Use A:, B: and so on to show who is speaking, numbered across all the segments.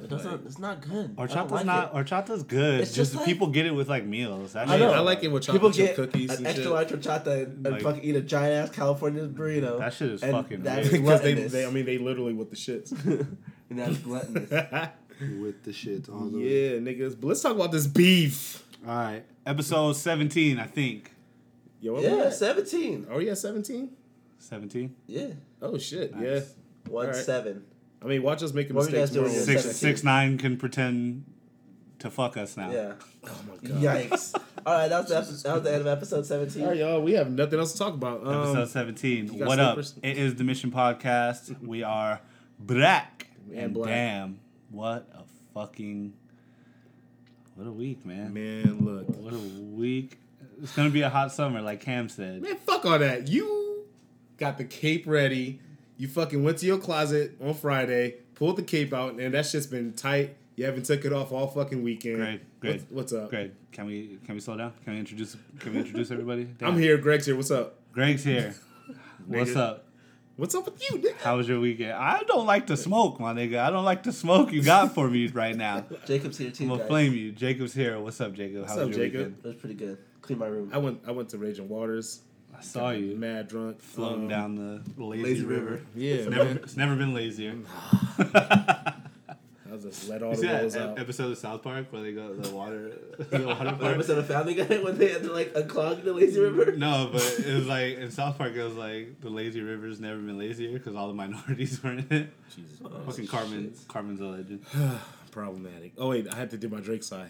A: It doesn't. It's not good. I don't
B: Horchata's
A: like
B: not.
A: it.
B: Horchata's good.
A: It's
B: just
A: just like-
B: people get it with like meals. That's
A: I
B: shit-
A: know.
C: I like it with
A: People
C: chocolate
A: get
C: chip cookies
A: an
C: and
A: extra
C: shit.
A: large horchata and, and
B: Like-
A: fucking eat a giant ass California burrito.
B: That shit is
A: and
B: fucking
A: That's
B: weird.
C: because they,
A: gluttonous.
C: they, I mean, they literally with the shits.
A: and that's gluttonous.
C: yeah,
D: with the shit on them.
C: niggas. But let's talk about this beef.
D: All right.
B: Episode seventeen, I think.
C: Yo, what we
A: yeah,
C: at?
A: seventeen.
C: Are we at seventeen?
B: Seventeen.
A: Yeah,
C: Oh shit, yeah.
B: Nice.
A: one
C: All right.
A: seven.
C: I mean, watch us making
A: What we guys
C: mistakes.
A: doing
C: tomorrow.
A: here?
B: Six
A: 17.
B: six nine can pretend to fuck us now.
A: Yeah.
C: Oh my god.
A: Yikes. All right, that was, the, epi- that was the end of episode seventeen.
C: All right, y'all. We have nothing else to talk about. Um,
B: Episode seventeen.
C: you got
B: What up?
C: slippers?
B: It is the Mission Podcast. we are black
C: And
B: and
C: black.
B: damn, what a fucking what a week, man.
C: man, look.
B: What a week. It's gonna be a hot summer, like Cam said.
C: Man, fuck all that. You got the cape ready. You fucking went to your closet on Friday, pulled the cape out, and that shit's been tight. You haven't took it off all fucking weekend.
B: Greg, Greg,
C: What's, what's up?
B: Greg, can we can we slow down? Can we introduce can we introduce everybody? Damn.
C: I'm here. Greg's here. What's up?
B: Greg's here. What's
C: Nigga.
B: up?
C: What's up with you, nigga?
B: How was your weekend? I don't like to smoke, my nigga. I don't like the smoke you got for me right now.
A: Jacob's here too.
B: I'm gonna
A: guys.
B: flame you. Jacob's here. What's up, Jacob?
C: What's
B: How
C: up,
B: was your
C: Jacob?
B: weekend?
A: That was pretty good. Clean my room.
C: I went. I went to Raging Waters.
B: I saw you
C: Mad drunk.
B: floating
C: Um,
B: down the lazy,
A: Lazy
B: river.
A: River.
C: Yeah,
B: Never,
C: man. Mm,
B: it's never been lazier.
C: I just let all
B: You
C: the
B: see that
C: rolls
B: ep-
C: out.
B: episode of South Park where they go to the water, the water
A: What
B: park?
A: episode of Family Guy when they had to like unclog the lazy river?
B: No, but it was like in South Park, it was like the lazy river's never been lazier because all the minorities were in it.
C: Jesus,
B: Fucking
A: Oh,
B: Carmen, Carmen's a legend.
C: problematic. Oh wait, I had to do my Drake sigh.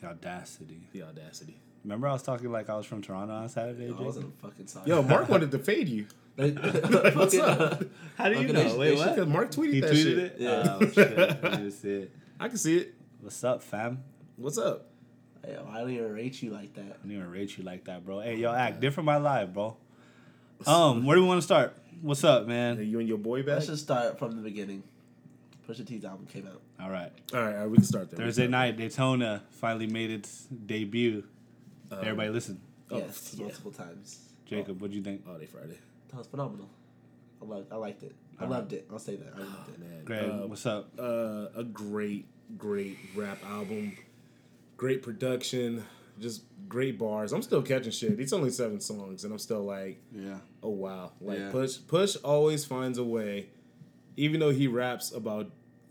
B: The audacity.
C: The audacity.
B: Remember, I was talking like I was from Toronto on Saturday.
A: I was
B: Jacob?
A: in a fucking song.
C: Yo, Mark wanted to fade you. What's up?
B: How do you
A: Fucking
B: know?
A: Asian-
B: Wait,
A: Asian
B: what?
C: Because Mark tweeted
B: He
C: that
B: tweeted
C: shit.
B: it.
A: Yeah.
B: Oh, shit. I didn't see it.
C: I can see it.
B: What's up, fam?
C: What's up?
A: Yo, I don't even rate you like that.
B: I didn't even rate you like that, bro. Hey, yo, act different my life, bro. Um, where do we want to start? What's up,
C: Are
B: man?
C: you and your boy back?
A: Let's just start from the beginning. Pusha T's album came out.
B: All right.
C: All right, all right, we can start there.
B: Thursday night, Daytona finally made its debut.
C: Um,
B: Everybody listen.
C: Oh,
A: yes,
C: yeah.
A: multiple times.
B: Jacob, what'd you think?
C: Holiday Friday.
A: That was phenomenal. I loved. I liked it. I
B: Alright.
A: loved it. I'll say that. I loved it.
C: Man,
B: Greg,
C: uh,
B: what's up?
C: uh, a great, great rap album. Great production. Just great bars. I'm still catching shit. It's only seven songs, and I'm still like,
D: Yeah.
C: oh wow. Like
D: Yeah.
C: push, push always finds a way. Even though he raps about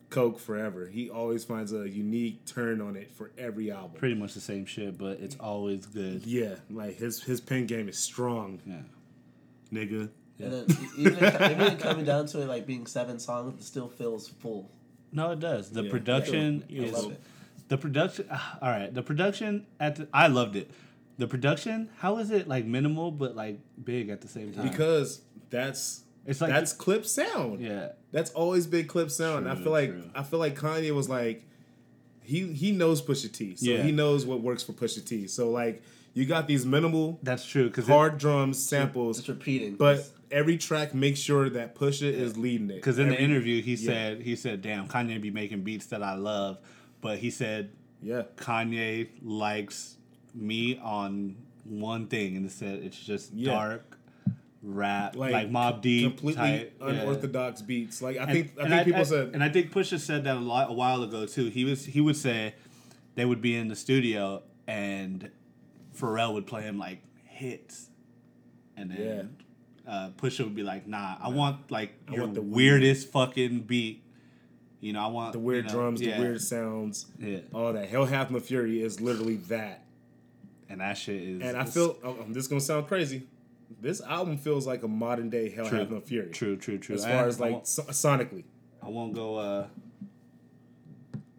C: coke forever, he always finds a unique turn on it for every album.
B: Pretty much the same shit, but it's always good.
C: Yeah, like his his pen game is strong,
B: Yeah.
C: nigga.
A: And then e, even, even coming down to it, like being seven songs, it still feels full.
B: No, it does. The
C: Yeah.
B: production
A: Yeah. I
B: is
A: love it.
B: the production. ah, All right, the production at the, I loved it. The production, how is it like minimal but like big at the same time?
C: because that's
B: It's like-
C: that's clip sound.
B: yeah,
C: That's always been clip sound. I
B: True,
C: feel like
B: true.
C: I feel like Kanye was like he he knows Pusha T, so
B: Yeah.
C: he knows what works for Pusha T. So like you got these minimal
B: that's true. Because
C: hard drums
A: It's
C: samples,
A: repeating.
C: but every track makes sure that Pusha is leading it.
B: Because in the
C: Every-
B: interview, he
C: yeah.
B: said, he said, damn, Kanye be making beats that I love, but he said
C: yeah,
B: Kanye likes me on one thing, and it said it's just
C: Yeah.
B: dark rap,
C: Like,
B: like, Mob Deep,
C: completely
B: type, yeah.
C: unorthodox beats. Like I
B: And-
C: think I
B: and
C: think people
B: I,
C: said
B: and I think Pusha said that a lot a while ago too. He was he would say they would be in the studio and Pharrell would play him like hits, and then uh, Pusha would be like, "Nah, I want like your
C: want the
B: weirdest fucking beat." You know, I want
C: the weird
B: you know,
C: drums,
B: yeah,
C: the weird sounds,
B: Yeah,
C: all that. Hell Half My Fury is literally that.
B: and that shit is.
C: And I feel oh, this is gonna sound crazy. This album feels like a modern day Hell
B: True.
C: Have No Fury.
B: true, true, true.
C: As
B: I-
C: far as
B: I
C: like
B: won't-
C: so- sonically,
B: I won't go uh,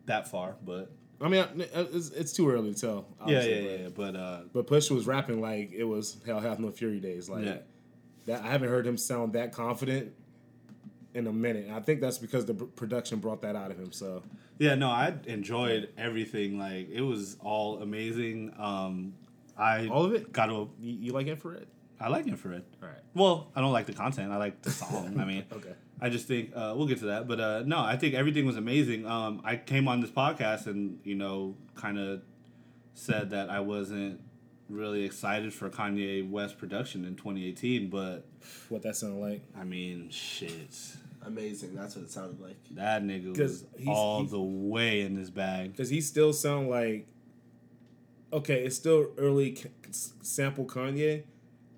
B: that far, but
C: I mean, I- it's, it's too early to tell.
B: yeah,
C: obviously,
B: yeah, yeah,
C: but,
B: yeah. But uh,
C: But Push was rapping like it was Hell Have No Fury days. Like
B: Yeah.
C: that, I haven't heard him sound that confident in a minute. And I think that's because the pr- production brought that out of him. So
B: Yeah, no, I enjoyed everything. Like it was all amazing. Um, I
C: All of it?
B: Got to.
C: you, you like infrared?
B: I like infrared.
C: All right.
B: Well, I don't like the content. I like the song. I mean,
C: Okay.
B: I just think uh, we'll get to that. But uh, no, I think everything was amazing. Um, I came on this podcast and you know kind of said that I wasn't really excited for Kanye West production in 2018, but
C: What that sounded like?
B: I mean, shit.
A: amazing. That's what it sounded like.
B: That nigga
C: 'Cause
B: was
C: he's-
B: all
C: he's-
B: the way in this bag.
C: Does he still sound like? Okay, it's still early c- s- sample Kanye,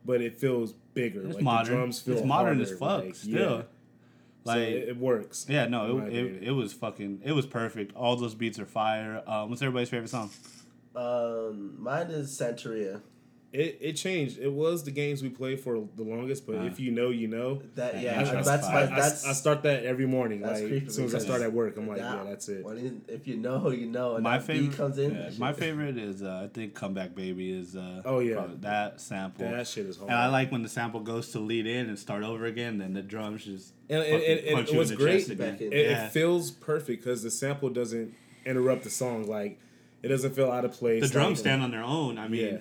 C: but it feels bigger.
B: It's
C: like
B: modern.
C: The drums feel
B: it's modern as fuck.
C: harder, like,
B: still,
C: yeah. So
B: like
C: it, it works.
B: yeah, no,
C: my
B: it,
C: opinion.
B: it, it was fucking, it was perfect. All those beats are fire. Um, what's everybody's favorite song?
A: Um, mine is Santeria.
C: It it changed. It was the games we played for the longest, but
B: Uh.
C: if you know, you know.
A: That yeah,
B: I-
A: that's
B: I-
A: that's
C: I,
A: my,
C: I-
A: that's
C: I start that every morning.
A: that's
C: Like
A: creepy
C: as soon as I
A: because
C: start at work, I'm like,
A: that-
C: yeah, that's it.
A: when you- if you know, you know. And
B: my
A: that beat
B: favorite
A: comes in.
B: yeah,
A: that
B: my
A: shit-
B: favorite is uh, I think "Comeback Baby" is. Uh,
C: Oh, yeah.
B: probably that sample.
C: That shit is hard.
B: and I like when the sample goes to lead in and start over again. Then the drums just
C: And- and-
B: fucking
C: and- and
B: punch you
C: what's
B: in the
C: great-
B: chest again.
A: Back in.
C: it,
B: yeah.
C: it feels perfect because the sample doesn't interrupt the song. Like it doesn't feel out of place.
B: the drums
C: Like,
B: stand on their own. I mean,
C: Yeah.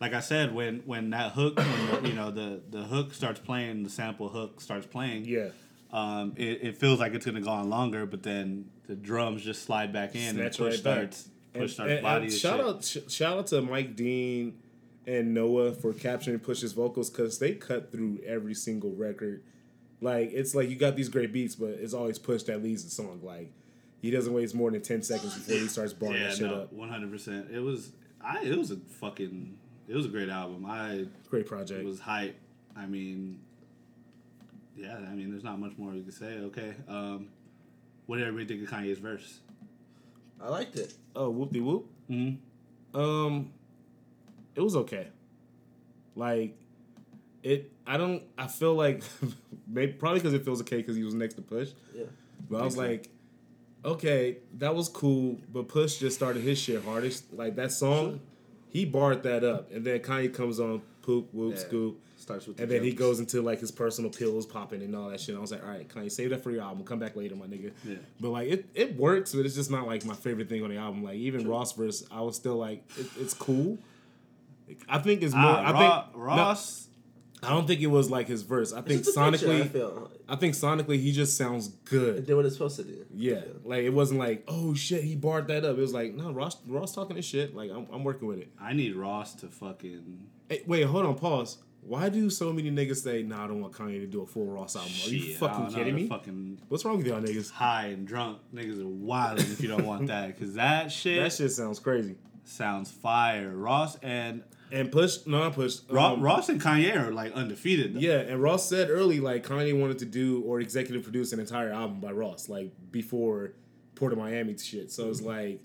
B: like I said, when when that hook, when the, you know, the the hook starts playing, the sample hook starts playing.
C: Yeah,
B: Um, it, it feels like it's gonna go on longer, but then the drums just slide back in and
C: Snatch
B: push
C: right back.
B: starts, push
C: And-
B: starts
C: and- and
B: body. and
C: shout
B: shit.
C: out, sh- shout out to Mike Dean and Noah for capturing Push's vocals because they cut through every single record. Like it's like you got these great beats, but it's always Push that leads the song. Like he doesn't waste more than ten seconds before he starts barring
B: Yeah,
C: that shit
B: no,
C: up.
B: one hundred percent. It was, I it was a fucking, it was a great album. I
C: Great project.
B: it was hype. I mean, yeah, I mean, there's not much more we can say. Okay, um, what did everybody think of Kanye's verse?
A: I liked it.
C: oh, whoop de whoop.
B: Mm-hmm.
C: Um, it was okay. Like, it. I don't. I feel like maybe probably because it feels okay because he was next to Push.
A: Yeah.
C: But I was like, okay, that was cool. But Push just started his shit hardest. Like that song, he barred that up, and then Kanye comes on, poop, whoop,
A: Yeah.
C: scoop,
A: Starts with.
C: and then he goes into like his personal pills popping and all that shit. I was like, all right, Kanye, save that for your album. Come back later, my nigga.
B: Yeah.
C: But like it, it works, but it's just not like my favorite thing on the album. Like even Ross verse, I was still like, it, it's cool. I think it's more.
B: Ah,
C: I
B: Ra-
C: think no,
B: Ross.
C: I don't think it was like his verse. I think sonically,
A: I feel.
C: I think sonically, he just sounds good.
A: It did what it's supposed to do.
C: Yeah, like it wasn't like, oh shit, he barred that up. It was like, no, Ross, Ross talking his shit. Like I'm, I'm working with it.
B: I need Ross to fucking.
C: Hey, wait, hold on, pause. Why do so many niggas say, nah, I don't want Kanye to do a full Ross album? Are you
B: Shit, I
C: fucking
B: don't know,
C: kidding
B: they're
C: me?
B: Fucking
C: What's wrong with y'all niggas?
B: high and drunk niggas are wild if you don't want that because that shit
C: That shit sounds crazy.
B: sounds fire. Ross and
C: And push, no, not push.
B: Ro-
C: um,
B: Ross and Kanye are like undefeated. though.
C: Yeah, and Ross said early like Kanye wanted to do or executive produce an entire album by Ross, like before Port of Miami shit. So it's like,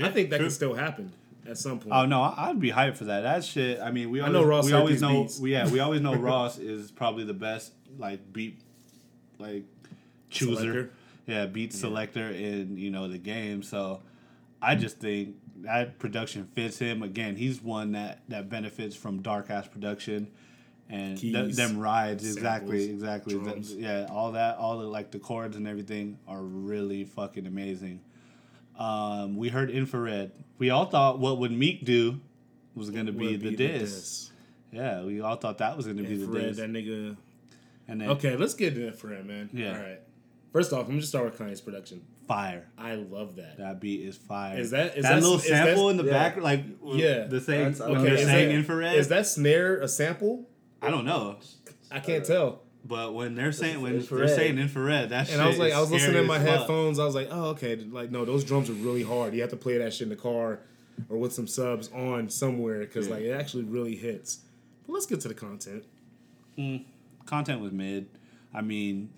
C: I think that
B: Mm-hmm. true.
C: can still happen at some point.
B: Oh no, I- I'd be hyped for that. That shit. I mean, we always,
C: know Ross
B: we
C: heard
B: always
C: these
B: know.
C: beats.
B: Yeah, we always know Ross is probably the best like beat, like chooser.
C: Selector.
B: Yeah, beat selector in you know the game. So I just think that production fits him. Again, he's one that that benefits from dark ass production. And th-
C: Keys,
B: them rides, exactly,
C: samples,
B: exactly. Th-
C: drums.
B: yeah, all that, all the like the chords and everything are really fucking amazing. Um, we heard infrared. We all thought what would Meek do was going to be
C: Would
B: the diss. Yeah, we all thought that was going to be the
C: Fred,
B: diss.
C: that nigga.
B: and then
C: Okay, let's get into it for him, man.
B: Yeah.
C: All right. First off, I'm just start with Kanye's production.
B: fire.
C: I love that.
B: That beat is fire.
C: Is that- is
B: that
C: that-
B: little
C: is that-
B: sample in the
A: yeah.
B: back? Like
C: Yeah.
B: the thing
A: That's-
B: when
A: okay,
B: they're
C: is
B: saying
C: that,
B: infrared.
C: Is that snare a sample?
B: I don't know,
C: I can't tell.
B: but when they're saying when
A: infrared.
B: they're saying infrared, that shit
C: And I was like,
B: is
C: I was listening
B: scary
C: in my
B: as fuck.
C: headphones. I was like, oh, okay. Like, no, those drums are really hard. You have to play that shit in the car or with some subs on somewhere because, like, it actually really hits. But let's get to the content.
B: Content was mid. I mean,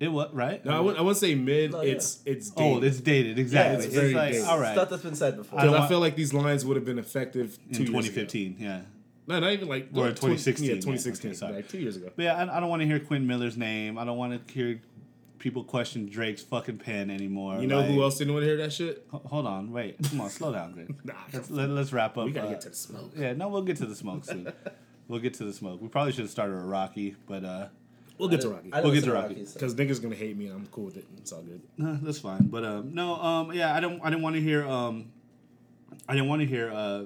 B: it was right.
C: No, I wouldn't, I wouldn't say mid.
A: No, yeah.
C: it's it's
B: Old,
C: dated.
B: it's dated exactly.
C: it's
B: it's
C: very
B: like
C: dated.
B: all right
A: Stuff that's been said before.
B: I don't
C: Because I,
B: want-
C: feel like these lines would have been effective two
B: in
C: years ago.
B: 2015. Yeah,
C: No, not even like
B: Or
C: tw-
B: 2016,
C: Yeah,
B: yeah,
C: 2016.
B: okay, sorry.
C: like two years ago.
B: But yeah, I, I don't want to hear Quinn Miller's name. I don't want to hear people question Drake's fucking pen anymore.
C: You know
B: Like,
C: who else didn't want to hear that shit?
B: ho- Hold on, wait. Come on, slow down, Glenn.
C: Nah,
B: Let's, let, us wrap up.
C: we gotta
B: uh,
C: get to the smoke.
B: yeah, no, we'll get to the smoke soon. we'll get to the smoke. We probably should have started with Rocky, but uh,
C: We'll get to Rocky
A: I
B: We'll get
A: listen
B: to Rocky.
A: Rocky, so-
C: because niggas gonna hate me and I'm cool with it. It's all good.
B: nah, that's fine. But um, no, um, yeah, I don't, I didn't want to hear, um, I didn't want to hear uh,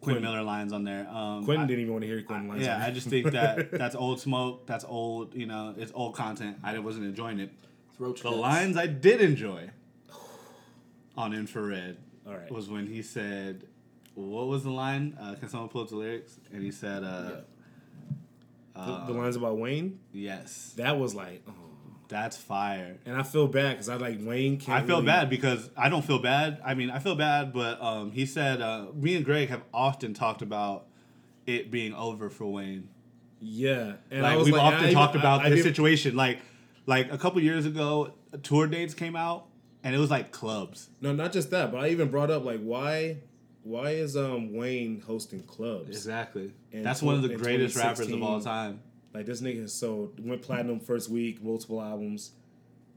B: Quinn,
C: Quinn.
B: Miller lines on there. Um,
C: Quentin
B: I-
C: didn't even want to hear Quentin lines.
B: yeah,
C: on
B: I
C: it.
B: just think that that's old smoke. That's old, you know, it's old content. I wasn't enjoying it.
A: Throat
B: The
A: cuts.
B: lines I did enjoy on infrared
C: All right.
B: was when he said, "What was the line? Uh, can someone pull up the lyrics?" And he said, uh,
C: the, the lines about Wayne.
B: Yes,
C: That was like, oh.
B: that's fire.
C: and I feel bad because I like Wayne. Can't
B: I feel
C: really-
B: bad because I don't feel bad. I mean, I feel bad, but um, he said uh, me and Greg have often talked about it being over for Wayne.
C: Yeah, and I
B: Like
C: was
B: we've
C: like,
B: often
C: I-
B: talked
C: I-
B: about
C: I
B: this
C: didn't-
B: situation. Like, like a couple years ago, tour dates came out, and it was like clubs.
C: No, not just that, but I even brought up like why, why is um Wayne hosting clubs?
B: Exactly.
C: In
B: That's one of the
C: tw- in
B: greatest rappers of all
C: 2016.
B: time.
C: Like this nigga has sold went platinum first week, multiple albums,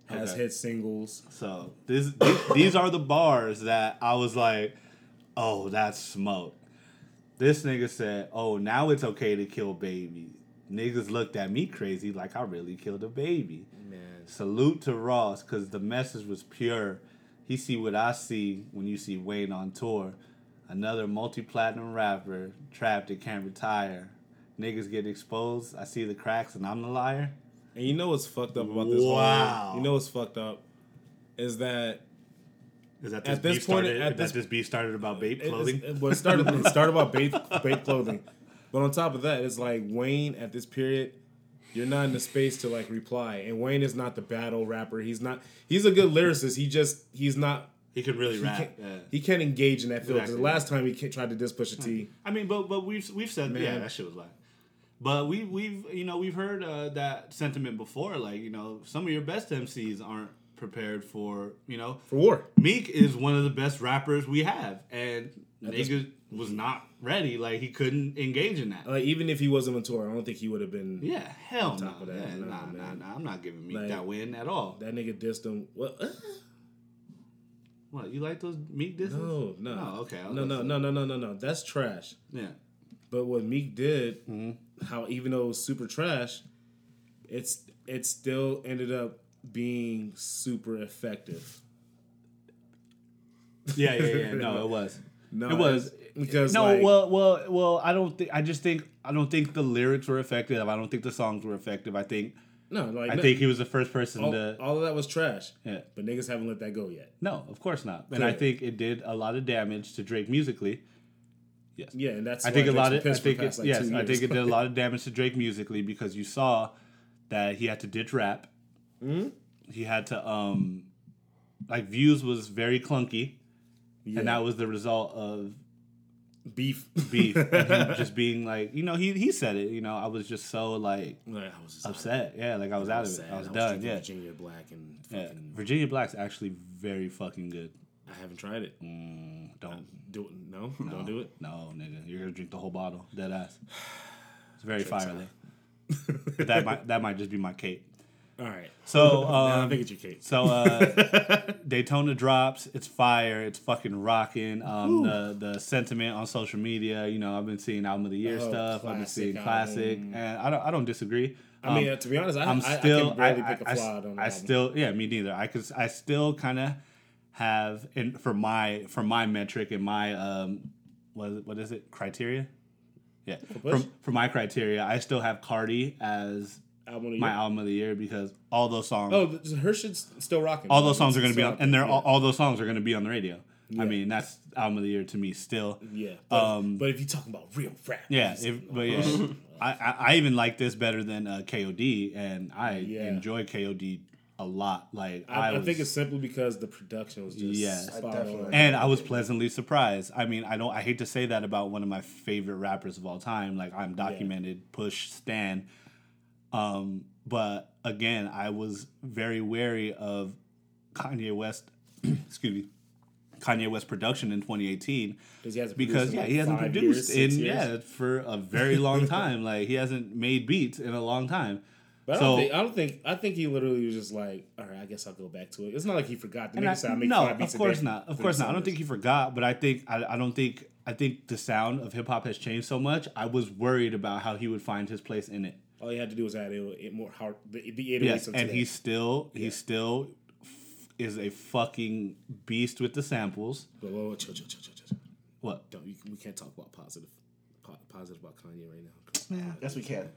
C: has
B: Okay.
C: hit singles.
B: So this, these, these are the bars that I was like, oh, that's smoke. This nigga said, oh, now it's okay to kill baby. Niggas looked at me crazy like I really killed a baby.
C: Man,
B: Salute to Ross because the message was pure. He see what I see when you see Wayne on tour. Another multi-platinum rapper trapped and can't retire. Niggas get exposed. I see the cracks and I'm the liar.
C: and you know what's fucked up about this? whole-
B: Wow.
C: you know what's fucked up is that
B: Is that
C: At this
B: beef
C: point-
B: started?
C: at
B: is
C: this- Uh,
B: that this beef started about babe
C: it-
B: clothing?
C: It, it, well, it started it started about babe, babe clothing, but on top of that, it's like Wayne at this period. You're not in the space to like reply, and Wayne is not the battle rapper. He's not. He's a good lyricist. He just he's not.
B: He can really
C: He
B: rap.
C: can't,
B: yeah.
C: he can't engage in that field. 'cause
B: Exactly.
C: The last time he ca- tried to diss Pusha T,
B: I mean, but but we've we've said yeah
C: Man.
B: that shit was like, but we we've you know we've heard uh, that sentiment before. Like you know some of your best MCs aren't prepared for you know
C: for war.
B: Meek is one of the best rappers we have, and nigga was not ready. Like he couldn't engage in that.
C: Like even if he wasn't on tour, I don't think he would have been.
B: yeah, hell no,
C: top of that,
B: Yeah,
C: no,
B: nah, nah,
C: man.
B: nah. I'm not giving Meek
C: Like-
B: that win at all.
C: That nigga dissed him. What?
B: What you like those Meek disses?
C: No, no.
B: Oh, okay. I was
C: No,
B: gonna
C: no,
B: say-
C: no, no, no, no, no. That's trash.
B: Yeah.
C: But what Meek did,
B: Mm-hmm.
C: how even though it was super trash, it's it still ended up being super effective.
B: yeah, yeah, yeah. No, it was.
C: No,
B: It was.
C: because
B: No,
C: like,
B: well, well, well. I don't think. I just think. I don't think the lyrics were effective. I don't think the songs were effective. I think.
C: no, like
B: I
C: no,
B: think he was the first person
C: all,
B: to.
C: all of that was trash.
B: Yeah.
C: But niggas haven't let that go yet.
B: No, of course not. And I
C: Good.
B: think it did a lot of damage to Drake musically.
C: Yeah, and that's
B: I
C: why
B: think a
C: Drake's
B: lot
C: been
B: of I
C: pissed for
B: think
C: the past,
B: it,
C: like,
B: yes,
C: two
B: I think
C: years.
B: it did a lot of damage to Drake musically because you saw that he had to ditch rap.
C: Hmm?
B: He had to um like views was very clunky,
C: Yeah.
B: and that was the result of
C: beef.
B: beef and him just being like you know he he said it you know I was just so like
C: Like, I was just
B: upset yeah like I was out of it
C: sad.
B: I was
C: drinking
B: done yeah.
C: Virginia Black and
B: yeah
C: fucking.
B: Virginia Black's actually very fucking good.
C: I haven't tried it.
B: Don't
C: Do it? No, don't do it.
B: Mm. No, nigga, you're gonna drink the whole bottle, dead ass. It's very fiery. but that might that might just be my cape.
C: All right.
B: So
C: Nah, I
B: um,
C: think it's your case.
B: so uh, Daytona drops. It's fire. It's fucking rocking. Um, the the sentiment on social media. You know, I've been seeing album of the year
C: Oh,
B: stuff. I've been
C: classic
B: seeing classic,
C: album.
B: and I don't I don't disagree.
C: I mean,
B: Um,
C: uh, to be honest, I,
B: I'm
C: I- I
B: still.
C: can
B: I,
C: barely
B: I,
C: pick a
B: I s-
C: flaw on that
B: I
C: album.
B: still. Yeah, me neither. I could. I still kind of have, and for my for my metric and my um, what is it- what is it criteria? Yeah, for,
C: Bush?
B: for my criteria, I still have Cardi as
C: album of the
B: my
C: year.
B: album of the year because all those songs,
C: Oh, th- her shit's still rocking.
B: all those songs are going to
C: It's
B: be
C: still
B: on, and they're
C: rocking.
B: all, all those songs are going to be on the radio. I mean, that's album of the year to me still.
C: yeah. But,
B: um,
C: but if you're talking about real rap,
B: Yeah,
C: it's-
B: if, but yeah, I, I I even like this better than uh, KOD, and I
C: Yeah.
B: enjoy KOD a lot. Like
C: I, I,
B: was,
C: think it's simply because the production was just
B: Yes. I
C: spot
A: definitely-
C: on.
B: and I was pleasantly surprised. I mean, I don't I hate to say that about one of my favorite rappers of all time. Like I'm documented, push, stan. Um, but again, I was very wary of Kanye West excuse me. Kanye West production in 2018
C: because he hasn't
B: because
C: produced in,
B: yeah
C: like,
B: he hasn't
C: five
B: produced
C: years, six
B: in
C: years.
B: yeah for a very long time like he hasn't made beats in a long time
C: But I,
B: so-
C: don't think, I don't think I think he literally was just like, all right, I guess I'll go back to it. It's not like he forgot. The nigga
B: And I-
C: said I make
B: no,
C: five beats
B: of course
C: a day
B: not. Of
C: for
B: course
C: the
B: not. I don't
C: summers.
B: think he forgot, but I think I, I don't think I think the sound of hip hop has changed so much. I was worried about how he would find his place in it.
C: all he had to do was add it, it more hard the, the iterates
B: Yes,
C: of
B: and
C: today.
B: he still he still f- is a fucking beast with the samples.
C: Whoa, whoa, whoa, chill, chill, chill, chill, chill.
B: What?
C: Don't you, we can't talk about positive, po- positive about Kanye right now.
A: Yes, we can.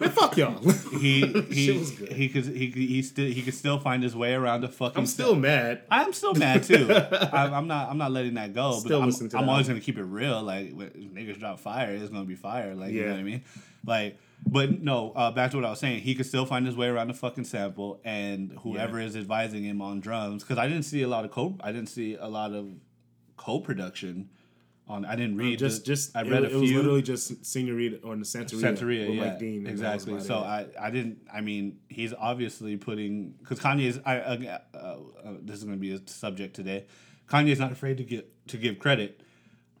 C: Man, fuck y'all.
B: He he
C: was good.
B: he could he could- he still he could still find his way around to fucking.
C: I'm still mad.
B: I'm still mad too. I'm, I'm not. I'm not letting that go.
C: Still
B: but
C: listen
B: I'm,
C: to
B: I'm
C: that.
B: always gonna keep it real. Like when niggas drop fire, it's gonna be fire. Like you know
C: Yeah.
B: what I mean. Like, but no. Uh, back to what I was saying. He could still find his way around the fucking sample, and whoever is advising him on drums, because I didn't see a lot of co. I didn't see a lot of co-production. On I didn't read.
C: Just,
B: the-
C: just
B: I read
C: it,
B: a
C: it was
B: few.
C: literally just Senorita on the Santeria,
B: Santeria,
C: with
B: yeah,
C: Mike Dean. and that was
B: exactly.
C: about
B: So
C: it.
B: I, I didn't. I mean, he's obviously putting because Kanye's. I, I uh, uh, this is going to be a subject today. Kanye's not afraid to get to give credit.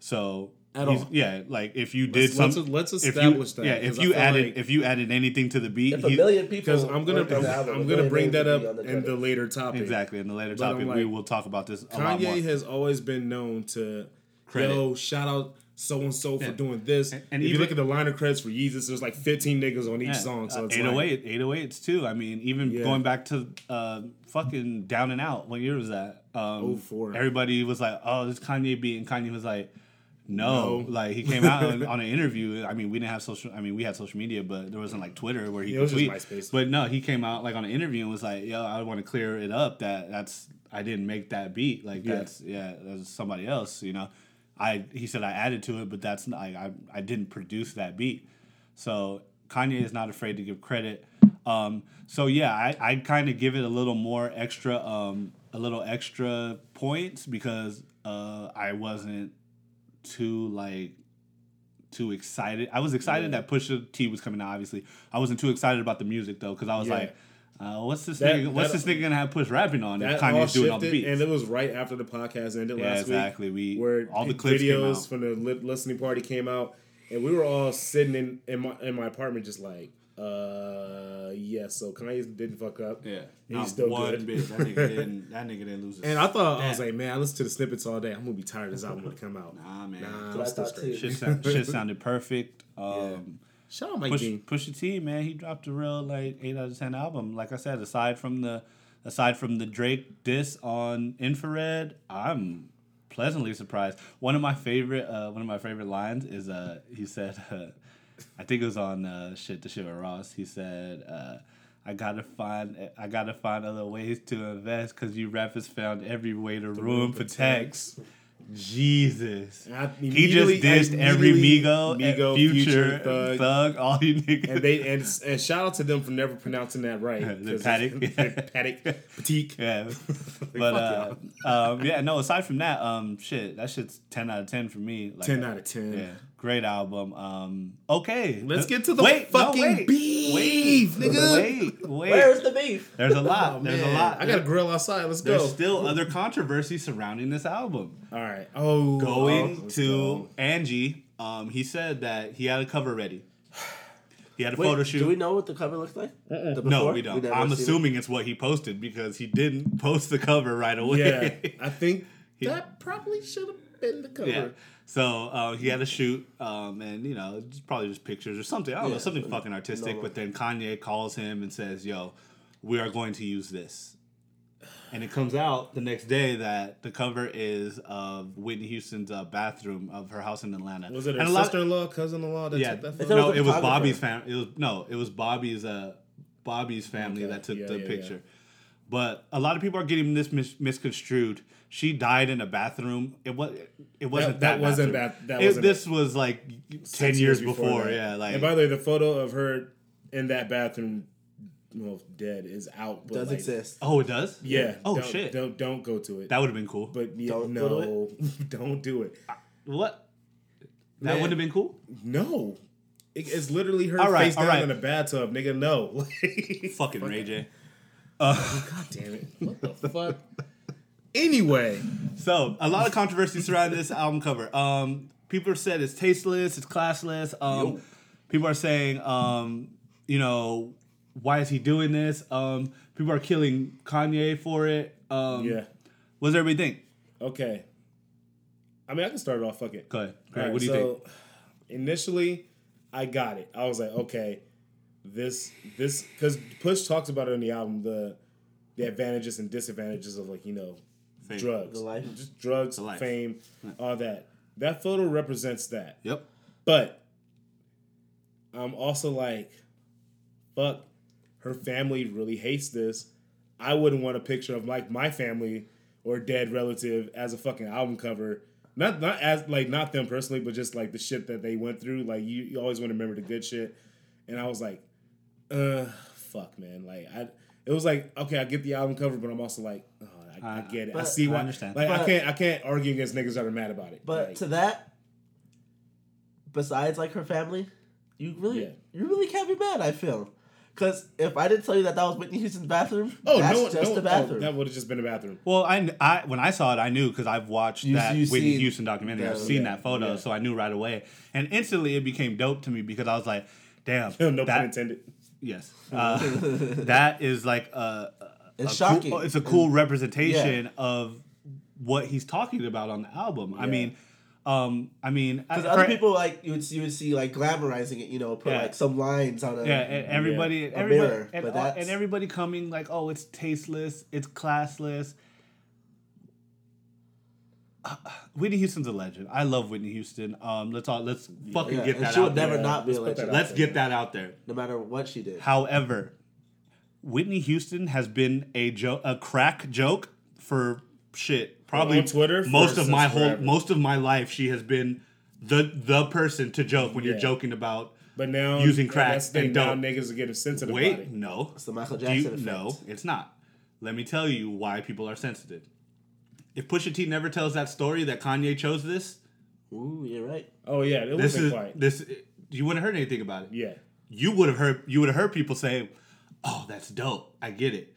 B: So
C: At
B: he's-
C: all.
B: Yeah, like if you did
C: Let's-
B: some,
C: let's- let's
B: if you-
C: establish that,
B: Yeah, if
C: 'cause I
B: you
C: feel
B: added
C: like-
B: if you added anything to the beat,
A: If a
B: he-
A: million people,
C: because I'm gonna
A: worked on the album,
C: I'm
A: a
C: gonna
A: million
C: bring that
A: names
C: up
A: would be on the
C: in the
A: credits.
C: later topic.
B: exactly in the later
C: But I'm
B: topic we
C: like,
B: will talk about this. a lot more.
C: Kanye has always been known to
B: Credit.
C: yo shout out so and so for doing this. And,
B: and
C: if
B: even-
C: you look at the line of credits for Yeezus, there's like 15 niggas on each
B: Yeah,
C: song. So
B: uh,
C: it's like,
B: 808, 808s too. I mean, even
C: Yeah.
B: going back to uh, fucking Down and Out. What year was that? Um,
C: 04.
B: Everybody was like, "Oh, this Kanye beat," and Kanye was like, "No."
C: No.
B: Like he came out on, on an interview. I mean, we didn't have social. I mean, we had social media, but there wasn't like Twitter where he
C: Yeah, it
B: could
C: was just
B: tweet.
C: MySpace.
B: But no, he came out like on an interview and was like, "Yo, I want to clear it up that that's I didn't make that beat. Like that's yeah, that's somebody else. You know." I, he said I added to it, but that's not, I, I I didn't produce that beat. So Kanye is not afraid to give credit. Um, so yeah, I, I kind of give it a little more extra, um, a little extra points because uh, I wasn't too like too excited. I was excited that Pusha T was coming out. Obviously, I wasn't too excited about the music though because I was
C: Yeah.
B: like, uh, what's this?
C: That-
B: nigga, what's
C: that-
B: this nigga gonna have Push rapping on if
C: that all
B: Kanye's
C: shifted,
B: doing all the beats?
C: and it was right after the podcast ended
B: Yeah,
C: last
B: exactly. We
C: week. Where
B: all the clips came
C: videos
B: out.
C: from the li- listening party came out, and we were all sitting in in my, in my apartment just like, uh, yeah. So Kanye didn't fuck up.
B: yeah,
C: he's
B: Not
C: still
B: one
C: good.
B: bitch. That nigga didn't. That nigga didn't lose. his-
C: And I thought I was
B: Damn.
C: like, man, I listened to the snippets all day. I'm gonna be tired of this album when it come out.
B: Nah, man.
C: Nah, I'm
A: That's
C: still
A: what I thought,
C: straight.
A: too.
B: shit, sound, shit sounded perfect. Um,
C: Shout out Mike
B: Push,
C: Dean.
B: Pusha T, man, he dropped a real like eight out of ten album. Like I said, aside from the aside from the Drake diss on Infrared, I'm pleasantly surprised. One of my favorite uh, one of my favorite lines is uh, he said, uh, I think it was on uh, shit the shit with Ross. He said. Uh, I gotta find I gotta find other ways to invest because you rappers found every way to ruin protects. Jesus,
C: And I
B: he just
C: immediately- I
B: dissed every
C: immediately-
B: Migo,
C: Migo,
B: future,
C: Future,
B: thug.
C: Thug.
B: all you niggas.
C: and they and, and shout out to them for never pronouncing that right.
B: The
C: 'Cause
B: paddock.
C: it's- the paddock, Patik.
B: yeah, but uh, um, yeah, no. Aside from that, um, shit, that shit's ten out of ten for me. Like, uh,
C: Ten out of ten.
B: Yeah, great album. Um, okay,
C: Let's get to the
B: wait, no,
C: fucking
B: wait,
C: beef,
B: wait,
C: nigga.
B: Wait, wait.
A: Where's the beef? Oh,
B: There's a lot. There's a
C: Man,
B: lot.
C: I got a grill outside. Let's
B: There's
C: go.
B: still other controversy surrounding this album.
C: All right. Oh,
B: going
C: let's
B: to
C: go.
B: Angie. Um, he said that he had a cover ready. He had a
A: Wait,
B: photo shoot.
A: Do we know what the cover looks like? The
B: no,
A: before?
B: we don't.
A: We've never
B: I'm
A: seen it.
B: assuming it's what he posted because he didn't post the cover right
C: Yeah,
B: away.
C: I think
B: He-
C: that probably should have been the cover.
B: Yeah. So uh, he had a shoot, um, and you know, it's probably just pictures or something. I don't know,
A: Yeah,
B: something
A: but
B: fucking artistic.
A: normal.
B: But then Kanye calls him and says, "Yo, we are going to use this." And it comes out the next day that the cover is of Whitney Houston's uh, bathroom of her house in Atlanta.
C: Was it
B: And
C: her
B: a lot-
C: sister-in-law, cousin-in-law that
B: Yeah,
C: took that
A: I
C: photo?
A: thought
B: no,
A: was
B: it
A: the
B: was
A: photographer.
B: Bobby's family. It was no, it was Bobby's uh, Bobby's family
C: Okay,
B: that took
C: yeah,
B: the
C: yeah,
B: picture.
C: yeah.
B: But a lot of people are getting this mis- misconstrued. She died in a bathroom. It was it wasn't that,
C: that wasn't
B: bathroom.
C: that- that
B: It-
C: wasn't-
B: this was like ten
C: Six
B: years, before.
C: that.
B: yeah, like
C: and by the way, the photo of her in that bathroom, well, dead is out. but,
A: Does
C: like,
A: exist?
B: oh, it does.
C: Yeah.
B: Oh
C: don't,
B: shit.
C: Don't don't go to it.
B: That would have been cool.
C: But yeah,
A: Don't go to
C: no, don't do it.
B: what? That
C: Man.
B: would have been cool.
C: No, It- it's literally her
B: All right,
C: face
B: all
C: down
B: right.
C: in a bathtub, nigga. No, Oh,
B: Fucking Ray J.
C: God damn it! What the fuck? Anyway,
B: So a lot of controversy surrounding this album cover. Um, people have said it's tasteless, it's classless. Um, people are saying, um, you know, why is he doing this? Um, people are killing Kanye for it. Um,
C: yeah,
B: What does everybody think?
C: okay. I mean, I can start it off. Fuck it.
B: Go ahead.
C: All
B: Greg, what do you think?
C: Initially, I got it. I was like, okay, this this because Push talks about it on the album the the advantages and disadvantages of like you know
B: Fame.
C: drugs,
A: The life.
C: just drugs,
B: life.
C: fame, all that. That photo represents that.
B: Yep.
C: But I'm also like, fuck, her family really hates this. I wouldn't want a picture of like my family or dead relative as a fucking album cover. Not not as like not them personally, but just like the shit that they went through. Like you, you always want to remember the good shit. And I was like, uh, fuck, man. Like I, it was like okay, I get the album cover, but I'm also like, oh, I, I get it. I
A: Uh, but-
C: see
B: I
C: why.
B: understand.
C: Like I
A: But-
C: can't I can't argue against niggas that are mad about it.
A: But
C: Like,
A: to that, besides like her family, you really,
C: Yeah.
A: you really can't be mad. I feel, because if I didn't tell you that that was Whitney Houston's bathroom,
C: oh
A: that's
C: no,
A: just
C: no,
A: a bathroom.
C: Oh, that would have just been a bathroom.
B: Well, I, kn- I when I saw it, I knew because I've watched
A: You-
B: that
A: you
B: Whitney
A: seen
B: Houston documentary. I've
A: the-
B: seen
C: yeah,
B: that photo,
C: yeah.
B: so I knew right away. And instantly, it became dope to me because I was like, "Damn,
C: no pun
B: that-
C: intended.
B: Yes, uh, that is like a,
A: it's
B: a
A: shocking.
B: Cool, oh, it's a cool representation of what he's talking about on the album. I
C: Yeah.
B: mean, um, I mean,
A: Because
B: I-
A: other
B: for-
A: people like you would see, you would see like glamorizing it, you know, put
B: Yeah.
A: like some lines on a
B: Yeah, and everybody,
A: A
B: everybody,
A: mirror,
B: and,
A: but
B: all-
A: that's-
B: and everybody coming like, oh, it's tasteless, it's classless. Uh, Whitney Houston's a legend. I love Whitney Houston. Um, let's all let's fucking
A: Yeah,
B: get
A: and
B: that
A: she would
B: out
A: never
B: there.
C: Yeah,
A: not be a
C: let's put that
A: legend,
C: out.
B: Let's get that out there.
A: no matter what she did.
B: However, Whitney Houston has been a joke, a crack joke for shit. Probably
C: on Twitter for-
B: Most of my
C: since
B: whole,
C: forever.
B: most of my life, she has been the the person to joke when you're
C: Yeah.
B: joking about.
C: But now
B: Using crack
C: that's the thing,
B: and
C: now
B: dope.
C: niggas are getting sensitive about
B: Wait,
C: it.
B: no.
A: It's the Michael
B: Do you-
A: Jackson effect.
B: No, it's not. Let me tell you why people are sensitive. If Pusha T never tells that story that Kanye chose this,
A: Ooh, you're right.
C: Oh yeah, it
B: this
C: was a
B: is
C: fight.
B: this you wouldn't have heard anything about it.
C: Yeah,
B: You would have heard you would have heard people say, "Oh, that's dope. I get it."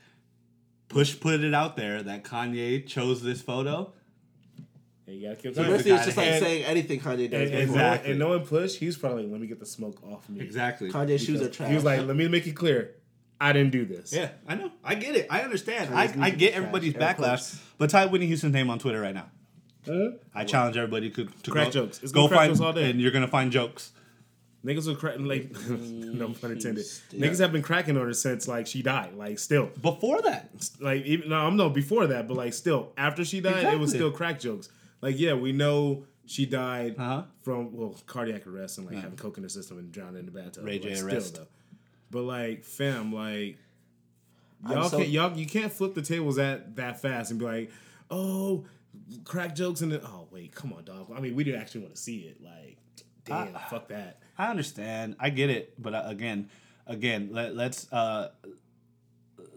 B: Push put it out there that Kanye chose this photo.
C: Yeah, you gotta keep
A: So
C: that.
B: He's the
A: basically, it's
B: guy
A: just
B: that
A: like
B: had-
A: saying anything Kanye does.
C: And,
A: before.
C: and,
B: Exactly.
C: knowing, and knowing Push, he's probably like, let me get the smoke off me.
B: Exactly.
A: Kanye's shoes are trash.
C: He was like, let me make it clear, I didn't do this.
B: Yeah, I know. I get it. I understand. I,
A: Kanye's
B: I
A: music
B: get
A: is
B: everybody's
A: trash. Air
B: backlash.
A: quotes.
B: But type Whitney Houston's name on Twitter right now.
C: Huh?
B: I challenge everybody to, to
C: Crack
B: go,
C: jokes. It's
B: go
C: gonna crack
B: find
C: jokes all day.
B: and you're gonna find jokes.
C: Niggas were cracking like, no pun intended.
A: Houston.
C: Niggas have been cracking on her since like she died. Like still,
B: Before that,
C: like even no, I'm no before that, but like still after she died, it was
B: Exactly.
C: still crack jokes. Like yeah, we know she died
B: Uh-huh.
C: from well cardiac arrest and like having coke in the system and drowning in the bathtub.
B: Ray
C: but,
B: J
C: like,
B: arrest.
C: though. But like fam, like
A: I'm
C: y'all
A: so-
C: can't y'all you can't flip the tables that that fast and be like, oh, crack jokes and then oh wait, come on, dog. I mean, we didn't actually want to see it. Like damn, fuck that.
B: I understand. I get it, but uh, again, again, let, let's uh,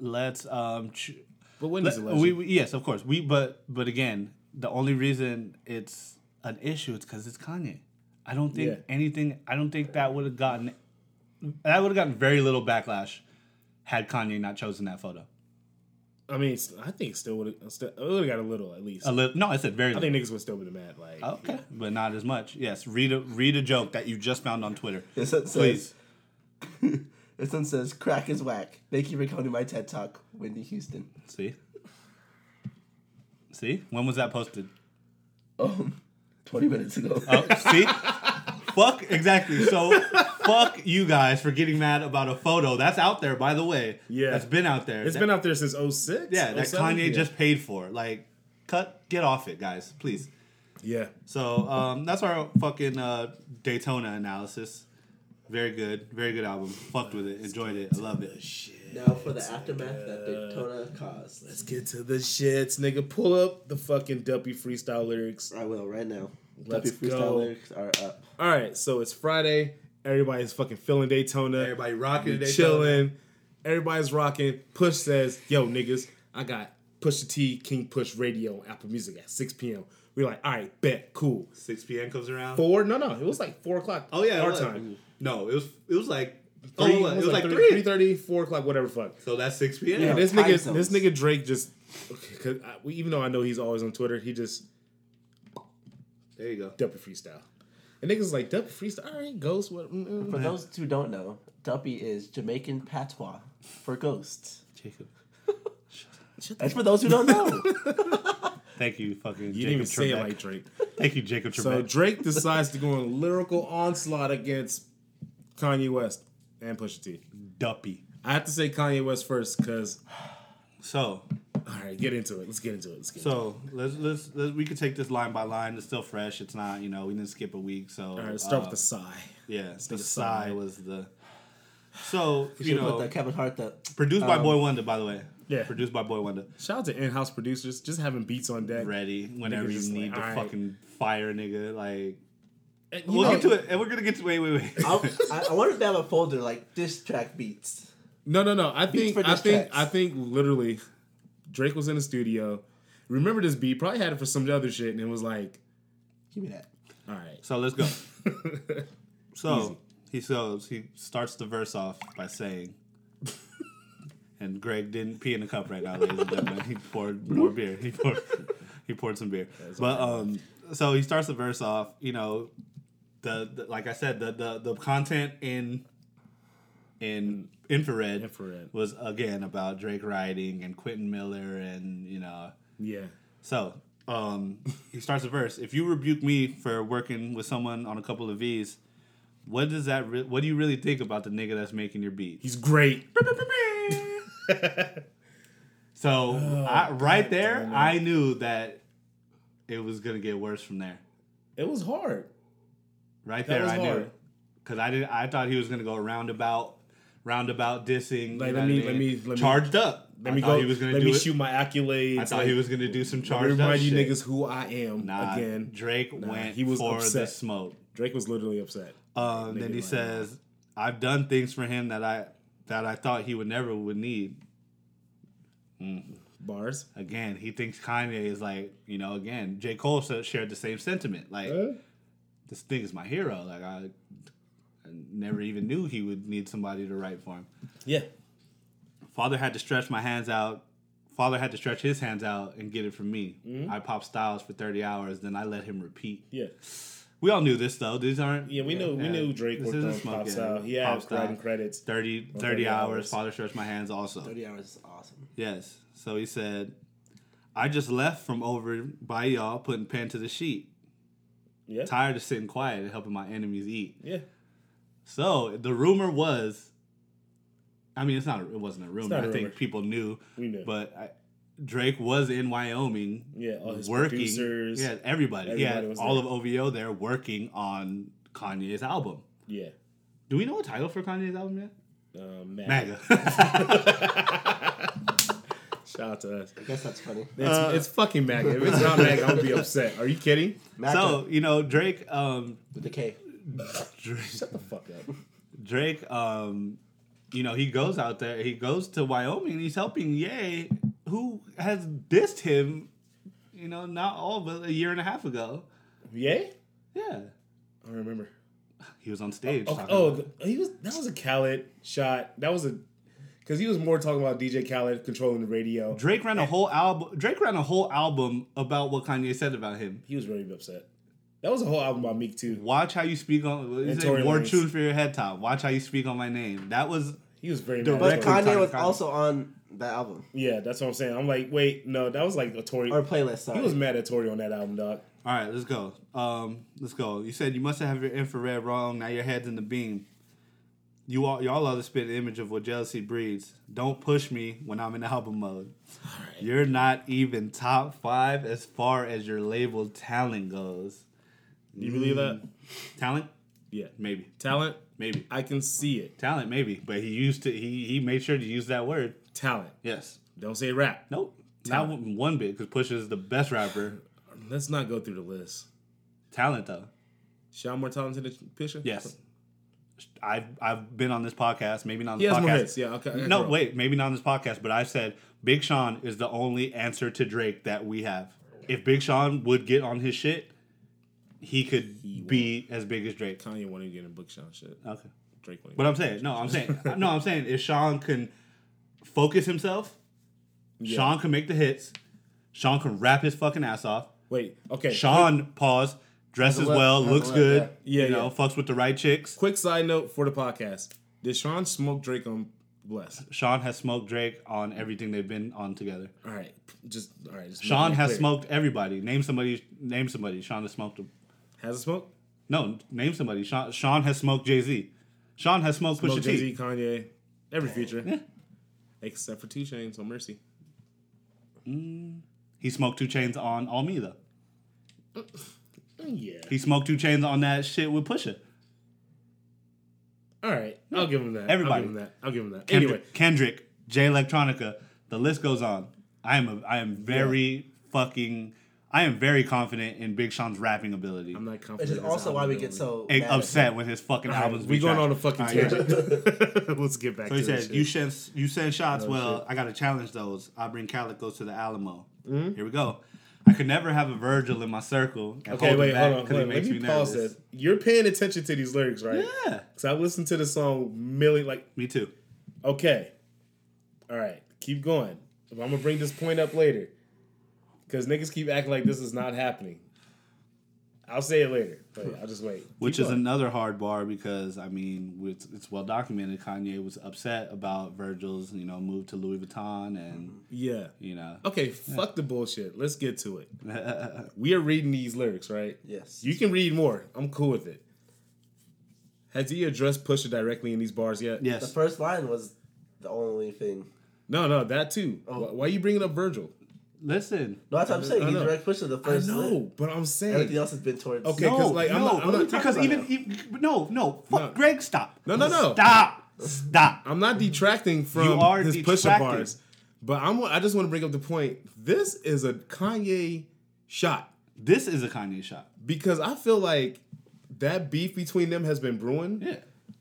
B: let's um, ch-
C: But when is
B: let,
C: it?
B: we, we yes, of course. We but but again, the only reason it's an issue is because it's Kanye. I don't think
C: Yeah.
B: anything. I don't think that would have gotten that would have gotten very little backlash had Kanye not chosen that photo.
C: I mean, it's- I think uh, still would have would have got a little at least.
B: A Oh. li- no, I said very.
C: I
B: Little.
C: think niggas would still be mad. Like
B: Okay, but not as much. Yes, read a read a joke that you just found on Twitter.
A: This one
B: Please.
A: says, this one says, crack is whack. Thank you for coming to my TED Talk, Whitney Houston.
B: See? See? When was that posted?
A: Um, 20 minutes ago.
B: Oh, see? fuck, exactly. So, fuck you guys for getting mad about a photo that's out there, by the way.
C: Yeah.
B: That's been out there.
C: It's
B: That-
C: been out there since 06.
B: Yeah, that
C: 07?
B: Kanye
C: Yeah.
B: just paid for. Like, cut, get off it, guys, please.
C: Yeah.
B: So, um, that's our fucking uh, Daytona analysis. Very good. Very good album. Fucked with it. Enjoyed it. I love it.
A: now for the aftermath that Daytona caused.
C: Let's get to the shits, nigga. Pull up the fucking Duppy freestyle lyrics.
A: I will right now.
C: Let's
A: Duffy freestyle
C: go.
A: lyrics are up.
C: All right, so it's Friday. Everybody's fucking feeling Daytona.
B: Everybody rocking
C: We
B: Daytona.
C: chilling. Everybody's rocking. Push says, "Yo, niggas, I got Push T King Push Radio on Apple Music at 6 p.m." We're like, "All right, bet, cool."
B: 6 p.m. comes around.
C: Four? No, no, it was like four o'clock.
B: Oh yeah, it
C: our
B: was.
C: time.
B: No, it was it was like oh,
C: Three-
B: it was, like three.
C: three thirty, four o'clock, whatever. Fuck.
B: So that's six p.m.
C: Yeah,
A: Yeah,
C: this
A: time
C: nigga,
A: zones.
C: this nigga Drake just, okay, cause I, we- even though I know he's always on Twitter, he just
B: There you go.
C: Duppy freestyle, and niggas like Duppy freestyle. All right, Ghost, what? mm, mm,
A: For
C: mm."
A: those who don't know, Duppy is Jamaican patois for ghosts.
B: Jacob.
A: That's for those who don't know.
B: Thank you, fucking
C: You didn't even
B: Jacob
C: say it
B: Trebek.
C: like Drake.
B: Thank you, Jacob Trebek.
C: So Drake decides to go on a lyrical onslaught against Kanye West and Pusha T.
B: Duppy.
C: I have to say Kanye West first because
B: So
C: all right, get into it. Let's get into it. Let's get into it.
B: so let's, let's let's we could take this line by line. It's still fresh. It's not you know we didn't skip a week. So
C: All right, let's start with
B: uh,
C: the sigh.
B: yeah. The
C: the
B: sigh
C: sigh.
B: was the So you
A: You put
B: know,
A: that Kevin Hart that
B: produced by Boy Wonder, by the way.
C: um, Yeah.
B: produced by Boy Wonder.
C: Shout out to in-house producers, just having beats on deck.
B: Ready whenever
C: Niggas
B: you
C: just
B: need
C: like,
B: to
C: "Alright."
B: fucking fire, nigga. Like
C: And, you
B: we'll
C: know-
B: get to it, and we're gonna get to. Wait, wait, wait.
A: I, I- I wonder if they have a folder like diss track beats.
C: No, no, no. I
A: Beats
C: think
A: for
C: I
A: diss
C: think
A: tracks.
C: I think literally Drake was in the studio. Remember this beat? Probably had it for some other shit, and it was like,
A: Give me that.
C: all right.
B: So let's go. so he goes. He starts the verse off by saying, and Greg didn't pee in the cup right now, ladies and gentlemen. He poured more beer. He poured. He poured some beer. But um, so he starts the verse off. You know, the, the like I said, the the the content in in infrared,
C: Infrared.
B: was again about Drake rioting and Quentin Miller and you know
C: Yeah.
B: so um, he starts a verse. If you rebuke me for working with someone on a couple of V's, what does that? Re- what do you really think about the nigga that's making your beat?
C: He's great.
B: So
C: Oh,
B: I, right there, I knew that it was gonna get worse from there.
C: It was hard.
B: Right
C: That
B: there,
C: was
B: I knew
C: hard.
B: because I did. I thought he was gonna go roundabout, roundabout dissing.
C: Like, let
B: you know
C: me-
B: what I
C: let
B: mean?
C: me- let me-
B: charged up.
C: Let
B: I
C: me
B: thought
C: go.
B: He was gonna
C: let
B: do
C: me
B: it.
C: shoot my accolades.
B: I thought
C: like,
B: he was gonna do some
C: let
B: charged
C: me
B: up
C: remind you
B: shit.
C: niggas who I am
B: Nah,
C: again.
B: Drake went
C: he was
B: for the
C: upset.
B: smoke.
C: Drake was literally upset.
B: Um,
C: Nigga
B: then he
C: like-
B: says, "I've done things for him that I that I thought he would never would need."
C: Bars.
B: Again, he thinks Kanye is like you know. Again, J Cole sa- shared the same sentiment. Like
C: Huh?
B: this thing is my hero. Like I, I never even knew he would need somebody to write for him.
C: Yeah.
B: Father had to stretch my hands out. Father had to stretch his hands out and get it from me. I popped styles for thirty hours, then I let him repeat.
C: Yeah.
B: We all knew this though. These aren't.
C: Yeah, we knew we
B: yeah.
C: knew Drake
B: This
C: worked
B: isn't
C: on
B: smoke,
C: Pop
B: yeah.
C: Style. He
B: Pop
C: had
B: Style.
C: writing credits.
B: 30, 30,
C: 30
B: hours.
C: hours.
B: Father stretched my hands also.
A: Thirty hours is awesome.
B: Yes. So he said, I just left from over by y'all putting pen to the sheet.
C: Yeah.
B: Tired of sitting quiet and helping my enemies eat.
C: Yeah.
B: So the rumor was, I mean, it's not. It wasn't a rumor.
C: not a
B: I think
C: rumor.
B: people knew.
C: We knew.
B: But I, Drake was in Wyoming.
C: Yeah, all his
B: working.
C: producers.
B: Yeah, everybody. He had
C: Everybody was
B: all
C: there.
B: of OVO there working on Kanye's album.
C: Yeah.
B: Do we know a title for Kanye's album yet?
C: Um, Mac.
B: MAGA.
C: Shout out to
B: Uh,
C: us.
A: I guess that's funny.
C: It's, it's fucking Mac. If it's not Mac, I'm gonna be upset. Are you kidding?
A: Mac
B: so you know Drake. Um,
A: with the K.
B: Drake
C: Shut the fuck up.
B: Drake, um, you know, he goes out there, he goes to Wyoming, and he's helping Ye, who has dissed him, you know, not all but a year and a half ago.
C: Yay?
B: Yeah.
C: I don't remember.
B: He was on stage.
C: Oh,
B: talking
C: oh
B: about-
C: the- he was. That was a Khaled shot. That was a because he was more talking about DJ Khaled controlling the radio.
B: Drake ran a whole album. Drake ran a whole album about what Kanye said about him.
C: He was really upset. That was a whole album by Meek too.
B: Watch how you speak on. what is
C: And
B: it?
C: Tory
B: War
C: Lanez.
B: tune for your head top. Watch how you speak on my name. That was
C: He was very mad.
A: But
B: Direct-
C: Like,
A: Kanye
B: Kanye,
A: was
B: Kanye.
A: also on that album
C: yeah, that's what I'm saying. I'm like, wait, no, that was like a Tory.
A: or playlist. Sorry.
C: He was mad at Tory on that album, dog.
B: all right. Let's go. Um, let's go. You said you must have your infrared wrong. Now your head's in the beam. You all, y'all are the spit image of what jealousy breeds. Don't push me when I'm in album mode. You're not even top five as far as your label talent goes.
C: You believe that?
B: Talent,
C: Mm. Yeah.
B: maybe,
C: Talent,
B: maybe
C: I can see it.
B: talent, maybe. But he used to. He he made sure to use that word.
C: Talent.
B: Yes.
C: Don't say rap.
B: Nope. Not one one bit because Push is the best rapper.
C: Let's not go through the list.
B: Talent though.
C: Sean more talent in the picture?
B: Yes. I've I've been on this podcast, maybe not on
C: He
B: this
C: has
B: podcast.
C: more hits. Yeah, okay. okay,
B: No,
C: girl.
B: wait, maybe not on this podcast, but I said Big Sean is the only answer to Drake that we have. If Big Sean would get on his shit, he could be as big as Drake.
C: Kanye wanted to get in book Sean shit.
B: Okay.
C: Drake wanted
B: But I'm saying, no, I'm saying no, I'm saying if Sean can focus himself, Sean can make the hits, Sean can rap his fucking ass off.
C: Wait, okay.
B: Sean pause, dresses
A: left-
B: well,
A: has the
B: looks
A: left,
B: good,
C: yeah. Yeah,
B: you know,
C: yeah.
B: fucks with the right chicks.
C: Quick side note for the podcast. Did Sean smoke Drake on Bless?
B: Sean has smoked Drake on everything they've been on together.
C: All right. Just, all right. just
B: Sean
C: making it
B: has
C: clear.
B: smoked everybody. Name somebody. Name somebody. Sean has smoked. Them.
C: Has it smoked?
B: No, name somebody. Sean, Sean has smoked Jay Z. Sean has smoked
C: Smoke
B: Pusha
C: Jay
B: T.
C: Z, Kanye, every feature. Except for Two Chainz on Mercy.
B: He smoked two chains on All Me though.
C: Yeah.
B: He smoked two chains on that shit with Pusha.
C: All right, I'll give him that.
B: Everybody.
C: I'll give him that. I'll give him that.
B: Kendrick,
C: Anyway,
B: Kendrick, Jay Electronica, the list goes on. I am a, I am very fucking I am very confident in Big Sean's rapping ability.
C: I'm
B: I'm
C: not confident.
A: Which is
C: in his
A: also why we
C: album
A: get so mad at
B: upset with his fucking
C: ability.
B: albums.
C: we
B: being
C: going
B: trash.
C: on a fucking
B: All right, yeah.
C: tangent. Let's get back
B: So
C: to
B: he
C: this.
B: says, "You
C: shit.
B: send you send shots. well, I got to challenge those. I bring Calico to the Alamo.
C: Mm-hmm.
B: Here we go. I could never have a Virgil in my circle. I
C: Okay,
B: him
C: wait,
B: back
C: hold on.
B: 'cause he
C: Hold on. Let
B: makes
C: me pause
B: nervous.
C: that. You're paying attention to these lyrics, right?
B: Yeah,
C: Because I listened to the song million, like,
B: me too.
C: okay, all right, keep going. I'm gonna bring this point up later because niggas keep acting like this is not happening. I'll say it later, but I'll just wait.
B: Which
C: Keep
B: is
C: going.
B: another hard bar because I mean, it's, it's well documented. Kanye was upset about Virgil's, you know, move to Louis Vuitton,
C: Mm-hmm.
B: and
C: yeah.
B: you know,
C: Okay, fuck the bullshit. Let's get to it. we are reading these lyrics, right?
A: Yes.
C: You can read more. I'm cool with it. Has he addressed Pusha directly in these bars yet?
A: The
B: yes,
A: first line was the only thing.
C: No, no, that too. Why, why are you bringing up Virgil?
B: listen,
A: No, that's what I'm saying.
C: I
A: He
C: know.
A: direct pushed to the
C: I
A: first. line.
C: know, but I'm
A: Everything
C: saying.
A: else has been towards.
C: Okay,
B: no,
C: 'cause, like, I'm
B: no,
C: not- I'm not
B: because
A: talking
B: even,
A: about
B: even no, no, fuck,
C: No.
B: Greg, stop,
C: No, no, no.
B: stop, stop.
C: I'm not detracting from
B: You are
C: his Pusha
B: detracting.
C: bars, but I'm. I just want to bring up the point. This is a Kanye shot
B: This is a Kanye shot.
C: because I feel like that beef between them has been brewing.
B: Yeah,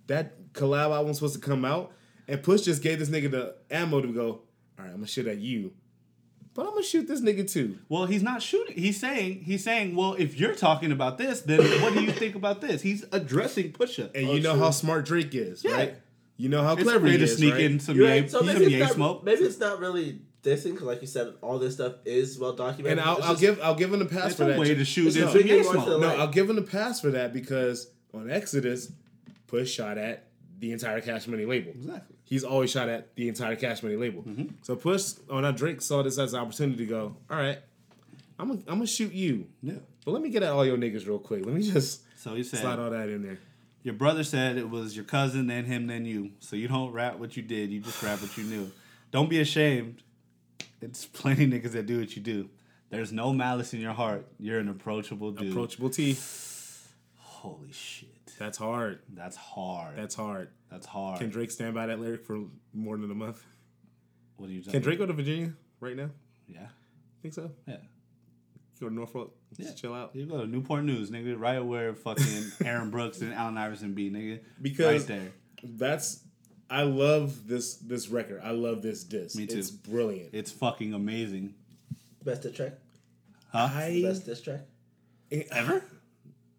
C: that collab album was supposed to come out, and Push just gave this nigga the ammo to go. All right, I'm gonna shoot at you, but I'm gonna shoot this nigga too.
B: Well, he's not shooting. He's saying he's saying, well, if you're talking about this, then what do you think about this? He's addressing Pusha.
C: And you know how smart Drake is,
B: Oh, Yeah.
C: right? You know how
B: it's a
C: clever
B: way
C: he
B: to
C: is,
B: sneak
C: right?
B: in some
A: You're
B: yay,
A: right. So
B: some
A: maybe
B: yay
A: it's, not,
B: smoke.
A: maybe it's not really dissing because, like you said, all this stuff is well documented.
C: And I'll,
A: It's
C: I'll
A: just-
C: give I'll give him a pass
B: It's
C: for
B: a
C: that.
B: way to shoot
C: It's
B: in
C: no,
B: some
A: bigger
B: yay
A: ones
B: smoke.
A: than
C: no,
A: like-
C: I'll give him a pass for that because on Exodus, Push shot at the entire Cash Money label.
B: Exactly. Mm-hmm.
C: He's always shot at the entire Cash Money label. So Push on that Drake saw this as an opportunity to go. All right, I'm gonna I'm gonna shoot you,
B: Yeah.
C: but let me get at all your niggas real quick. Let me just
B: So he said,
C: slide all that in there.
B: your brother said it was your cousin, then him, then you. So you don't rap what you did. You just rap what you knew. Don't be ashamed. It's plenty niggas that do what you do. There's no malice in your heart. You're an approachable dude.
C: Approachable T.
B: Holy shit.
C: That's hard.
B: That's hard. That's,
C: That's hard.
B: hard.
C: Can Drake stand by that lyric for more than a month?
B: what are you
C: Can
B: talking
C: Drake go to Virginia right now?
B: Yeah.
C: Think so?
B: Yeah.
C: Go to Norfolk. Just
B: Yeah.
C: chill out.
B: You go to Newport News, nigga, right where fucking Aaron Brooks and Allen Iverson be, nigga.
C: Because-
B: right there.
C: That's I love this this record. I love this disc.
B: Me too.
C: It's brilliant.
B: It's fucking amazing.
A: best diss track.
C: I
A: Best diss track.
C: ever?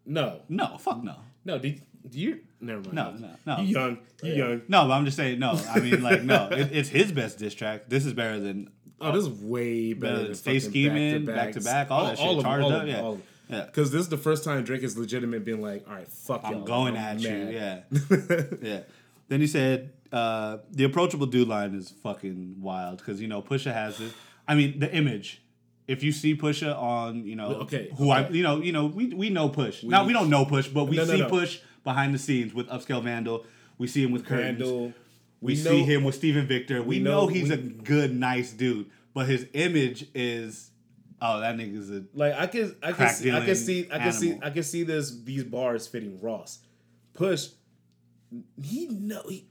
C: No,
B: No, fuck no.
C: no. Did do you? Never mind.
B: No, no, no.
C: You young. You young.
B: No, but I'm just saying no. I mean, like, no. It, it's his best diss track. This is better than
C: Oh, this is way better.
B: Better
C: than
B: than Stay
C: fucking
B: Scheming, Back to Back, all that shit, Charged Up, yeah. Yeah.
C: Because this is the first time Drake is legitimate being like, "All right, fuck
B: I'm
C: y'all,
B: going
C: I'm
B: at
C: mad."
B: you. Yeah, yeah. Then he said uh, the approachable dude line is fucking wild because you know Pusha has this. I mean, the image. If you see Pusha on, you know,
C: Okay,
B: who I,
C: okay.
B: you know, you know, we we know Push. now we don't know Push, but we
C: No, no,
B: see
C: no.
B: Push behind the scenes with Upscale Vandal. We see him with curtains.
C: Randall.
B: We,
C: We
B: see
C: know-
B: him with Steven Victor. We, know,
C: know-
B: he's
C: we-
B: a good, nice dude, but his image is, oh, that nigga's a
C: Like I can, I can,
B: Crack
C: see, I
B: dealing
C: can see, I can see,
B: animal.
C: I can see this. These bars fitting Ross. Push. He know. He,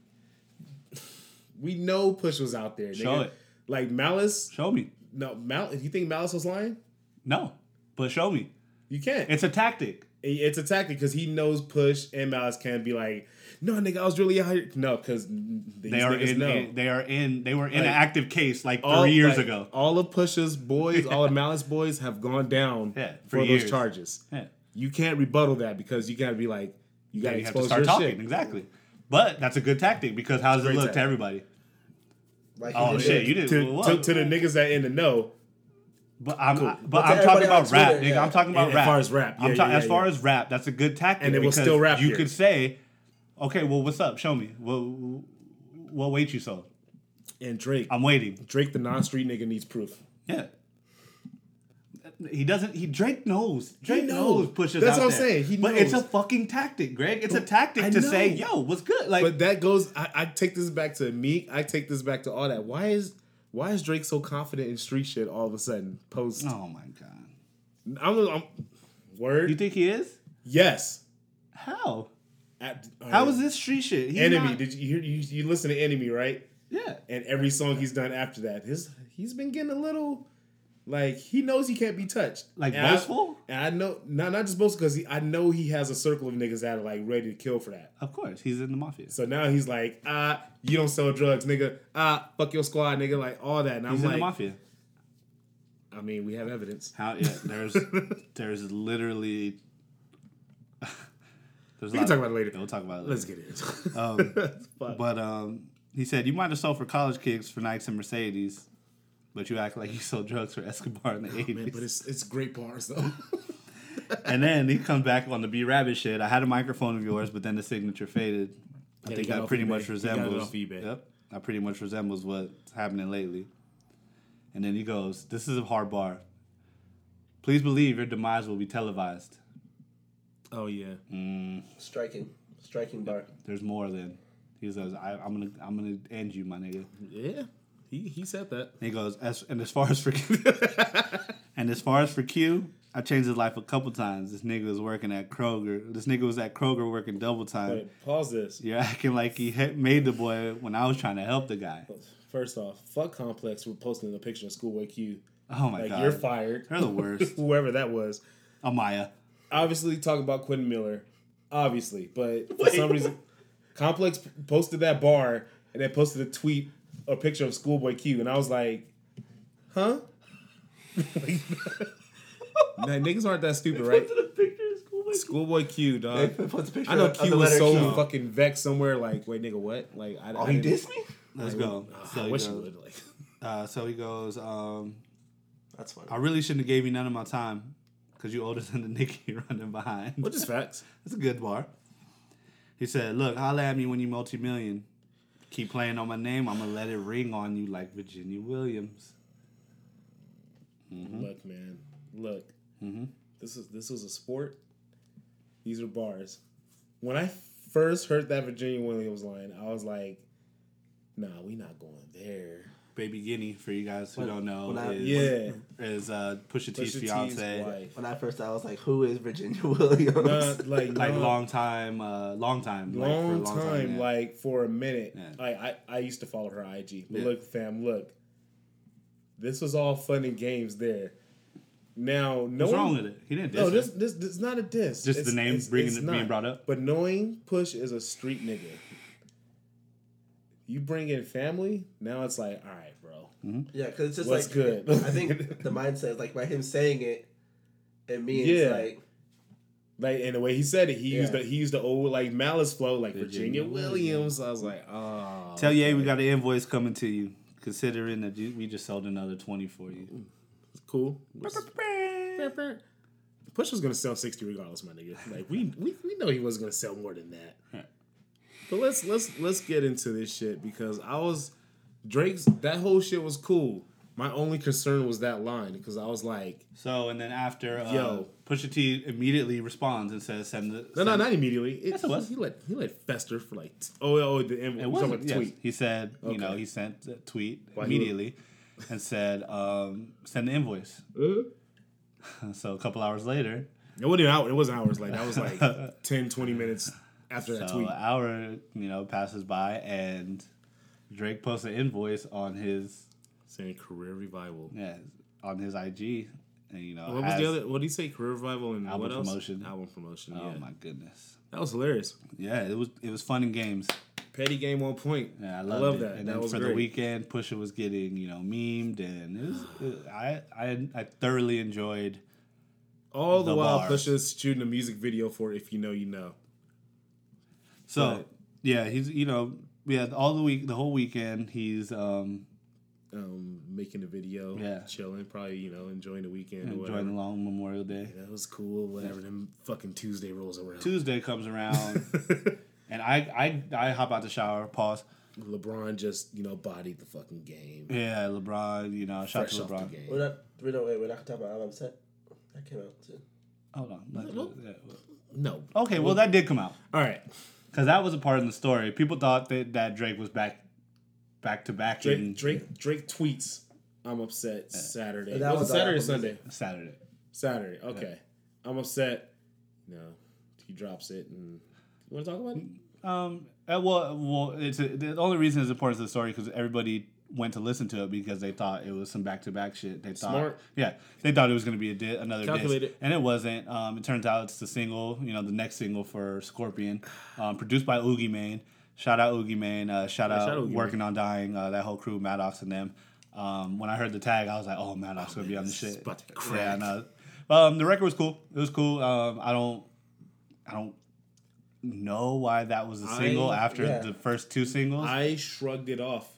C: we know Push was out there.
B: Show
C: nigga.
B: it.
C: Like Malice.
B: show me.
C: No, Mal. You think Malice was lying?
B: No, but show me.
C: You can't.
B: It's a tactic.
C: It- It's a tactic because he knows Push and Malice can be like, no, nigga, I was really out here. No, because these
B: They are
C: niggas
B: in.
C: know.
B: a- they are in. They were in an
C: Like,
B: active case like three
C: All-
B: years
C: like,
B: ago.
C: all of Push's boys, all of Malice boys, have gone down
B: Yeah, for
C: for, those
B: years.
C: charges.
B: Yeah.
C: you can't rebuttal that because you gotta be like you gotta
B: You have
C: expose
B: to start
C: your
B: talking
C: shit.
B: exactly. But that's a good tactic because how does it
C: great
B: look to
C: tactic.
B: everybody?
A: Like
B: Oh,
A: he did.
B: shit, you did-
C: To,
B: Well,
C: to,
B: what?
C: to the niggas that in the know,
B: But I'm. I-
A: But
B: but
A: to
B: I'm
A: everybody
B: talking
A: on
B: about rap,
A: Twitter,
B: nigga.
A: yeah.
B: I'm talking about
C: And- and
B: rap.
C: far as rap,
B: I'm
C: yeah,
B: ta-
C: yeah,
B: as far
C: yeah.
B: as rap, that's a good tactic.
C: And they will
B: because
C: still rap
B: You
C: here.
B: could say, okay, well, what's up? Show me. What what weight you sold?
C: and Drake,
B: I'm waiting.
C: Um, Drake the non-street nigga needs proof.
B: Yeah. He doesn't. He Drake knows. Drake
C: knows.
B: knows pushes.
C: That's
B: out
C: what I'm
B: there.
C: saying. He
B: but it's a
C: knows.
B: fucking tactic, Greg. It's a tactic
C: I
B: to say,
C: know.
B: "Yo, what's good?" Like,
C: But that goes. I, I take this back to Meek. I take this back to all that. Why is why is Drake so confident in street shit all of a sudden? Post.
B: oh my god,
C: I'm, I'm word.
B: you think he is?
C: yes.
B: How?
C: At, uh,
B: How is this street shit? He's
C: Enemy?
B: not-
C: Did you hear? You, you listen to Enemy, right?
B: yeah.
C: And every song he's done after that, his he's been getting a little like he knows he can't be touched.
B: Like
C: And I-
B: boastful?
C: And I know not not just boastful because I know he has a circle of niggas that are like ready to kill for that.
B: Of course, he's in the mafia.
C: So now he's like, ah, you don't sell drugs, nigga. Ah, fuck your squad, nigga. Like all that. And
B: he's
C: I'm
B: in the
C: like,
B: mafia.
C: I mean, we have evidence.
B: How? Yeah. There's there's literally. there's a
C: We
B: lot
C: can talk
B: of-
C: about it later.
B: Yeah, We'll talk about it later.
C: Let's get it.
B: Oh,
C: Fuck.
B: But um, he said, "You might have sold for college kids for Nikes and Mercedes, but you act like you sold drugs for Escobar in the
C: Oh, Man, but
B: '80s."
C: it's it's great bars though.
B: and then he comes back on the B Rabbit shit. I had a microphone of yours, but then the signature faded. I
C: he
B: think
C: got it
B: that
C: off
B: pretty
C: eBay.
B: much
C: He got it
B: resembles.
C: off eBay.
B: Yep, that pretty much resembles what's happening lately. And then he goes, "This is a hard bar. Please believe your demise will be televised.
C: oh yeah.
A: Striking. Striking bar.
B: There's more than." He says, I, "I'm gonna, I'm gonna end you, my nigga."
C: Yeah. He he said that.
B: And he goes, as, and as far as for and as far as for Q, I changed his life a couple times. This nigga was working at Kroger. This nigga was at Kroger working double time.
C: pause this.
B: You're acting like he hit, made the boy when I was trying to help the guy.
C: First off, fuck complex for posting a picture of Schoolboy Q.
B: Oh my
C: Like
B: god,
C: you're fired.
B: They're the worst.
C: Whoever that was.
B: Amaya.
C: Obviously talking about Quentin Miller. Obviously. But for some reason Complex posted that bar and then posted a tweet a picture of Schoolboy Q and I was like, huh? Nah, niggas aren't that stupid, right? Schoolboy Q, dog.
A: What's the picture
C: I know
A: of- of
C: Q
A: the
C: was
A: letter
C: so
A: Q?
C: fucking vexed somewhere. Like, wait, nigga, what? Like, I,
A: Oh,
C: I
A: he
C: didn't-
A: dissed me?
B: Let's go. So
C: I
B: he
C: wish you
B: goes,
C: would. Like,
B: uh, so he goes. Um,
A: That's funny.
B: I really shouldn't have gave you none of my time because you older than the nigga you're running behind.
C: which is facts.
B: That's a good bar. He said, Look, holla at me when you multi million. Keep playing on my name, I'm gonna let it ring on you like Virginia Williams.
C: Look, man. Look. This is this was a sport. These are bars. When I first heard that Virginia Williams line, I was like, Nah, we not going there.
B: Baby Guinea, for you guys who don't know,
A: when I-
B: is,
C: Yeah.
B: is uh, Pusha T's
C: Pusha T's
B: fiance,
C: wife.
A: When I first, I was like, "Who is Virginia Williams?"
C: Nah, like,
B: like
C: nah.
B: long time, uh, long time, like, for a
C: long, time,
B: yeah.
C: like for a minute.
B: Yeah.
C: I, I I used to follow her IG. But
B: Yeah.
C: look, fam, look. This was all fun and games there. Now, no
B: what's
C: one-
B: wrong with it? He didn't.
C: No,
B: diss
C: this,
B: it.
C: this this is not a diss.
B: Just the
C: It's-
B: name
C: it's-
B: bringing
C: it's
B: it- being
C: not.
B: brought up?
C: But knowing Push is a street nigga. You bring in family, now it's like, all right, bro.
A: yeah, because it's just
C: What's
A: like
C: good?
A: I think the mindset is like by him saying it, it means
C: Yeah.
A: like
C: Like and the way he said it, he used the
A: Yeah.
C: he used the old like malice flow, like Virginia,
B: Virginia
C: Williams. I was like, oh,
B: Tell Ye we got an invoice coming to you, considering that you, we just sold another 20 for you.
C: cool. Push was gonna sell sixty regardless, my nigga. Like we we, we know he was gonna sell more than that. But let's let's let's get into this shit because I was Drake's that whole shit was cool. My only concern was that line because I was like,
B: So, and then after, uh,
C: Yo.
B: Pusha T immediately responds and says, Send the.
C: no,
B: send-
C: no, not immediately. It,
B: Yes, it was.
C: He let he let fester for like t- oh oh the
B: It
C: envelope.
B: was
C: It
B: a
C: was
B: yes.
C: tweet.
B: He said, you know,
C: Okay.
B: he sent a tweet
C: Why he
B: immediately and said, um, send the invoice. Uh,
C: Uh,
B: So a couple hours later,
C: It wasn't hour. It wasn't hours late. That was like 10, 20 minutes after that
B: so uh,
C: tweet.
B: an hour, you know, passes by and Drake posts an invoice on his
C: Saying career revival.
B: yeah, on his IG, and you know,
C: What was
B: has-
C: the other? What did he say? Career revival and
B: Album
C: what else?
B: promotion.
C: Album promotion.
B: Oh
C: yeah,
B: my goodness!
C: that was hilarious.
B: Yeah, it was it was fun and games.
C: Petty game on point.
B: Yeah, I,
C: I
B: loved
C: love
B: it.
C: that.
B: And
C: That
B: then
C: was
B: for the
C: great.
B: weekend, Pusha was getting you know memed, and it was, it- I I I thoroughly enjoyed.
C: All the,
B: The
C: while,
B: bar.
C: Pusha's shooting a music video for "If You Know You Know."
B: So
C: Right.
B: yeah, he's you know yeah all the week the whole weekend he's um
C: Um, making a video,
B: Yeah.
C: chilling, probably you know enjoying the weekend. or whatever.
B: enjoying the long Memorial Day.
C: That was cool. Whatever. Then fucking Tuesday rolls around.
B: Tuesday comes around, and I I I hop out the shower, pause.
C: LeBron just you know bodied the fucking game.
B: Yeah, LeBron, you know, shout
C: Fresh
B: to
C: off the
B: LeBron.
C: game.
A: we're not. We don't wait. We're not talking about I'm upset. That came out too.
B: Hold on. let- yeah,
C: No.
B: well- okay, well that did come out
C: All right.
B: because that was a part of the story. People thought that, that Drake was back back to back in
C: Drake Drake Drake tweets. I'm upset Saturday.
A: That
C: was
A: was
C: it Saturday or
A: Apple
C: Sunday?
B: Saturday.
C: Saturday. Okay. I'm upset. No, he drops it and want to talk about it?
B: Um, uh, well, well, it's a, the only reason it's important to the story because everybody went to listen to it because they thought it was some back to back shit. They thought,
C: Smart.
B: yeah, they thought it was going to be a di- another
C: Calculated.
B: disc, and it wasn't. Um, it turns out it's the single, you know, the next single for Scorpion, um, produced by Oogie Mane. Shout out Oogie Mane. Uh, shout out
C: shout out Oogie
B: Working on Dying. Uh, that whole crew, Maddox and them. Um, when I heard the tag, I was like, oh, Maddox going to be on the shit.
A: about to
B: Yeah,
A: crack.
B: no. Um, the record was cool. It was cool. Um, I don't, I don't know why that was a
C: I-
B: single after
A: yeah.
B: the first two singles.
C: I shrugged it off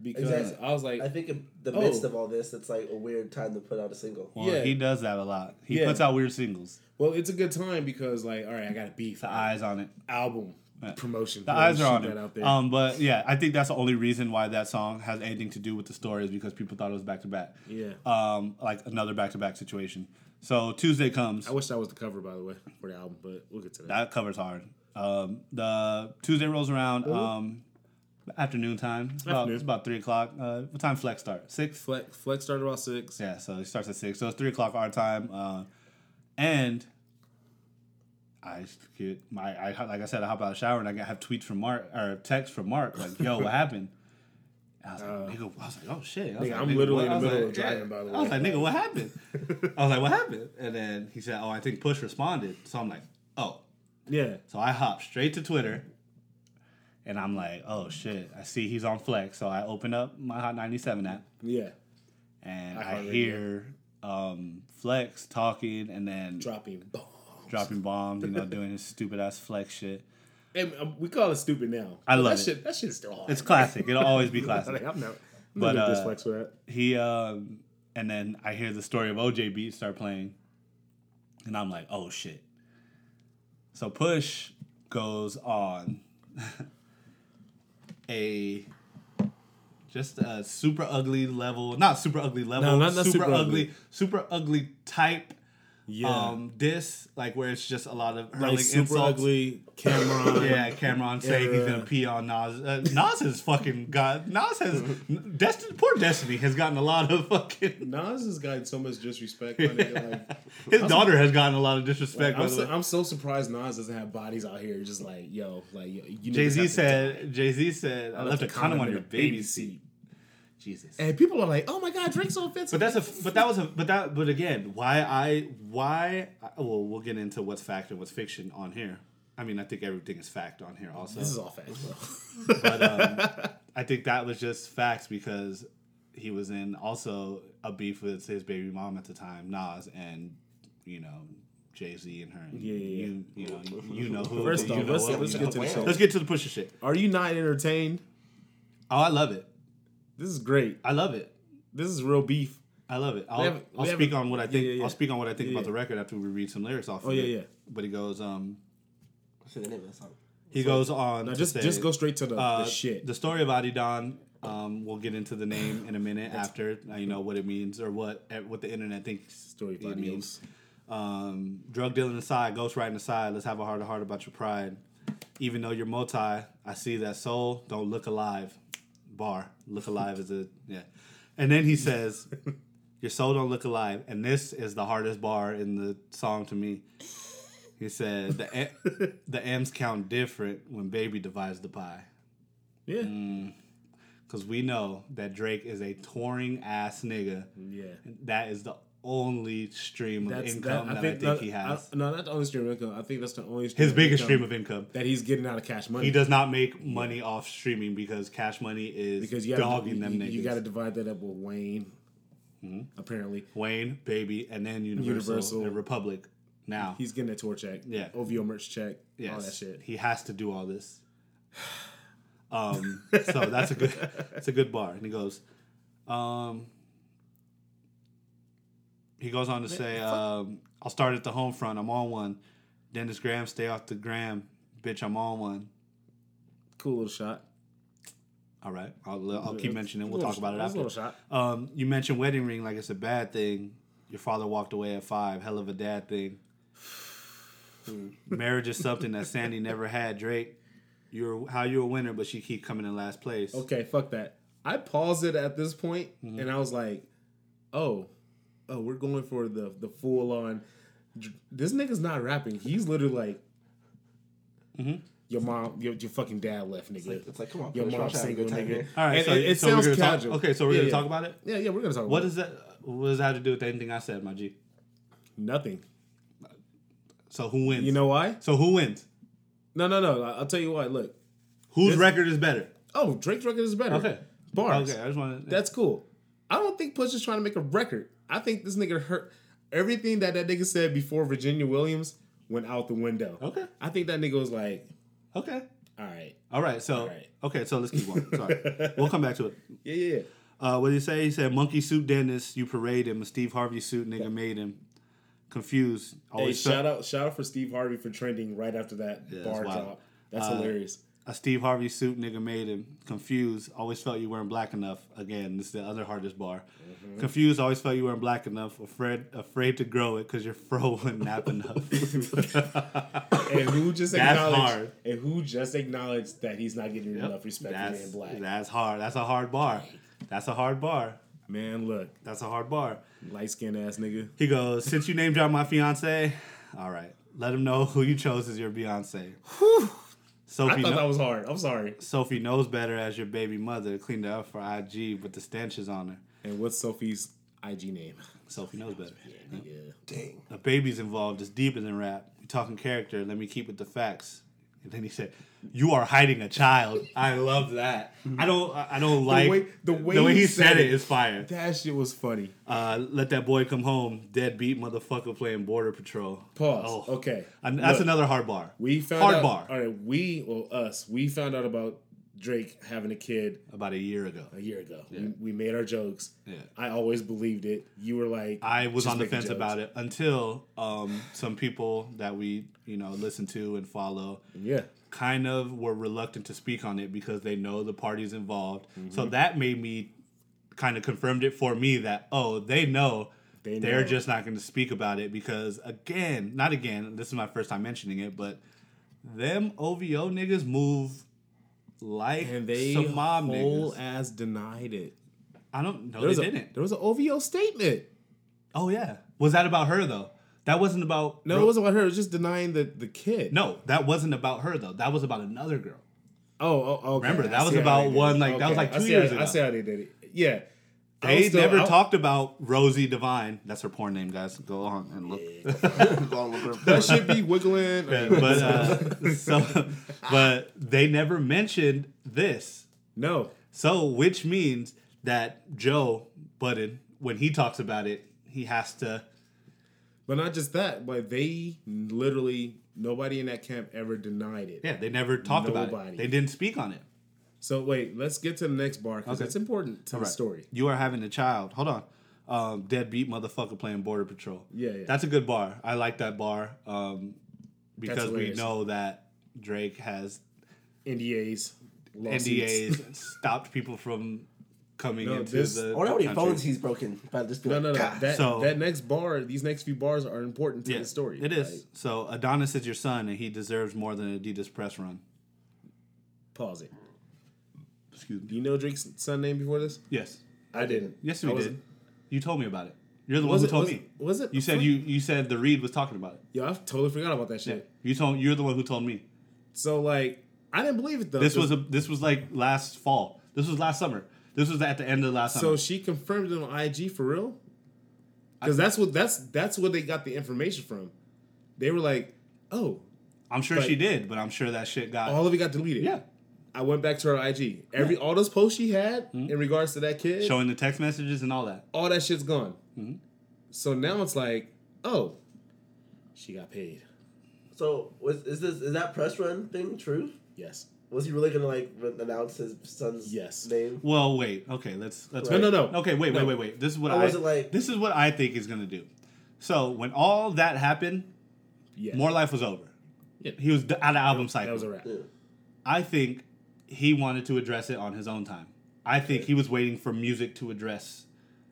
C: because
A: Exactly.
C: I was like,
A: I think in the
C: Oh.
A: midst of all this, it's like a weird time to put out a single.
B: well,
C: yeah.
B: he does that a lot. He
C: Yeah.
B: puts out weird singles.
C: well, it's a good time because like, all right, I got a beef.
B: The eyes on it.
C: album promotion.
B: The eyes are on
C: that out
B: it.
C: there.
B: Um, but yeah, I think that's the only reason why that song has anything to do with the story is because people thought it was back to back.
C: yeah.
B: Um, like another back to back situation. So Tuesday comes.
C: I wish that was the cover, by the way, for the album, but we'll get to that.
B: That covers hard. Um, the Tuesday rolls around. Um, afternoon time. It's about,
C: Afternoon.
B: it's about three o'clock. Uh, what time flex start? Six.
C: Flex, Flex started about six.
B: Yeah, so it starts at six. So it's three o'clock our time. Uh, and I get my I like I said, I hop out of the shower and I got- have tweets from Mark or text from Mark like, "Yo, what happened?" And I was like, "Nigga," I was like, "Oh shit!" I was
C: Uh, Nigga,
B: like,
C: I'm
B: "Nigga,
C: literally
B: what?"
C: in the
B: I was
C: middle
B: like,
C: of driving,
B: "Yeah."
C: by the
B: I was
C: way.
B: like, "Nigga, what happened?" I was like, "What happened?" And then he said, "Oh, I think Push responded." So I'm like, "Oh."
C: Yeah.
B: So I hop straight to Twitter. And I'm like, oh shit! I see he's on Flex, so I open up my Hot 97 app,
C: Yeah.
B: and
C: I
B: I,
C: heard it,
B: hear um, Flex talking and then
C: Dropping bombs.
B: dropping bombs, you know, doing his stupid ass Flex shit.
C: And, um, we call it stupid now.
B: I
C: But
B: love
C: that
B: it.
C: Shit, that shit's still hard.
B: It's classic. It'll always be
C: Like,
B: classic.
C: I'm not. I'm
B: But,
C: not gonna
B: uh,
C: diss Flex for that.
B: He um, and then I hear the story of OJ Beat start playing, and I'm like, oh shit. So Push goes on a just a super ugly level, not super ugly level,
C: No, not- not
B: super,
C: super ugly.
B: ugly, super ugly type
C: Yeah.
B: um diss like where it's just a lot of hurling
C: like super
B: insults.
C: ugly Cameron.
B: Yeah, Cameron saying he's
C: Yeah.
B: gonna pee on Nas. Uh, Nas has fucking got Nas has Destiny. Poor Destiny has gotten a lot of fucking.
C: Nas has gotten so much disrespect. My nigga, like,
B: His daughter has gotten a lot of disrespect. by
C: I'm,
B: the
C: so,
B: way.
C: I'm so surprised Nas doesn't have bodies out here. Just like yo, like yo, you niggas
B: Jay
C: have
B: Z
C: to
B: said. Jay Z said. I
C: die.
B: left a condom on
C: in
B: your
C: a
B: baby seat. Jesus.
C: And people are like, "Oh my god, Drake's so offensive."
B: But that's a. But that was a. But that. But again, why I why I- well we'll get into what's fact and what's fiction on here. I mean, I think everything is fact on here also.
C: this is all facts, bro.
B: but um, I think that was just facts because he was in also a beef with his baby mom at the time, Nas, and you know Jay Z and her. And
C: Yeah, yeah,
B: You, you know, you know who.
C: First
B: you
C: off,
B: know
C: let's-
B: what,
C: let's
B: you
C: get
B: know
C: to
A: the
B: what.
A: show.
B: Let's get to the push shit.
C: Are you not entertained?
B: Oh, I love it.
C: This is great.
B: I love it.
C: This is real beef.
B: I love it. I'll,
C: haven't-
B: I'll
C: we
B: speak
C: haven't-
B: on what I
C: yeah,
B: think.
C: yeah, yeah.
B: I'll speak on what I think
C: Yeah,
B: about
C: yeah.
B: the record after we read some lyrics off.
C: Oh,
B: of
C: yeah,
B: it.
C: yeah.
B: But he goes, um,
A: What's the name of that song?
B: he goes on.
C: Now
B: to
C: just
B: say-
C: just go straight to the,
B: Uh,
C: the shit.
B: The story of Adidon. Um, we'll get into the name in a minute after uh, you know what it means or what eh, what the internet thinks
C: Story of
B: it means.
C: Adios.
B: Um, drug dealing aside, ghostwriting aside, let's have a heart to heart about your pride. Even though you're multi, I see that soul. Don't look alive. Bar look alive is a yeah. And then he says, "Your soul don't look alive." And this is the hardest bar in the song to me. He said, "The em- the M's count different when baby divides the pie."
C: Yeah,
B: Mm. Because we know that Drake is a touring ass nigga.
C: yeah.
B: That is the only stream of
C: Mm. That's
B: income
C: that,
B: that,
C: I think,
B: I think
C: no,
B: he has.
C: I- no, not the only stream of income. I think that's the only stream
B: His biggest
C: income
B: stream of income.
C: that he's getting out of cash money.
B: He does not make money off streaming because cash money is
C: because you gotta,
B: dogging
C: you,
B: them niggas. Hmm?
C: You got to divide that up with Wayne. Apparently,
B: Wayne, Baby, and then Universal,
C: Universal.
B: and Republic now.
C: he's getting a tour check.
B: Yeah.
C: OVO merch check. All that
B: Yes.
C: shit.
B: He has to do all this. Um, so that's a good that's a good bar. And he goes, um, he goes on to say, um, I'll start at the home front. I'm on one. Dennis Graham, stay off the gram, bitch. I'm on one.
C: Cool little shot.
B: All right, I'll I'll keep mentioning. it. We'll
C: Little
B: talk about
C: shot.
B: it
C: That's a
B: after.
C: little shot.
B: Um, you mentioned wedding ring like it's a bad thing. Your father walked away at five. Hell of a dad thing. Marriage is something that Sandy never had. Drake, you're how you're a winner, but she keep coming in last place.
C: Okay, fuck that. I paused it at this point,
B: Mm-hmm.
C: and I was like, "Oh, oh, we're going for the the full on." This nigga's not rapping. He's literally like,
B: Mm-hmm.
C: Your mom, your, your fucking dad left, nigga.
A: Like, it's like, come on,
C: your
A: finish
C: mom's
A: Rush Hour,
C: single,
A: good time
C: nigga.
A: here.
B: All right,
C: And
B: so,
C: it, it
B: so
C: sounds
B: we're gonna
C: casual.
B: Talk, okay, so we're
C: Yeah,
B: gonna
C: yeah.
B: talk about it.
C: Yeah, yeah, we're gonna talk.
B: What
C: about
B: does that? What does that have to do with anything I said, my G?
C: it. nothing?
B: So who wins?
C: You know why?
B: So who wins?
C: No, no, no. I- I'll tell you why. Look,
B: Whose record is better?
C: oh, Drake's record is better.
B: Okay.
C: bars.
B: Okay, I just want to.
C: That's cool. I don't think Push is trying to make a record. I think this nigga hurt everything that that nigga said before Virginia Williams went out the window.
B: Okay.
C: I think that nigga was like,
B: okay.
C: all right.
B: All right. So
C: right.
B: okay. So let's keep going. Sorry, we'll come back to it.
C: Yeah, yeah, yeah.
B: Uh, what did he say? He said, "Monkey suit Dennis, you parade him. A Steve Harvey suit nigga made him confused.
C: Hey,
B: Always
C: shout out, shout out for Steve Harvey for trending right after that
B: that's
C: bar
B: wild. Uh,
C: drop. That's hilarious.
B: A Steve Harvey suit nigga made him confused. Always felt you weren't black enough. Again, this is the other hardest bar.
C: Mm-hmm.
B: Confused. Always felt you weren't black enough. Afraid, afraid to grow it because your fro wasn't nap enough.
C: And who just
B: That's
C: acknowledged?
B: hard.
C: And who just acknowledged that he's not getting enough respect for
B: that's
C: being black?
B: that's hard. That's a hard bar. That's a hard bar.
C: Man, look,
B: That's a hard bar.
C: light skinned ass nigga.
B: He goes, since you name dropped my fiance, all right, let him know who you chose as your Beyonce.
C: I
B: Sophie,
C: thought
B: kno-
C: that was hard. I'm sorry.
B: Sophie knows better as your baby mother. Cleaned her up for IG, but the stench is on her.
C: And what's Sophie's IG name?
B: Sophie knows better.
C: Yeah.
A: Dang.
B: The baby's involved. It's deeper than rap. We talking character. Let me keep with the facts. And then he said, "You are hiding a child." I love that. I don't. I I don't like
C: way- the way
B: the way
C: he
B: he said
C: said
B: it
C: it.
B: is fire.
C: That shit was funny.
B: Uh, let that boy come home. Deadbeat motherfucker playing border patrol.
C: Pause.
B: Oh.
C: Okay.
B: And that's
C: Look,
B: another hard bar.
C: We found
B: hard
C: out,
B: bar
C: All right, we well us we found out about Drake having a kid
B: about a year ago.
C: a year ago. We, we made our jokes.
B: Yeah.
C: I always believed it. You were like
B: I was
C: just
B: on the
C: making
B: fence
C: jokes.
B: about it until um, some people that we you know listen to and follow
C: Yeah.
B: kind of were reluctant to speak on it because they know the parties involved.
C: Mm-hmm.
B: So that made me kind of confirmed it for me that oh they know
C: They
B: they are
C: know.
B: just not going to speak about it because again not again this is my first time mentioning it but them OVO niggas move like
C: And they
B: some mob
C: whole
B: niggas.
C: ass denied it.
B: I don't know
C: There
B: they
C: was a,
B: didn't.
C: There was an OVO statement.
B: Oh yeah. Was that about her though? That wasn't about
C: No, it wasn't about her. It was just denying the, the kid.
B: No, that wasn't about her though. That was about another girl.
C: Oh, oh, oh.
B: Remember, that was about one, like, that was, like,
C: I
B: two
C: see
B: years
C: how,
B: ago.
C: I see how they did it. Yeah. I
B: They
C: was still-
B: never
C: I-
B: talked about Rosie Divine. That's her porn name, guys. Go on and look.
A: Go on, look it up.
C: That should be wiggling.
B: but uh, so, but they never mentioned this.
C: no.
B: So, which means that Joe Budden, when he talks about it, he has to.
C: But not just that, but they literally nobody in that camp ever denied it.
B: Yeah, they never talked about
C: Nobody.
B: it. They didn't speak on it.
C: So wait, let's get to the next bar because
B: Okay.
C: it's important to the
B: Right.
C: story.
B: You are having a child. Hold on. Um, deadbeat motherfucker playing border patrol.
C: Yeah, yeah.
B: That's a good bar. I like that bar. Um, because we
C: hilarious.
B: know that Drake has
C: NDAs, lawsuits.
B: NDAs stopped people from coming
C: No,
B: into
C: this-
B: the
A: I wonder how many
B: country.
A: phones he's broken. But just be
C: No,
A: like,
C: no, no.
A: "God."
C: That
B: So-
C: that next bar, these next few bars are important to
B: Yeah,
C: the story.
B: It is.
C: Like,
B: so Adonis is your son, and he deserves more than Adidas press run.
C: pause it.
B: Excuse me.
C: Do you know Drake's son name before this?
B: Yes.
C: I didn't.
B: Yes,
C: I
B: we
C: wasn't-
B: did. You told me about it. You're the one
C: Was
B: who
C: it-
B: told
C: was-
B: me.
C: Was it?
B: You said you you said the Reed was talking about it.
C: Yo, I totally forgot about that shit.
B: You told you're the one who told me.
C: So like, I didn't believe it though.
B: This
C: 'cause-
B: was a this was like last fall. This was last summer. This was at the end of last
C: So
B: summer.
C: she confirmed it on IG for real? Because that's what that's that's where they got the information from. They were like, "Oh,
B: I'm sure
C: but-
B: she did, but I'm sure that shit got
C: all of it got deleted."
B: yeah.
C: I went back to her IG. Every all those posts she had in regards to that kid,
B: Mm-hmm. Showing Mm-hmm. the text messages and all that.
C: all that shit's gone. So now it's like, oh, she got paid.
A: So was, is this is that press run thing true?
C: Yes.
A: Was he really gonna like re- announce his son's
C: Yes.
A: name?
B: Well, wait. Okay, let's let's.
A: No,
B: wait.
C: no, no.
B: Okay, wait, wait,
C: No.
B: wait, wait. This is what
A: Or
B: I.
A: was it like-
B: this is what I think he's gonna do. So when all that happened,
C: Yeah.
B: More Life was over.
C: Yeah.
B: He was d- out of album cycle.
C: That was a wrap.
A: Yeah.
B: I think he wanted to address it on his own time. I think he was waiting for music to address.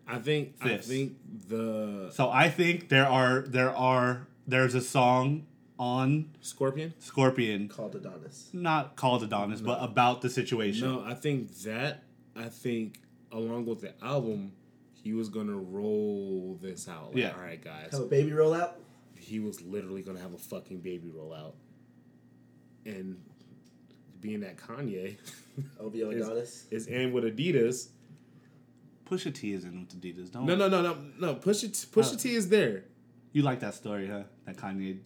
C: I think I
B: This.
C: think the
B: So I think there are there are there's a song on
C: scorpion.
B: Scorpion,
A: Called Adonis.
B: not called Adonis, but about the situation.
C: No, I think that I think along with the album, he was gonna roll this out. Like,
B: Yeah.
C: All right, guys.
A: Have a baby rollout.
C: he was literally gonna have a fucking baby roll out. and being that Kanye
A: OVO
C: is-
A: Adonis.
C: is in with Adidas.
B: Pusha T is in with Adidas. Don't
C: No, no, no, no, no. Pusha T, Pusha
B: Oh.
C: T is there.
B: you like that story, huh? That Kanye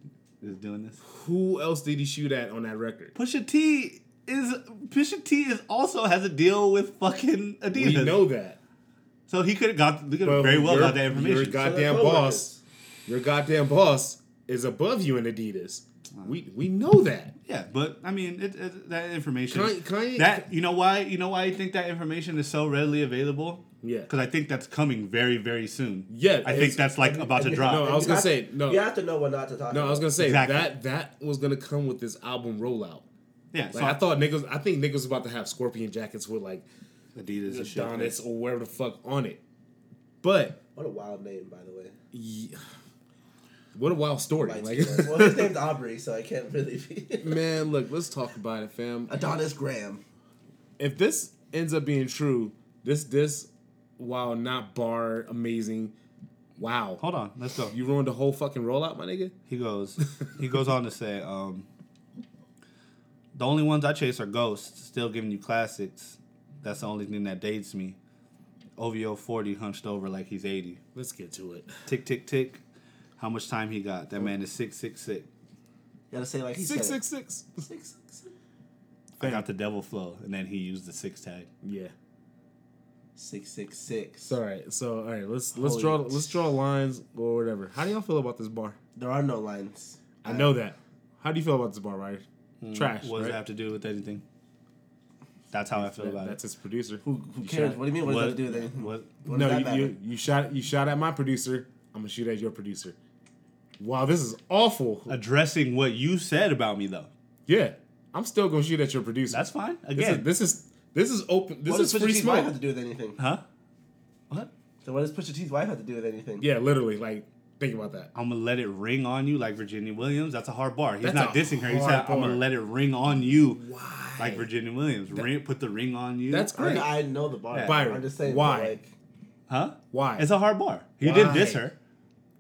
B: is doing this.
C: Who else did he shoot at on that record?
B: Pusha T is Pusha T is also has a deal with fucking Adidas.
C: We know that.
B: so he could have got we could
C: But
B: have very well
C: your-
B: got that
C: Your
B: information.
C: goddamn
A: So they're
C: boss, your goddamn boss is above you in Adidas. We we know that.
B: yeah, but I mean it, it, that information.
C: Kanye- Kanye-
B: that you know why you know why I think that information is so readily available.
C: Yeah.
B: because I think that's coming very very soon.
C: Yeah,
B: I
C: it's-
B: think that's like about to drop.
C: No, I was
A: You
C: gonna
A: have
C: say,
A: to-
C: no.
A: You have to know what not to talk about.
C: No, I was gonna say
B: Exactly.
C: that that was gonna come with this album rollout.
B: yeah,
C: Like I thought niggas, I think niggas was about to have scorpion jackets with like
B: Adidas and shit.
C: Adonis or whatever the fuck on it. But
A: What a wild name, by the way.
C: ye- what a wild story!
A: Lights
C: Like,
A: Camera. well, his name's Aubrey, so I can't really be.
C: man, look, let's talk about it, fam.
A: Adonis Graham.
C: if this ends up being true, this this while not bar amazing, wow.
B: Hold on, let's go.
C: You ruined the whole fucking rollout, my nigga.
B: He goes. he goes on to say, um, "The only ones I chase are ghosts. Still giving you classics. That's the only thing that dates me." OVO forty hunched over like he's eighty.
C: Let's get to it.
B: Tick tick tick. How much time he got? That man is six six six.
A: You gotta say like he
C: Six
A: said.
C: six six.
A: Six, six, six, six.
B: I got the devil flow, and then he used the six tag.
C: Yeah.
A: Six, six, six.
C: So, all right. So all right. Let's let's
A: Holy
C: draw
A: shit.
C: let's draw lines or whatever. How do y'all feel about this bar?
A: There are no lines.
C: I know that. How do you feel about this bar, Ryder? Trash.
B: Um, mm, What does
C: right?
B: that have to do with anything? That's how I feel about
C: That's
B: it.
C: his producer.
A: Who, who cares?
C: shot-
A: what do you mean? What, does that do with anything?
B: What?
A: What
C: no,
A: does
C: you,
A: that
C: you
A: matter?
C: you shot you shot at my producer. I'm gonna shoot at your producer. Wow, this is awful.
B: Uh, Addressing what you said about me though.
C: yeah, I'm still gonna shoot at your producer.
B: That's fine.
C: This
B: Again,
C: is this is this is open. This
A: What
C: is
A: does
C: free
A: Pusha T's wife have
C: smoke.
A: to do with anything?
B: huh? What?
A: So what does Pusha T's wife have to do with anything?
C: Yeah, literally. Like, think about that.
B: I'm gonna let it ring on you like Virginia Williams. That's a hard bar. He's
C: That's
B: not
C: a
B: dissing her. He
C: hard
B: said, "I'm
C: bar.
B: gonna let it ring on you
C: Why?
B: like Virginia Williams. ring, put the ring on you."
C: That's
A: I,
C: great.
A: I know the bar.
B: Yeah.
C: Byron,
A: I'm just saying.
C: why?
A: Like,
B: huh?
C: Why?
B: It's a hard bar. He didn't diss
C: Why?
B: her.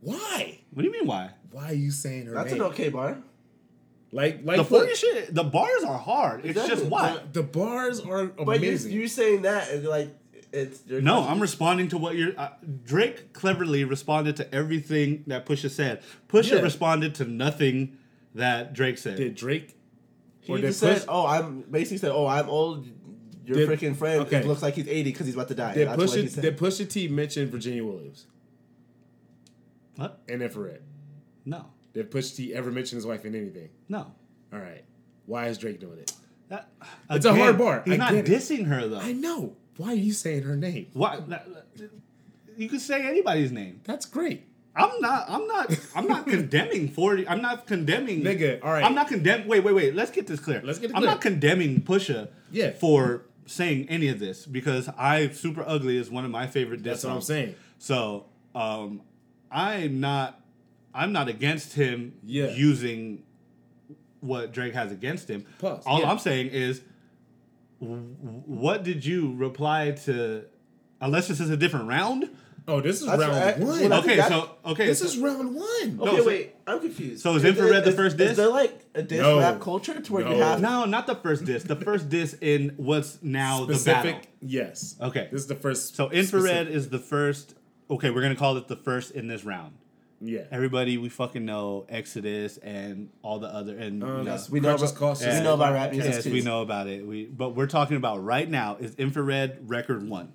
C: Why?
B: What do you mean? Why?
C: Why are you saying her
A: that's
C: name?
A: an okay bar.
C: Like, like
B: The
C: look,
B: forty shit. The bars are hard. It's just
A: Exactly.
B: why.
C: the bars are
A: But you
C: amazing.
A: you saying that and like it's your
B: No, I'm responding to what you're. Uh, Drake cleverly responded to everything that Pusha said. Pusha
C: Yeah.
B: responded to nothing that Drake said.
C: did Drake?
A: He just
C: Push-
A: said, "Oh, I'm basically said, oh, I'm old. Your
C: Did-
A: freaking friend
C: okay.
A: looks like he's 80 because he's about to die."
C: did
A: That's what he
C: Pusha
A: said.
C: did Pusha T mention Virginia Williams
B: What?
C: and Infrared?
B: No,
C: Did Pusha T ever mention his wife in anything?
B: no.
C: All right. Why is Drake doing it?
B: That,
C: It's a hard bar.
B: He's
C: I
B: not
C: get it.
B: dissing her though.
C: I know. Why are you saying her name?
B: Why? that- that- You could say anybody's name.
C: That's great.
B: I'm not. I'm not. I'm not condemning forty. I'm not condemning.
C: Nigga, all right.
B: I'm not condemn. Wait, wait, wait. Let's get this clear.
C: Let's get it
B: I'm
C: clear.
B: not condemning Pusha.
C: Yeah.
B: For saying any of this because I super ugly is one of my favorite. diss
C: That's what I'm
B: songs.
C: saying.
B: So um, I'm not. I'm not against him
C: Yeah.
B: using what Drake has against him.
C: Pause,
B: All
C: yeah.
B: I'm saying is, w- w- what did you reply to? Unless this is a different round.
C: Oh, this is
A: That's
C: round
A: right.
C: one.
A: Well, I think
B: Okay,
A: that-
B: so okay,
C: this
B: so-
C: is round one.
A: Okay,
B: No, so-
A: wait, I'm confused.
B: so is Infrared the first
A: Is
B: diss?
A: there like a diss
C: No.
A: rap culture to where
C: No.
A: you have
B: No, not the first disc. The first disc in what's now the battle.
C: Yes.
B: Okay.
C: This is the first.
B: So infrared
C: specific-
B: is the first. Okay, we're gonna call it the first in this round.
C: Yeah.
B: Everybody, we fucking know Exodus and all the other and you
C: Uh,
B: know,
A: we know
C: Conscious
A: about-
C: Cost
A: we
C: is-
A: know about rap music.
B: yes,
A: too.
B: we know about it. We but we're talking about right now is infrared record one.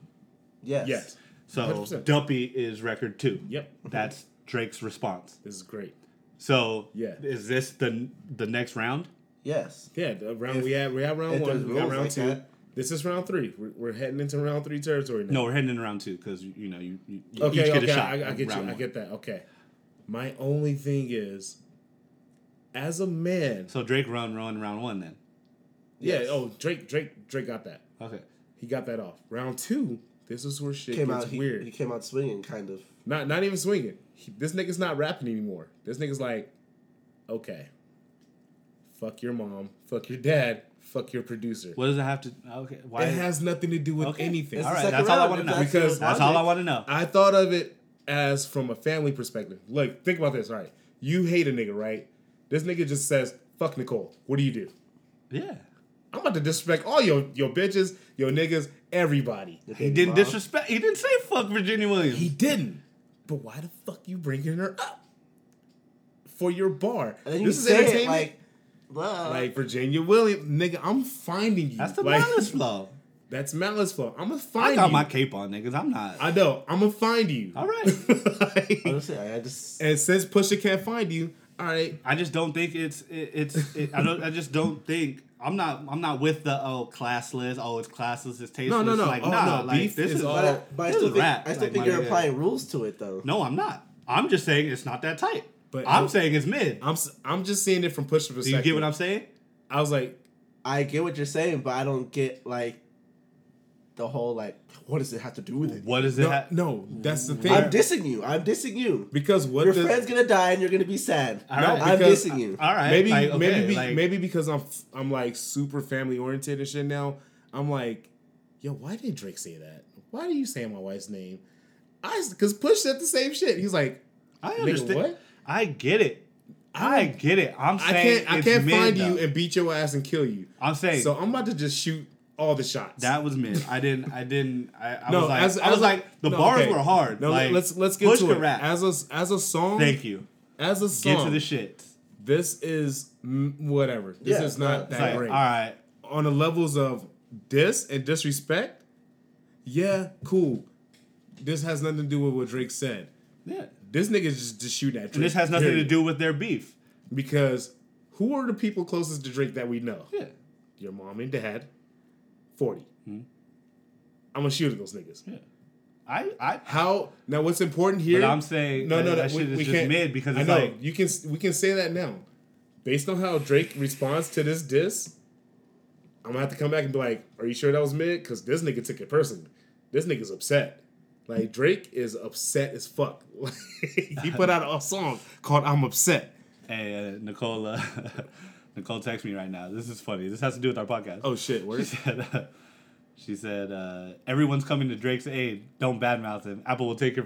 A: Yes.
C: Yes.
B: So
C: 100%.
B: Dumpy is record two.
C: Yep.
B: that's Drake's response.
C: This is great.
B: So
C: Yeah.
B: is this the the next round?
A: Yes.
C: Yeah. The round we had. We had round
A: if there's
C: one. We got
A: rules
C: round
A: like
C: two.
A: that-
C: This is round three. We're, we're heading into round three territory now.
B: No, we're heading in round two because you know you, you you
C: Okay.
B: each get
C: okay.
B: a shot.
C: I, I
B: in
C: get you.
B: round
C: I
B: one.
C: get that. Okay. My only thing is, as a man.
B: So Drake run run round one then.
C: yeah.
A: Yes.
C: Oh, Drake. Drake. Drake got that.
B: Okay.
C: He got that off. Round two. This is where shit
A: Came
C: gets
A: out he,
C: weird.
A: he came out swinging, kind of.
C: Not not even swinging. He, this nigga's not rapping anymore. This nigga's like, okay, fuck your mom, fuck your dad, fuck your producer.
B: What does it have to? Okay. Why?
C: It has nothing to do with
B: Okay.
C: anything.
A: It's
B: all
A: the
B: right.
A: second
B: That's all I
A: round,
B: want to
A: if
B: know.
A: that's your
C: Because
B: That's all I
A: logic.
B: want to know.
C: I thought of it as from a family perspective. Look, think about this. All right, you hate a nigga, right? This nigga just says, "Fuck Nicole." What do you do?
B: Yeah.
C: I'm about to disrespect all your your bitches, your niggas, everybody.
B: He didn't disrespect. He didn't say fuck Virginia Williams.
C: He didn't. But why the fuck you bringing her up for your bar?
A: And then you
C: this is
A: say
C: entertainment.
A: it
C: like,
A: like, well,
C: Virginia Williams, nigga. I'm finding you.
B: That's the
C: like,
B: malice flow.
C: That's malice flow. I'm gonna
B: I
C: find
B: got
C: you.
B: my cape on, niggas. I'm not.
C: I know. I'm gonna find you.
B: all right.
C: Like,
A: honestly, I I just
C: and since Pusha can't find you, all right.
B: I just don't think it's it, it's it, I don't I just don't think I'm not I'm not with the oh classless oh it's classless it's tasteless
C: No, no, no.
B: like
C: Oh,
B: nah
C: no,
B: like
C: beef
B: this
C: is
B: is
C: all-
A: but, I, but I
B: this
A: still
B: is
A: think
B: rap,
A: I still
B: like,
A: think
B: my
A: you're
B: nigga.
A: applying rules to it though.
B: no I'm not I'm just saying it's not that tight
C: But-
B: I'm saying it's mid
C: I'm s- I'm just seeing it from Pusha
B: do you get what I'm saying
C: I was like,
A: I get what you're saying, but I don't get like the whole like what does it have to do with it?
B: what is it
C: no,
B: ha- Mm.
C: no, that's the thing.
A: I'm dissing you. I'm dissing you.
C: because what
A: Your
C: does-
A: friend's gonna die and you're gonna be sad.
B: All right.
A: I'm
C: because-
A: dissing you.
B: all right
C: maybe
B: like, okay,
C: maybe be,
B: like,
C: maybe because I'm f- I'm like super family oriented and shit now. I'm like, yo, why did Drake say that? Why do you say my wife's name? I because Push said the same shit. He's like,
B: I
C: nigga,
B: understand
C: what?
B: I get it I get it I'm
C: I
B: saying
C: can't I
B: it's
C: can't
B: mid,
C: find
B: though.
C: you and beat your ass and kill you.
B: I'm saying
C: so I'm about to just shoot all the shots.
B: That was mid. I didn't. I didn't. I, I
C: no,
B: was like,
C: as,
B: I was
C: as a-
B: like, the
C: no,
B: bars
C: okay.
B: were hard.
C: No,
B: like,
C: let's let's get
B: push
C: to
B: the
C: it.
B: rap.
C: As a as a song,
B: Thank you.
C: As a
B: Get
C: song,
B: to the shit.
C: this is mm, whatever. This
A: Yeah,
C: is not
A: no,
C: that
B: Like, all
C: great.
B: right.
C: on the levels of diss and disrespect, yeah, cool. This has nothing to do with what Drake said.
B: Yeah.
C: This nigga's just, just shooting at Drake.
B: And this has nothing to
C: period.
B: do with their beef.
C: because who are the people closest to Drake that we know?
B: Yeah.
C: Your mom and dad, 40 i
B: Hmm.
C: I'm gonna shoot at those niggas.
B: I. I.
C: How now? What's important here?
B: But I'm saying
C: no, no, no.
B: that
C: we,
B: shit is
C: we
B: just
C: can't.
B: mid because
C: I
B: it's
C: know
B: like-
C: you can. We can say that now, based on how Drake responds to this diss. I'm gonna have to come back and be like, "Are you sure that was mid? Because this nigga took it personally. This nigga's upset. Like Drake is upset as fuck. he put out a song called "I'm Upset."
B: Hey, uh, Nicola. Nicole texts me right now. This is funny. This has to do with our podcast.
C: Oh shit! Where
B: She
C: is
B: said. Uh, she said, uh, "Everyone's coming to Drake's aid. Don't badmouth him. Apple will take your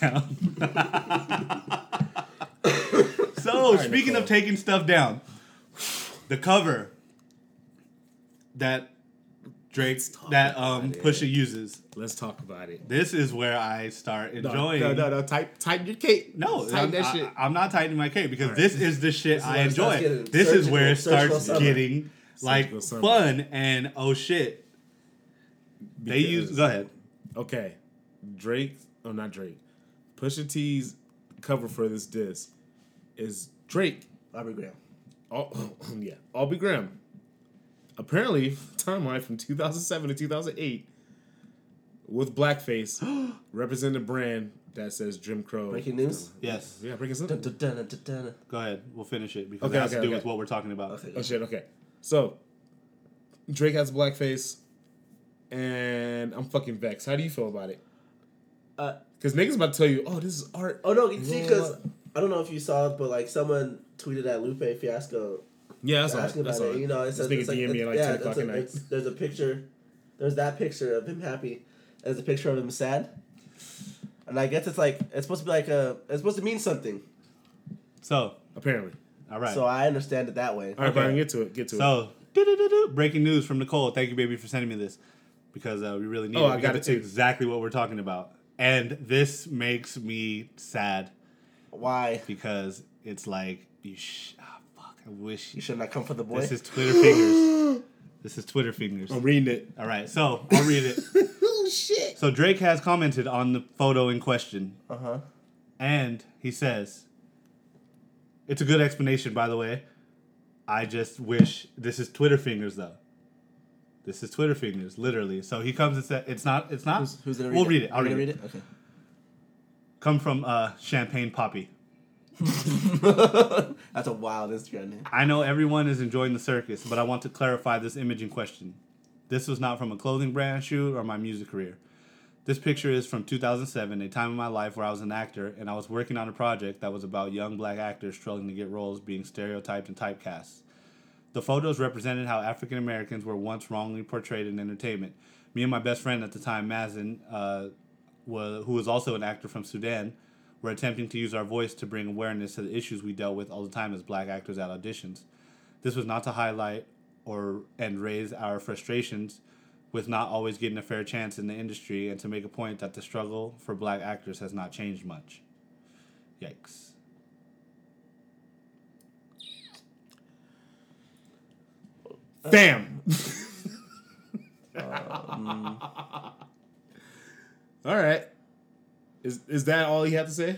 B: down." so, speaking
C: Nicole.
B: of taking stuff down, the cover that Drake that um, Pusha uses.
C: Let's talk about it.
B: This is where I start
C: No,
B: enjoying.
C: No, no, no. Type, type your cake.
B: No,
C: type
B: I'm,
C: that shit.
B: I, am not tightening my cape because this is the shit I
A: where it
B: enjoy.
A: starts getting
B: this is where it
A: surgical-
B: starts
A: surgical summer.
B: getting like
C: Surgical summer.
B: fun and oh shit. They use
C: Because-
B: go ahead.
C: Okay, Drake. Oh, not Drake. Pusha T's cover for this disc is Drake.
A: Robert Graham.
C: All, yeah, Albie Graham. Apparently, timeline from 2007 to 2008 with blackface represented a brand that says Jim Crow.
A: Breaking news.
B: Yes,
C: Yeah, breaking
A: Dun,
C: something.
A: dun, dun, dun, dun, dun.
B: go ahead. We'll finish it because
C: Okay,
B: it has
C: okay,
B: to do
C: okay.
B: with what we're talking about.
A: Okay.
C: Oh shit. Okay. So Drake has blackface, and I'm fucking vexed. How do you feel about it?
A: Uh,
C: Because niggas about to tell you, oh, this is art.
A: oh no, you see, because I don't know if you saw it, but like someone tweeted at Lupe Fiasco
C: Yeah, that's all.
A: asking
C: That's
A: about
C: all.
A: it. You know, it's,
C: this
A: a,
C: nigga
A: it's like,
C: DM me at like
A: yeah,
C: 10
A: it's
C: o'clock
A: a-
C: at night.
A: it's- there's a picture. There's that picture of him happy. There's a picture of him sad. And I guess it's like it's supposed to be like a it's supposed to mean something.
B: So,
C: Apparently.
B: all right.
A: So I understand it that way.
C: All right,
B: Okay.
C: Brian, get to it. Get to it.
B: So, doo-doo-doo-doo. breaking news from Nicole. Thank you, baby, for sending me this because uh, we really need
C: Oh,
B: it.
C: I
B: because
C: got it
B: it's
C: too.
B: exactly what we're talking about. And this makes me sad
A: Why
B: because it's like you. Sh- ah, fuck. I wish
A: you should not come for the boy?
B: This is Twitter fingers. This is Twitter
A: Oh
B: fingers.
C: I'm reading it.
B: All right, so I'll read it.
C: Oh shit.
B: So Drake has commented on the photo in question,
A: Uh huh.
B: and he says, "It's a good explanation, by the way. I just wish this is Twitter fingers, though. This is Twitter fingers, literally." So he comes and says, "It's not. It's not.
A: Who's gonna read
B: we'll
A: it?
B: read it. I'll
A: You
B: read,
A: gonna
B: it.
A: Okay.
B: Come from uh, Champagne Poppy.
A: That's a wild Instagram name.
B: I know everyone is enjoying the circus, but I want to clarify this image in question. This was not from a clothing brand shoot or my music career. This picture is from 2007, a time in my life where I was an actor and I was working on a project that was about young black actors struggling to get roles, being stereotyped and typecast. The photos represented how African Americans were once wrongly portrayed in entertainment. Me and my best friend at the time, Mazen, uh, wa- who was also an actor from Sudan, were attempting to use our voice to bring awareness to the issues we dealt with all the time as black actors at auditions. This was not to highlight or and raise our frustrations with not always getting a fair chance in the industry and to make a point that the struggle for black actors has not changed much. Yikes.
C: Bam. all right. Is is that all you have to say?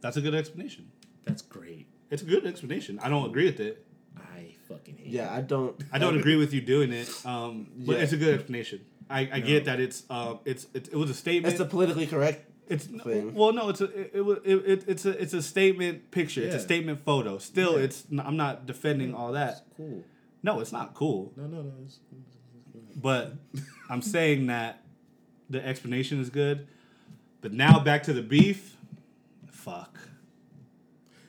B: That's a good explanation.
C: That's great.
B: It's a good explanation. I don't agree with it.
C: I fucking hate.
A: Yeah, I don't.
B: I don't agree with you doing it, um, but
A: Yeah.
B: it's a good explanation. I, I get that it's um it's, it's it was a statement.
A: It's a politically correct.
B: It's
A: thing.
B: well, no, it's a it, it, was- it, it it's a it's a statement picture. It's a
C: Yeah.
B: statement photo. Still, it's n- I'm not defending all that.
C: Cool.
B: No, it's not cool.
C: No, no, no. It's,
B: But I'm saying that the explanation is good. But now back to the beef. Fuck.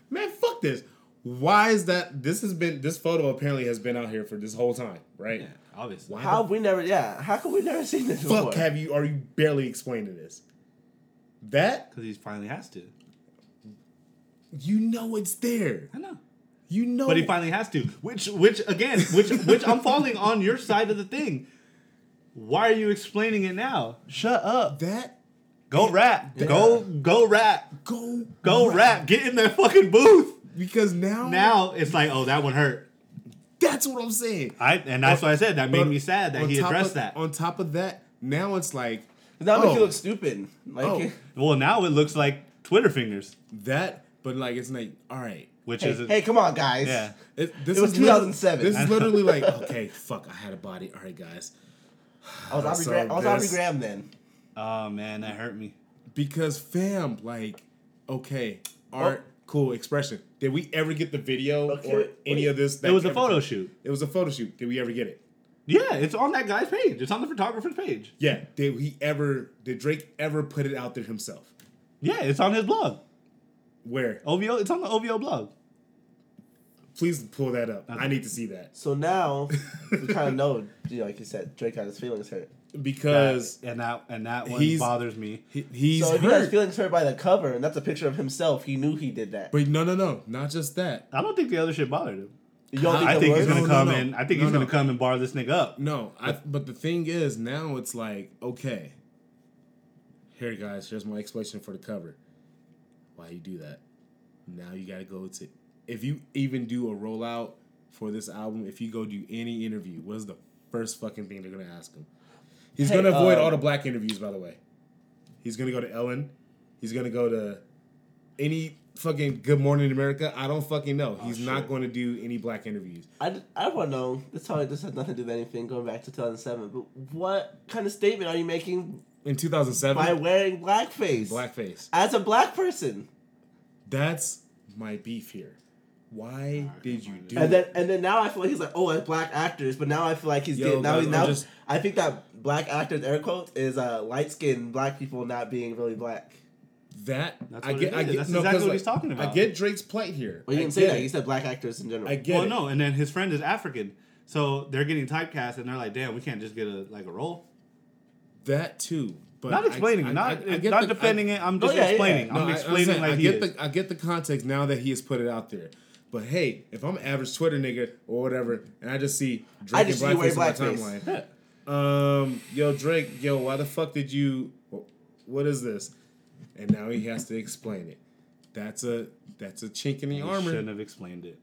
C: man, fuck this. Why is that? This has been this photo apparently has been out here for this whole time, right?
B: Yeah, obviously.
C: Why
A: How have we never? Yeah, how come we never seen this
C: the fuck
A: before?
C: have you? Are you barely explaining this? That
B: Because he finally has to.
C: you know it's there.
B: I know.
C: You know.
B: But he finally has to. Which which again, which which I'm falling on your side of the thing. Why are you explaining it now? Shut up.
C: that
B: Go rap. Go go rap.
C: go
B: Go rap. Get in that fucking booth.
C: because now
B: Now it's like, oh, that one hurt.
C: that's what I'm saying.
B: I and that's what I said. That made me sad that
C: On
B: he
C: top
B: addressed
C: of,
B: that.
C: On top of that, now it's like
A: That makes
C: oh,
A: you look stupid. Like,
C: Oh.
B: Well, now it looks like Twitter fingers,
C: that, but like it's like all right.
B: which
A: hey,
B: is
A: hey, come on, guys.
B: yeah.
C: It, this
A: It was
C: is lit-
A: 2007.
C: This is literally like okay, fuck. I had a body. All right, guys.
A: I was Aubrey,
C: So
A: Graham, I was Aubrey
C: this-
A: Graham then.
B: Oh man, that hurt me.
C: Because fam, like, okay, art, cool, expression. Did we ever get the video
A: Oh. Okay,
C: or
A: wait.
C: any of this?
B: It was a photo shoot.
C: It was a photo shoot. Did we ever get it?
B: Yeah, it's on that guy's page. It's on the photographer's page.
C: Yeah. Did he ever? Did Drake ever put it out there himself?
B: Yeah, it's on his blog.
C: Where?
B: OVO. It's on the OVO blog.
C: Please pull that up. I need to see that
A: So now we kind of know, you know, like you said, Drake got his feelings hurt.
C: because
B: and that and that one
C: He's-
B: bothers me.
C: he- he's
A: so if he got his
C: hurt.
A: feelings hurt by the cover, and that's a picture of himself, he knew he did that.
C: But no, no, no, not just that.
B: I don't think the other shit bothered him.
A: You don't
B: I
A: it
B: think
A: worked?
B: he's gonna
C: No, no,
B: come
C: no.
B: in. I think
C: No,
B: he's
C: no.
B: gonna come and bar this nigga up.
C: No, I. But the thing is, now it's like, okay, here, guys. Here's my explanation for the cover. Why you do that? Now you gotta go to. If you even do a rollout for this album, if you go do any interview, what is the first fucking thing they're gonna ask him? He's
A: Hey,
C: gonna avoid
A: um,
C: all the black interviews, by the way. He's gonna go to Ellen. He's gonna go to any fucking Good Morning America. I don't fucking know.
A: Oh,
C: He's not going to do any black interviews.
A: I, d- I want to know. This probably this has nothing to do with anything. Going back to 2007, but what kind of statement are you making
C: In 2007,
A: by wearing blackface?
C: blackface.
A: as a black person,
C: That's my beef here. Why did you do
A: and then and then now I feel like he's like, oh, as black actors, but now I feel like he's
C: Yo,
A: getting, now he's
C: guys, I'm
A: now.
C: just-
A: I think that black actors air quotes is uh, light skinned black people not being really black.
C: that?
B: That's
C: I
B: what
C: get.
B: it
C: I
B: is.
C: get.
B: That's
C: no,
B: exactly
C: 'cause,
B: what he's
C: like,
B: talking about.
C: I get Drake's plight here.
A: Well, you
C: I
A: didn't say
C: get
A: that.
C: it.
A: You said black actors in general.
C: I get
B: Well,
C: it.
B: no, and then his friend is African, so they're getting typecast, and they're like, "Damn, we can't just get a like a role."
C: that too. But
B: Not
C: I-
B: explaining,
C: I-
B: it, not
C: I- I get
B: not
C: the-
B: defending
C: I-
B: it. I'm just
A: Oh, yeah, yeah,
B: explaining.
A: yeah.
C: No,
B: I'm
C: I-
B: explaining
C: saying,
B: like
C: I
B: he
C: get
B: is.
C: the I get the context now that he has put it out there. But hey, if I'm an average Twitter nigga or whatever, and I just see Drake
A: just see you
C: and
A: wearing
C: blackface on my
A: blackface.
C: timeline, um, yo Drake, yo, why the fuck did you? wh- What is this? And now he has to explain it. That's a that's a chink in the
B: He
C: armor.
B: Shouldn't have explained it.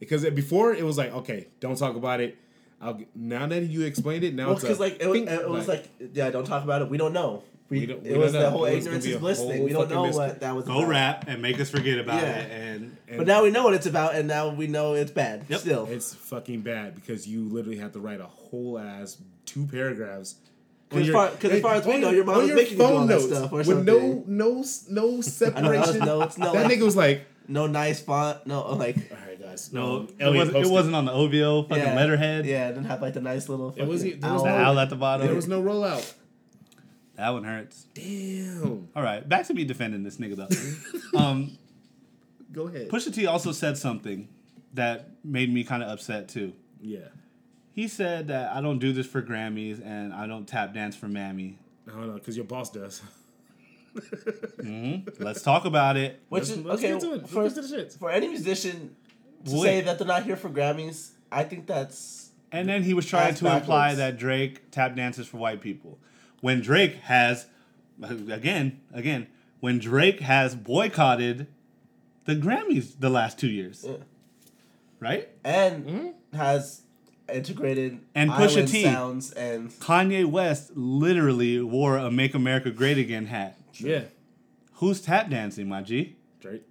C: Because it- before it was like, okay, don't talk about it. I'll, g- now that you explained it, now
A: Well,
C: it's
A: because
C: a
A: like it was,
C: think
A: it was
C: back.
A: like yeah, don't talk about it. We don't know. We,
C: We don't- we
A: it was
C: don't
A: the
C: know.
A: whole
C: It
A: ignorance
C: was gonna
A: is
C: be a
A: bliss thing.
C: whole
A: We don't
C: fucking
A: know
C: mystery.
A: what that was.
B: Go
A: about.
B: rap and make us forget about
A: Yeah.
B: it. And
A: But now we know what it's about, and now we know it's bad.
B: Yep.
A: Still,
C: it's fucking bad because you literally have to write a whole ass two paragraphs. on
A: 'Cause as
C: your-
A: far- 'cause as far as we
C: on
A: know, your mom
C: on
A: was making you do all that stuff or
C: with
A: something.
C: no no s- no separation.
A: no, it's not
C: that
A: like-
C: nigga was like,
A: no nice font. No, like
C: all right guys, um,
B: no, it,
C: Oh, Elliot
B: wasn't, it
C: posted.
B: wasn't on the OVO fucking
A: yeah,
B: letterhead.
A: Yeah, it didn't have like the nice little. Fucking
C: was- there was
A: owl.
B: The
C: no-
B: owl at the bottom.
C: There was no rollout.
B: that one hurts.
C: Damn.
B: All right, back to me defending this nigga though. um,
C: Go ahead.
B: Pusha T also said something that made me kind of upset too.
C: Yeah.
B: He said that I don't do this for Grammys and I don't tap dance for Mammy.
C: I don't know because your boss does.
B: Let's talk about it.
A: Which
C: Let's-
A: is
C: let's
A: okay
C: get to it. Let's
A: for,
C: get to the shits.
A: for any musician to
B: Wait.
A: say that they're not here for Grammys. I think that's
B: And then he was trying
A: Ass
B: to imply
A: backwards.
B: that Drake tap dances for white people. When Drake has, again, again, when Drake has boycotted the Grammys the last two years, right?
A: and has integrated
B: Hmm? And Pusha
A: island
B: T.
A: sounds and
B: Kanye West literally wore a "Make America Great Again" hat.
C: Yeah.
B: Who's tap dancing, my G?
C: Drake.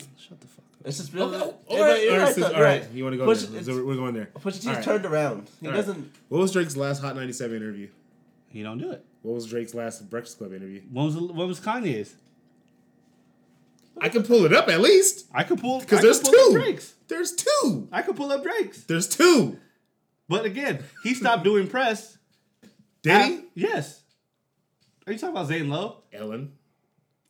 C: oh,
B: Shut the fuck up.
A: it's just really
C: All right,
A: you're
C: all right,
A: though,
C: all
A: you're
C: right. You want to go?
A: Push-
C: there.
A: it's-
C: So we're going there.
A: Pusha T's
C: All right.
A: turned around. He
C: All right.
A: doesn't.
C: What was Drake's last Hot 97 interview?
B: He don't do it.
C: What was Drake's last Breakfast Club interview?
B: What was what was Kanye's?
C: I can pull it up at least.
B: I could pull I
C: Because
B: could
C: there's
B: pull up
C: two.
B: Drake's.
C: There's two.
B: I could pull up Drake's.
C: There's two.
B: But again, he stopped doing press.
C: Did he?
B: Yes. Are you talking about Zane Lowe?
C: Ellen.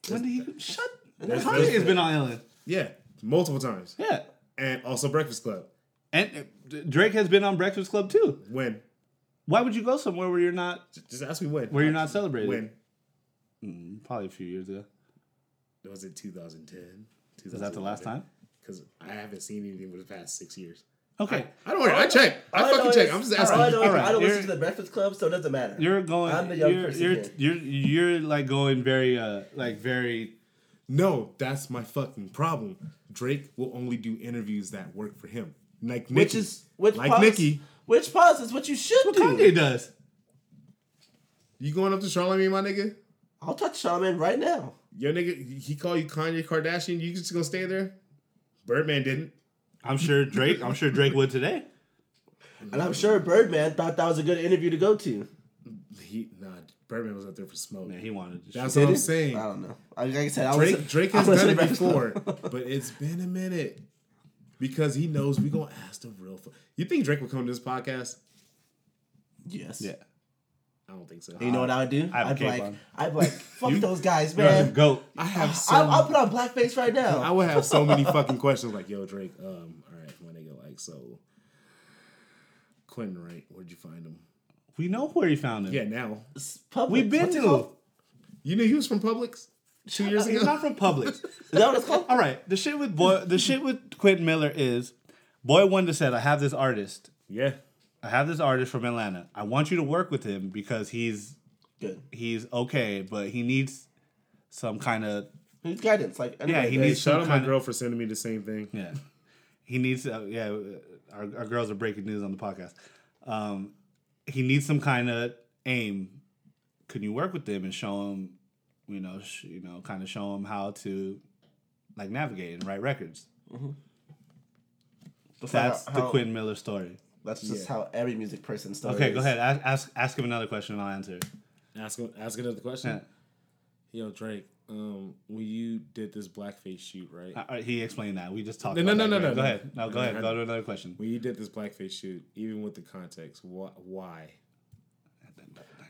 B: When did he shut?
C: That's-
B: Kanye has been on Ellen.
C: Yeah. Multiple times.
B: Yeah,
C: And also Breakfast Club.
B: and uh, D- Drake has been on Breakfast Club too.
C: When?
B: Why would you go somewhere where you're not
C: J- Just ask me when.
B: where you're not celebrated?
C: When?
B: Mm, probably a few years ago.
C: Was it 2010?
B: Is that the last time?
C: Because I haven't seen anything for the past six years.
B: Okay,
C: I don't worry. I check. I
A: know
C: fucking check.
A: is-
C: I'm just
A: All I know is
C: asking.
B: All right,
A: I don't
B: you're-
A: listen to the Breakfast Club, so it doesn't matter.
B: you're going.
A: I'm the young
B: you're,
A: person
B: you're,
A: here.
B: you're you're like going very uh like very
C: No, that's my fucking problem. Drake will only do interviews that work for him. Like Nicki.
A: which is which
C: like
A: pause,
C: Nicki.
A: Which pause is what you should do.
B: Kanye does.
C: You going up to Charlamagne, my nigga?
A: I'll touch Shaman right now.
C: Your nigga, he call you Kanye Kardashian. You just gonna stay there? Birdman didn't.
B: I'm sure Drake. I'm sure Drake would today.
A: And I'm sure Birdman thought that was a good interview to go to.
C: He nah. Birdman was out there for smoke.
B: Man, he wanted. To
C: That's
B: shoot.
C: what I'm
A: Did it?
C: saying.
A: I don't know. Like I said, I
C: Drake
A: was,
C: Drake has done it before, but it's been a minute because he knows we gonna ask the real. Fu- you think Drake will come to this podcast?
A: Yes.
B: yeah.
C: I don't think so.
A: You know what I would do?
B: I have a
A: I'd be
B: cape
A: like,
B: on.
A: I'd be like, fuck those guys,
B: You're the
A: man.
B: goat.
C: I have so
A: I'll, I'll put on blackface right now.
C: I would have so many fucking questions like, yo, Drake, um, all right, my nigga, like, so Quentin Wright, where'd you find him?
B: We know where he found him.
C: Yeah, now.
A: It's Publix.
B: We've been
A: What's it
B: to.
A: called?
C: You knew he was from Publix two years
B: He's
C: ago?
B: not from
A: Is
B: Publix.
A: that what it's called?
B: All right. The shit with boy. The shit with Quentin Miller is, Boy Wonder said, "I have this artist.
C: Yeah.
B: I have this artist from Atlanta. I want you to work with him because he's
A: Good.
B: he's okay, but he needs some kind of
A: He needs guidance. Like,
B: Yeah, he
A: anyway,
C: Hey,
B: needs- some
C: shout out my
B: kinda-
C: girl for sending me the same thing.
B: yeah. He needs uh, yeah. Our, our girls are breaking news on the podcast. Um, he needs some kind of aim. Can you work with him and show him, you know, sh- you know, kind of show him how to like navigate and write records?
A: that's
B: That's
A: how-
B: the
A: how-
B: Quentin Miller story.
A: That's just
C: Yeah.
A: how every music person starts.
B: Okay, go ahead. Ask, ask ask him another question and I'll answer. it.
C: Ask him, ask another question. Yo, Drake, um, when you did this blackface shoot, right?
B: Uh, uh, he explained that. We just talked.
C: No,
B: about
C: no,
B: that,
C: no,
B: right?
C: no,
B: Go
C: no.
B: ahead. No, go
C: I-
B: ahead.
C: I-
B: Go to another question.
C: when you did this blackface shoot, even with the context, wh- why?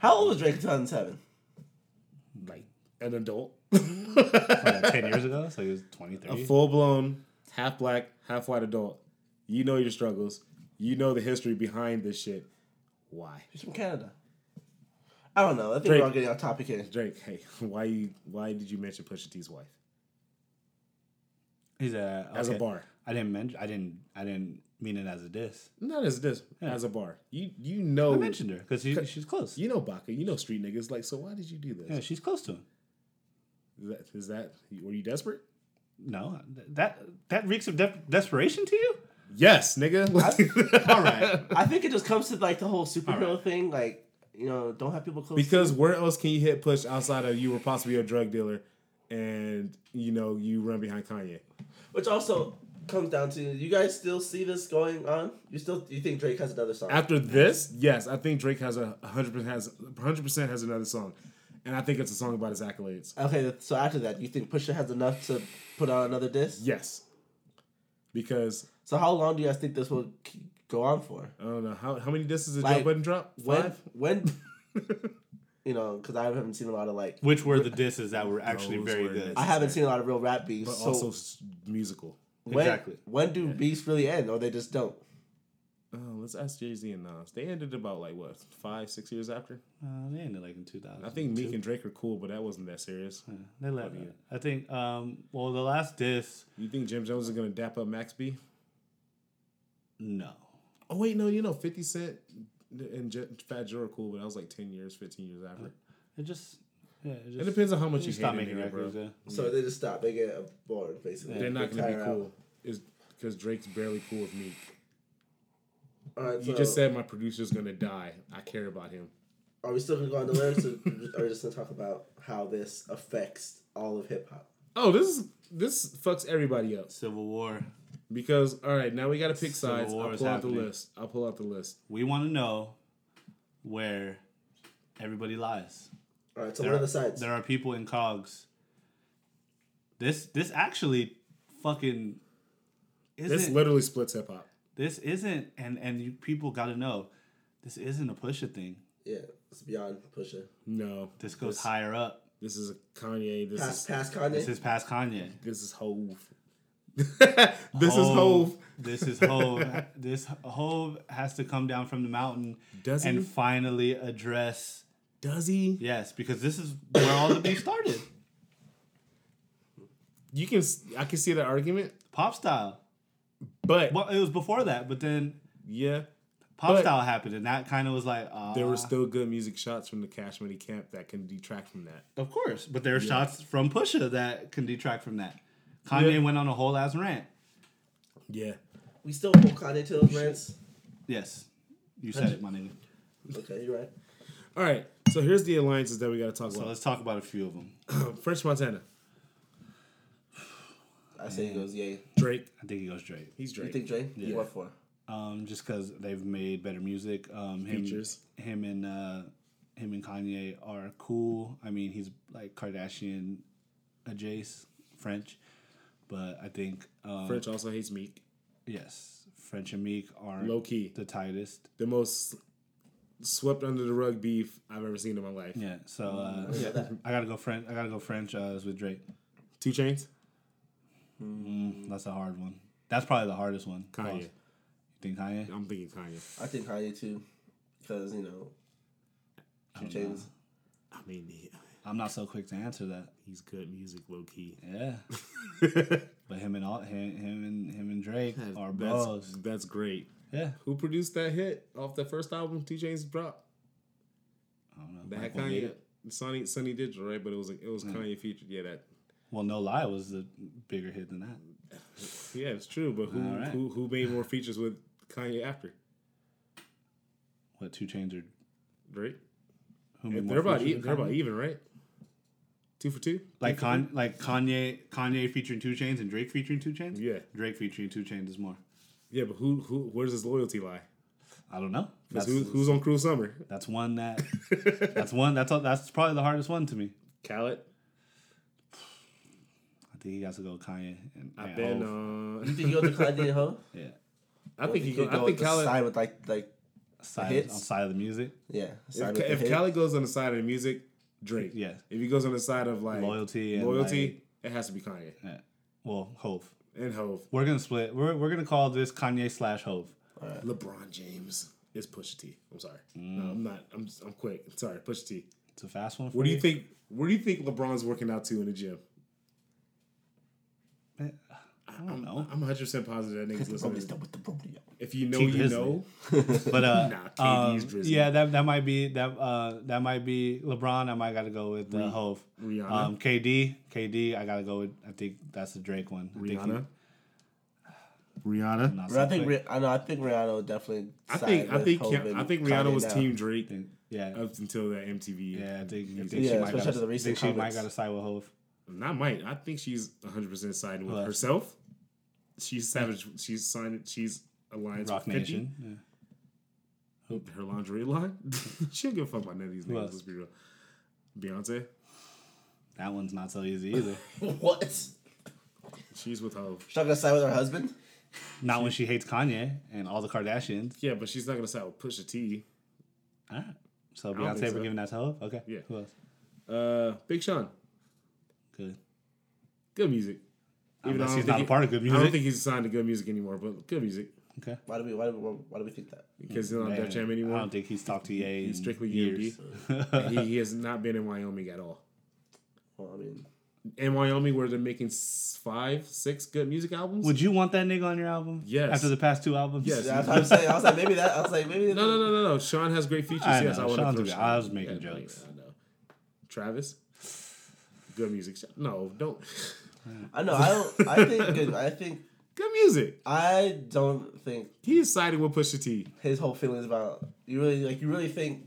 A: How old was Drake in 2007?
B: Mm.
C: Like, an adult?
B: What, Ten years ago, so he was twenty
C: a
B: three.
C: full blown half black, half white adult. You know your struggles. You know the history behind this shit. Why,
A: He's from Canada. I don't know. I think
C: Drake.
A: we're all getting off topic here.
C: Drake? Hey, why you? Why did you mention Pusha T's wife
B: He's a
C: as a
B: okay.
C: bar?
B: I didn't mention. I didn't. I didn't mean it as a diss.
C: Not as this as a bar. You you
B: I
C: know
B: mentioned her because she's close.
C: Oh. you know Baka. You know street niggas. Like so, why did you do this?
B: Yeah, she's close to him.
C: Is that, is that were you desperate?
B: No, th- that that reeks of de- desperation to you.
C: Yes, nigga.
B: All right,
A: I think it just comes to like the whole superhero thing. Like, you know, don't have people close.
C: because where else can you hit push outside of you were possibly a drug dealer, and you know you run behind Kanye.
A: Which also comes down to you guys still see this going on? You still you think Drake has another song?
C: After this, yes, I think Drake has a hundred percent has hundred percent has another song, and I think it's a song about his accolades.
A: okay, so after that, you think Pusha has enough to put out another disc?
C: Yes, because
A: So how long do you guys think this will k- go on for?
C: I don't know how, how many discs did
A: Like,
C: Joe Budden drop?
A: When
C: Five.
A: when you know? Because I haven't seen a lot of like
B: which were the disses that were actually
C: Those
B: very
C: were
B: good?
A: I haven't seen a lot of real rap beefs.
C: but
A: so
C: also s- musical.
A: when
B: Exactly.
A: when do beefs really end, or they just don't?
C: Oh, let's ask Jay Z and Nas. They ended about like what five, six years after.
B: Uh, they ended like in two thousand.
C: I think Meek and Drake are cool, but that wasn't that serious.
B: they left. it. I think. Um. Well, the last diss.
C: You think Jim Jones is gonna dap up Max B?
B: No.
C: Oh wait, no, you know, Fifty Cent and J- Fat Joe are cool, but I was like ten years, fifteen years after.
B: It just, yeah, it
C: It
B: just,
C: depends on how much
B: you
C: you
B: stop
C: hate it,
B: making
C: nigga, bro.
B: records. uh, Yeah.
A: So they just stop. They get bored, basically.
C: They're not gonna be
A: Tire out.
C: cool, is because Drake's barely cool with Meek.
A: All right,
C: You just said my producer's gonna die. I care about him.
A: Are we still gonna go on the lyrics, or are we just gonna talk about how this affects all of hip hop?
C: Oh, this is this fucks everybody up
B: Civil War.
C: because all right, now we gotta pick
B: Civil
C: sides.
B: War
C: I'll
B: is
C: pull out the
B: happening.
C: list. I'll pull out the list.
B: We want to know where everybody lies.
A: All right, so one of the sides.
B: There are people in cogs. This this actually fucking isn't
C: This
B: this,
C: literally splits hip hop.
B: isn't and and you people got to know this isn't a pusher thing.
A: Yeah, it's beyond Pusha.
C: No,
B: This goes higher up.
C: This is a Kanye. This
A: Past
C: is
A: past Kanye.
B: This is past Kanye.
C: this is Hove. this is
B: Oh.
C: Hove.
B: This is Hove. this Hove has to come down from the mountain
C: Does he?
B: and finally address
C: Does he?
B: yes because this is where all the beef started.
C: You can. s- I can see that argument,
B: Pop style.
C: but
B: Well, it was before that, but then
C: yeah,
B: pop
C: But-
B: style happened, and that kind of was like uh,
C: there were still good music shots from the Cash Money camp that can detract from that.
B: Of course, but there are shots from Pusha that can detract from that. Kanye
C: Yeah.
B: went on a whole ass rant.
C: Yeah,
A: we still hold Kanye to those rants.
B: Yes, you said it, my nigga.
A: Okay, you're right.
C: All right, so here's the alliances that we got to talk
B: So
C: about.
B: let's talk about a few of them.
C: French Montana,
A: I say he goes yay.
C: Drake.
B: I think he goes Drake,
C: He's
A: You
C: Drake.
A: think Drake?
B: Yeah.
A: What for?
B: um, just because they've made better music. Um, him,
C: Features.
B: him and uh, him and Kanye are cool. I mean, he's like Kardashian, adjacent French, but I think um,
C: French also hates Meek.
B: yes, French and Meek are
C: Low key,
B: the tightest.
C: the most swept under the rug beef I've ever seen in my life.
B: Yeah, so uh, yeah, I gotta go French. I gotta go French uh, is with Drake.
C: Two Chains,
B: That's a hard one. That's probably the hardest one.
C: Mm. Kanye.
B: You think Kanye?
C: I'm thinking Kanye.
A: I think Kanye too, because you know, Two Chainz.
C: I mean, he,
B: I'm not so quick to answer that.
C: he's good music, low key.
B: Yeah, but him and all him, him and him and Drake are
C: that's,
B: bros.
C: that's great.
B: Yeah,
C: Who produced that hit off the first album Two Chains dropped?
B: I don't know.
C: That had
B: Michael
C: Kanye,
B: Gates-
C: Sonny, Sonny Digital, right? But it was like it was Kanye featured. Yeah, that.
B: Well, No Lie was the bigger hit than that.
C: Yeah, it's true. But who
B: All right.
C: who who made more features with Kanye after
B: What two chains are?
C: Drake?
B: Who made
C: And
B: more
C: they're about
B: features
C: even,
B: than
C: they're about e.
B: Kanye?
C: even, right? Two for two.
B: like Con like Kanye Kanye featuring Two Chains and Drake featuring Two Chains.
C: Yeah.
B: Drake featuring Two Chains is more.
C: Yeah, but who who where's his loyalty lie?
B: I don't know. That's,
C: Because who, who's on Cruel Summer?
B: that's one that that's one that's all, that's probably the hardest one to me.
C: Khaled.
B: I think he has to go Kanye and,
C: I
B: and
C: bet.
B: Hov.
A: You
C: Uh,
A: think he goes to Kanye and Ho?
B: Yeah.
C: I think he.
A: could
C: Go, I think
A: with the
C: Khaled.
A: side with like like
B: side
A: hits?
B: on side of the music.
A: yeah. Side with the
C: If, if
A: hit.
C: Khaled goes on the side of the music, Drake.
B: Yeah.
C: If he goes on the side of like
B: Loyalty and,
C: loyalty, it has to be Kanye
B: Yeah. Well, Hove.
C: and Hove.
B: We're gonna split. We're, we're gonna call this Kanye slash Hove.
C: LeBron James is Pusha T. I'm sorry.
B: Mm.
C: No, I'm not. I'm I'm quick. Sorry, Pusha T.
B: It's a fast one. For
C: What do you think? Where do you think LeBron's working out to in the gym?
B: think? Uh, I don't know.
C: I'm 100 percent positive that nigga's listening.
A: with the rodeo.
C: If you know,
B: Keep
C: you
B: listening.
C: know.
B: But uh,
C: Nah, KD's
B: um,
C: drizzling.
B: yeah, that that might be that uh that might be LeBron. I might gotta go with uh, Hove.
C: Rihanna?
B: Um, KD, KD. I gotta go with. I think that's the Drake one. I think he-
C: Rihanna. Rihanna.
B: not
A: But I
B: so
A: think
B: quick.
A: Rih- I know. I think Rihanna would definitely.
C: I
A: side
C: think I
A: with
C: think
A: Hov
C: Kim,
A: and
C: I think
A: Kanye
C: Rihanna was
A: now.
C: Team Drake
B: yeah.
C: up until that MTV.
B: yeah, I think, I think
A: Yeah,
B: she
A: especially
B: might gotta,
A: after the
B: I think
A: recent
B: she might
A: comments.
B: gotta side with Hove.
C: Not mine. I think she's 100 percent siding with
B: Well, that's-
C: herself. She's savage. She's signed. She's alliance
B: Rock
C: with 50.
B: Nation. Yeah.
C: her lingerie line. she don't give a fuck about none of these niggas.
B: else?
C: Let's be real. Beyonce,
B: That one's not so easy either.
A: What? She's
C: she's with Hov.
A: not gonna side with her husband.
B: Not when she hates Kanye and all the Kardashians.
C: Yeah, but she's not gonna side with Pusha T.
B: All right. So
C: don't
B: Beyonce
C: think
B: we're
C: so.
B: giving that to Hov? Okay.
C: Yeah.
B: Who else?
C: Uh, Big Sean,
B: Good.
C: good music. Even though I
B: Unless
C: don't
B: he's not
C: think
B: a part of good
C: I
B: music.
C: don't think he's signed to good music anymore, but good music
B: okay.
A: Why do we? Why do we? Why do we think that?
C: because he's not on Def Jam
B: I
C: anymore.
B: don't think he's talked to Ye. He's
C: strictly
B: years.
C: he, he has not been in Wyoming at all.
A: Well, I mean,
C: in Wyoming where they're making s- five, six good music albums.
B: Would you want that nigga on your album?
C: Yes.
B: After the past two albums?
C: Yes.
A: That's what I'm saying. I was like, maybe that. I was like, maybe.
C: no, no, no, no, no. Sean has great features.
B: I
C: yes,
B: know,
C: I want to
B: Sean's
C: throw
B: a-
C: Sean.
B: I was making
C: no,
B: jokes.
C: yeah, I know. Travis, good music. No, don't.
A: I know. I don't. I think. I think.
C: good music.
A: I don't think
C: He is siding with Pusha T.
A: his whole feelings about you really like. You really think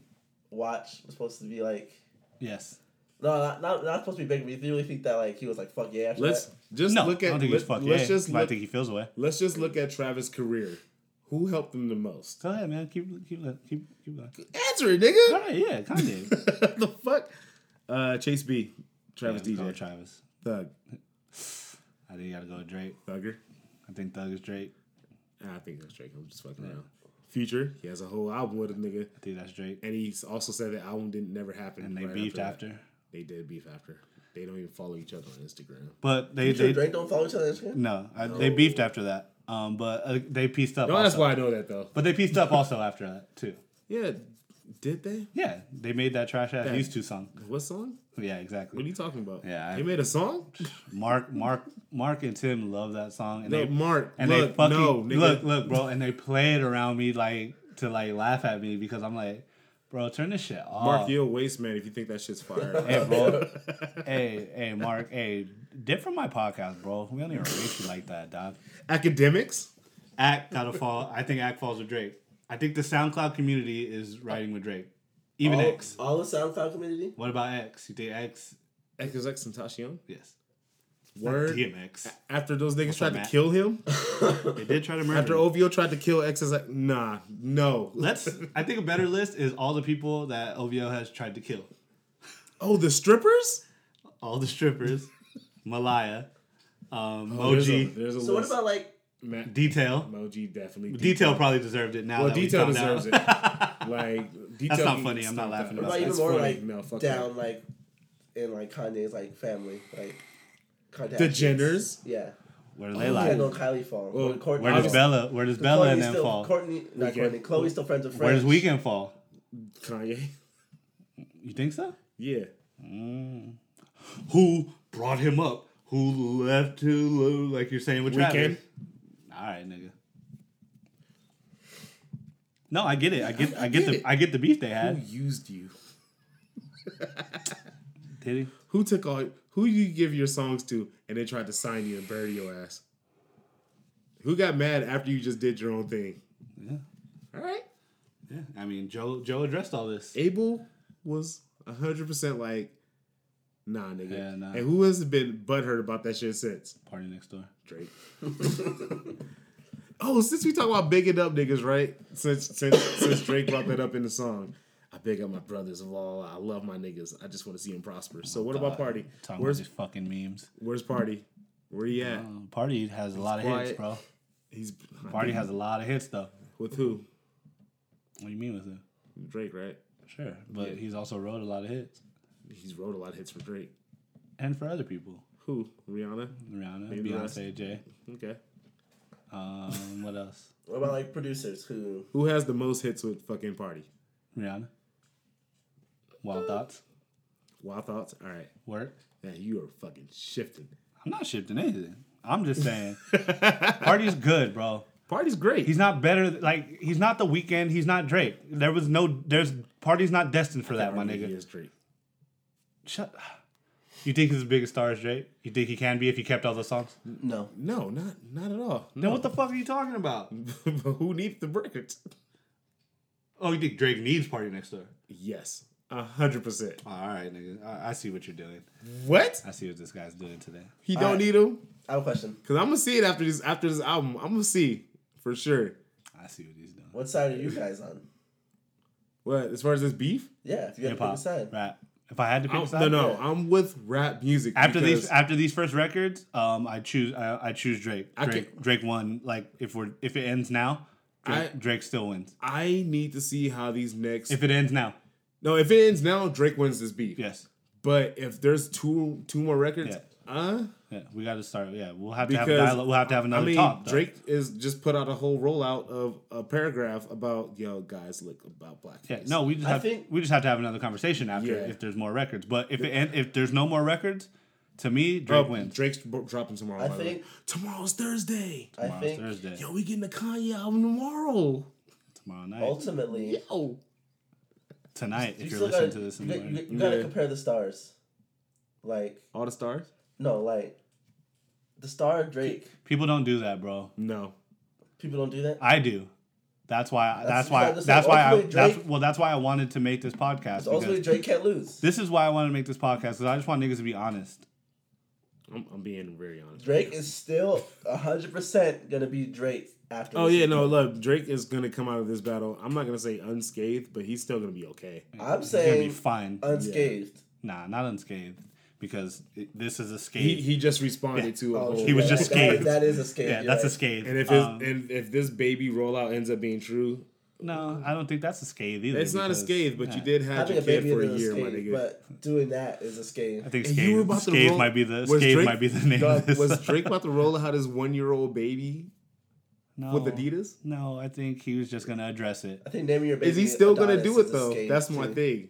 A: Watch was supposed to be like.
B: Yes.
A: No, not, not, not supposed to be big. But you really think that like he was like, fuck yeah. After
C: Let's
A: that?
C: just
B: No,
C: look at.
B: I don't think
C: let,
B: he's fuck
C: let's
B: yeah.
C: just
B: But I
C: look,
B: think he feels away.
C: let's just look at Travis' career. Who helped him the most?
B: Go ahead, man. Keep keep keep keep going.
C: Answer it,
B: All
C: nigga.
B: right, yeah, Kanye.
C: the fuck? Uh, Chase B, Travis
B: yeah, Go
C: DJ,
B: Travis.
C: Thug,
B: I think you gotta go with Drake.
C: Thugger.
B: I think Thug is Drake.
C: I think that's Drake. I'm just fucking around. Future, he has a whole album with a nigga,
B: I think that's Drake.
C: and he also said that album didn't never happen.
B: And they
C: right
B: beefed
C: that.
B: after.
C: They did beef after. They don't even follow each other on Instagram.
B: But they
A: Sure,
B: they
A: Drake don't follow each other on Instagram.
B: no, I, they
C: Oh.
B: beefed after that. Um, but uh, they pieced up.
C: No,
B: also.
C: that's why I know that though.
B: But they pieced up also after that too.
C: Yeah, did they?
B: Yeah, they made that trash ass
C: Yeah.
B: used to song.
C: What song?
B: Yeah,
C: What are
B: exactly.
C: you talking about?
B: Yeah, I-
C: they made a song.
B: Mark Mark Mark and Tim love that song, and
C: No,
B: they
C: Mark.
B: and
C: look,
B: they fucking
C: no, nigga.
B: look look bro, and they play it around me like to like laugh at me because I'm like, bro, turn this shit off.
C: Mark, you a waste man if you think that shit's fire.
B: Hey, bro. hey, hey, Mark. Hey, dip from my podcast, bro. We don't even rate you like that, dog.
C: Academics.
B: Act gotta fall. I think Act falls with Drake. I think the SoundCloud community is riding with Drake. Even
C: Oh.
A: all,
B: X.
A: all the SoundCloud community.
B: What about X? You think X?
C: XXX Tentacion.
B: Yes.
C: Word.
B: DMX.
C: After those niggas tried
B: up,
C: to
B: Matt?
C: kill him.
B: They did try to murder.
C: After
B: him.
C: OVO tried to kill XXX. Nah, no.
B: Let's. I think a better list is all the people that OVO has tried to kill.
C: Oh, the strippers.
B: All the strippers, Malaya, um,
C: Oh, There's a-
B: Moji,
C: There's a
A: So what
C: list.
A: about like?
C: Matt,
B: Detail.
C: Moji definitely.
B: Detail probably deserved it. Now
C: Well,
B: that we
C: detail
B: found out.
C: deserves it. Like detail.
B: not
C: can
B: funny, I'm not
C: stop
B: laughing
C: that.
A: What
B: about
A: about
B: that.
A: even
C: That's
A: more
C: funny.
A: like
C: no, fuck
A: down
C: that.
A: like in like Kanye's like family like.
C: the
A: Kardashians.
C: genders.
A: Yeah.
B: Where do they
A: Like,
B: lie?
A: Kendall and Kylie fall.
C: Well,
A: Courtney-
B: Where does
C: Obviously.
B: Bella? Where does Bella and
A: Courtney's
B: them
A: still,
B: fall?
A: Courtney, not
C: Weekend.
A: Courtney. Chloe's still friends with
B: Where
A: friends.
B: does Weekend fall?
C: Kanye.
B: You think so?
C: Yeah.
B: Who brought him up? Who left to like you're saying with
C: Weekend.
B: Travis? All right, nigga. No, I get it. I get. I, get,
C: get
B: the.
C: it.
B: I get the beef they
C: Who
B: had.
C: used you?
B: Did he?
C: Who took all? Who you give your songs to, and they tried to sign you and bury your ass? Who got mad after you just did your own thing?
B: Yeah.
C: All right.
B: Yeah. I mean, Joe. Joe addressed all this.
C: Abel was hundred percent like, nah, nigga.
B: Yeah, nah.
C: And who has been butthurt about that shit since?
B: Party next door.
C: Drake. oh, since we talk about bigging up niggas, right? Since since since Drake brought that up in the song, I big up my brothers of all. I love my niggas. I just want to see them prosper. So what about party?
B: Oh, Talking
C: Where's
B: about these fucking memes.
C: where's party? Where he at?
B: Uh, Party has a lot of hits,
C: quiet.
B: bro.
C: He's
B: Party has a lot of hits, though.
C: with who?
B: What do you mean with him?
C: Drake, right?
B: Sure, but he's also wrote a lot of hits
C: He's wrote a lot of hits for Drake.
B: and for other people.
C: Who? Rihanna.
B: Rihanna,
C: Maybe the rest.
B: Beyonce, Jay.
C: Okay.
B: Um, what else?
A: What about like producers who?
C: Who has the most hits with fucking party?
B: Rihanna. Wild thoughts.
C: Wild thoughts. All right.
B: Work.
C: Man, you are fucking shifting.
B: I'm not shifting anything. I'm just saying, Party's good, bro.
C: Party's great.
B: He's not better. Like he's not the weekend. He's not Drake. There was no. There's Party's not destined for that, my
C: Party
B: nigga.
C: is Drake.
B: Shut. You think he's as big a star as Drake? You think he can be if he kept all the songs?
A: No.
C: No, not not at all.
B: Then what the fuck are you talking about?
C: but who needs the records?
B: Oh, you think Drake needs Party next door?
C: Yes, a hundred percent.
B: Oh, all right, nigga. I, I see what you're doing.
C: What?
B: I see what this guy's doing today.
C: He don't
A: right.
C: need them?
A: I have a question.
C: Cause I'm gonna see it after this after this album. I'm gonna see for sure.
B: I see what he's doing.
A: What side are you guys on?
C: What as far as this beef?
A: Yeah, if you had
B: Hip
A: to pick a
B: hop,
A: side.
B: rap. If I had to pick
C: I'm,
B: a side,
C: no, no, I'm with rap music.
B: After
C: because
B: these, after these first records, um, I choose, I, I choose Drake.
C: I
B: Drake, Drake won. Like if we're, if it ends now, Drake,
C: I-
B: Drake still wins.
C: I need to see how these next.
B: If it ends now,
C: no, if it ends now, Drake wins this beef.
B: yes,
C: But if there's two two more records,
B: Yeah.
C: uh,
B: yeah, we got to start. Yeah, we'll have to have
C: Because,
B: a dialogue. We'll have to have another
C: I mean,
B: talk. though.
C: Drake is just put out a whole rollout of a paragraph about yo guys look about black.
B: Yeah, no, we just have
A: think-
B: we just have to have another conversation after
C: Yeah.
B: if there's more records. But if it, and if there's no more records, To me, Drake
C: Oh,
B: wins.
C: Drake's b- dropping tomorrow.
A: I
C: by the way.
A: think-
C: tomorrow's Thursday.
A: I
B: Tomorrow's
A: think
B: Thursday.
C: Yo, we getting the Kanye album tomorrow.
B: Tomorrow night.
A: ultimately,
C: Yo,
B: Tonight,
A: you
B: if you're
A: still
B: listening
A: gotta,
B: to this in
A: you,
B: the
A: you-
B: morning.
A: you gotta
C: Yeah.
A: compare the stars. Like
C: all the stars.
A: no, like the star of Drake.
B: People don't do that, bro.
C: No,
A: People don't do that.
B: I do. That's why. That's,
A: That's-
B: why.
A: that's-
B: That's why. I,
A: ultimately,
B: that's
A: Drake-
B: well. That's why I wanted to make this podcast.
A: ultimately,
B: Because
A: Drake can't lose.
B: this is why I wanted to make this podcast because I just want niggas to be honest.
C: I'm, I'm being very honest.
A: Drake is still hundred percent gonna be Drake after.
C: Oh
A: this.
C: yeah, no, look, Drake is gonna come out of this battle. I'm not gonna say unscathed, but he's still gonna be okay.
A: I'm
B: It's gonna be
C: uh,
A: saying
B: fine.
A: unscathed.
B: nah, not unscathed because it, this is a scathe.
C: He he just responded to a
A: Oh,
C: whole.
B: He was
A: yeah,
B: just
A: that-
B: scathed.
A: That is a scathe.
B: yeah,
A: you're
B: that's a
A: right.
B: scathe.
C: And if his
B: Um,
C: and if this baby rollout ends up being true,
B: no, I don't think that's a scathe either.
C: it's not a
B: because-
C: scathe, but you
B: yeah.
C: did have
A: Having a
C: your kid
A: baby
C: for a
A: is a
C: year, my
A: scathe,
C: nigga.
A: but doing that is a scathe.
B: I think
C: And you were
B: scathe,
C: about to
B: scathe
C: roll-
B: might be the
C: was
B: scathe
C: Drake-
B: might be the name. of
C: Dog,
B: this.
C: was Drake about to roll out his one year old baby
B: no,
C: with Adidas?
B: No, I think he was just gonna address it.
A: I think naming your baby.
C: Is he still gonna
A: Adonis
C: do
A: is
C: it
A: a
C: though?
A: scathe,
C: That's my
A: too.
C: thing.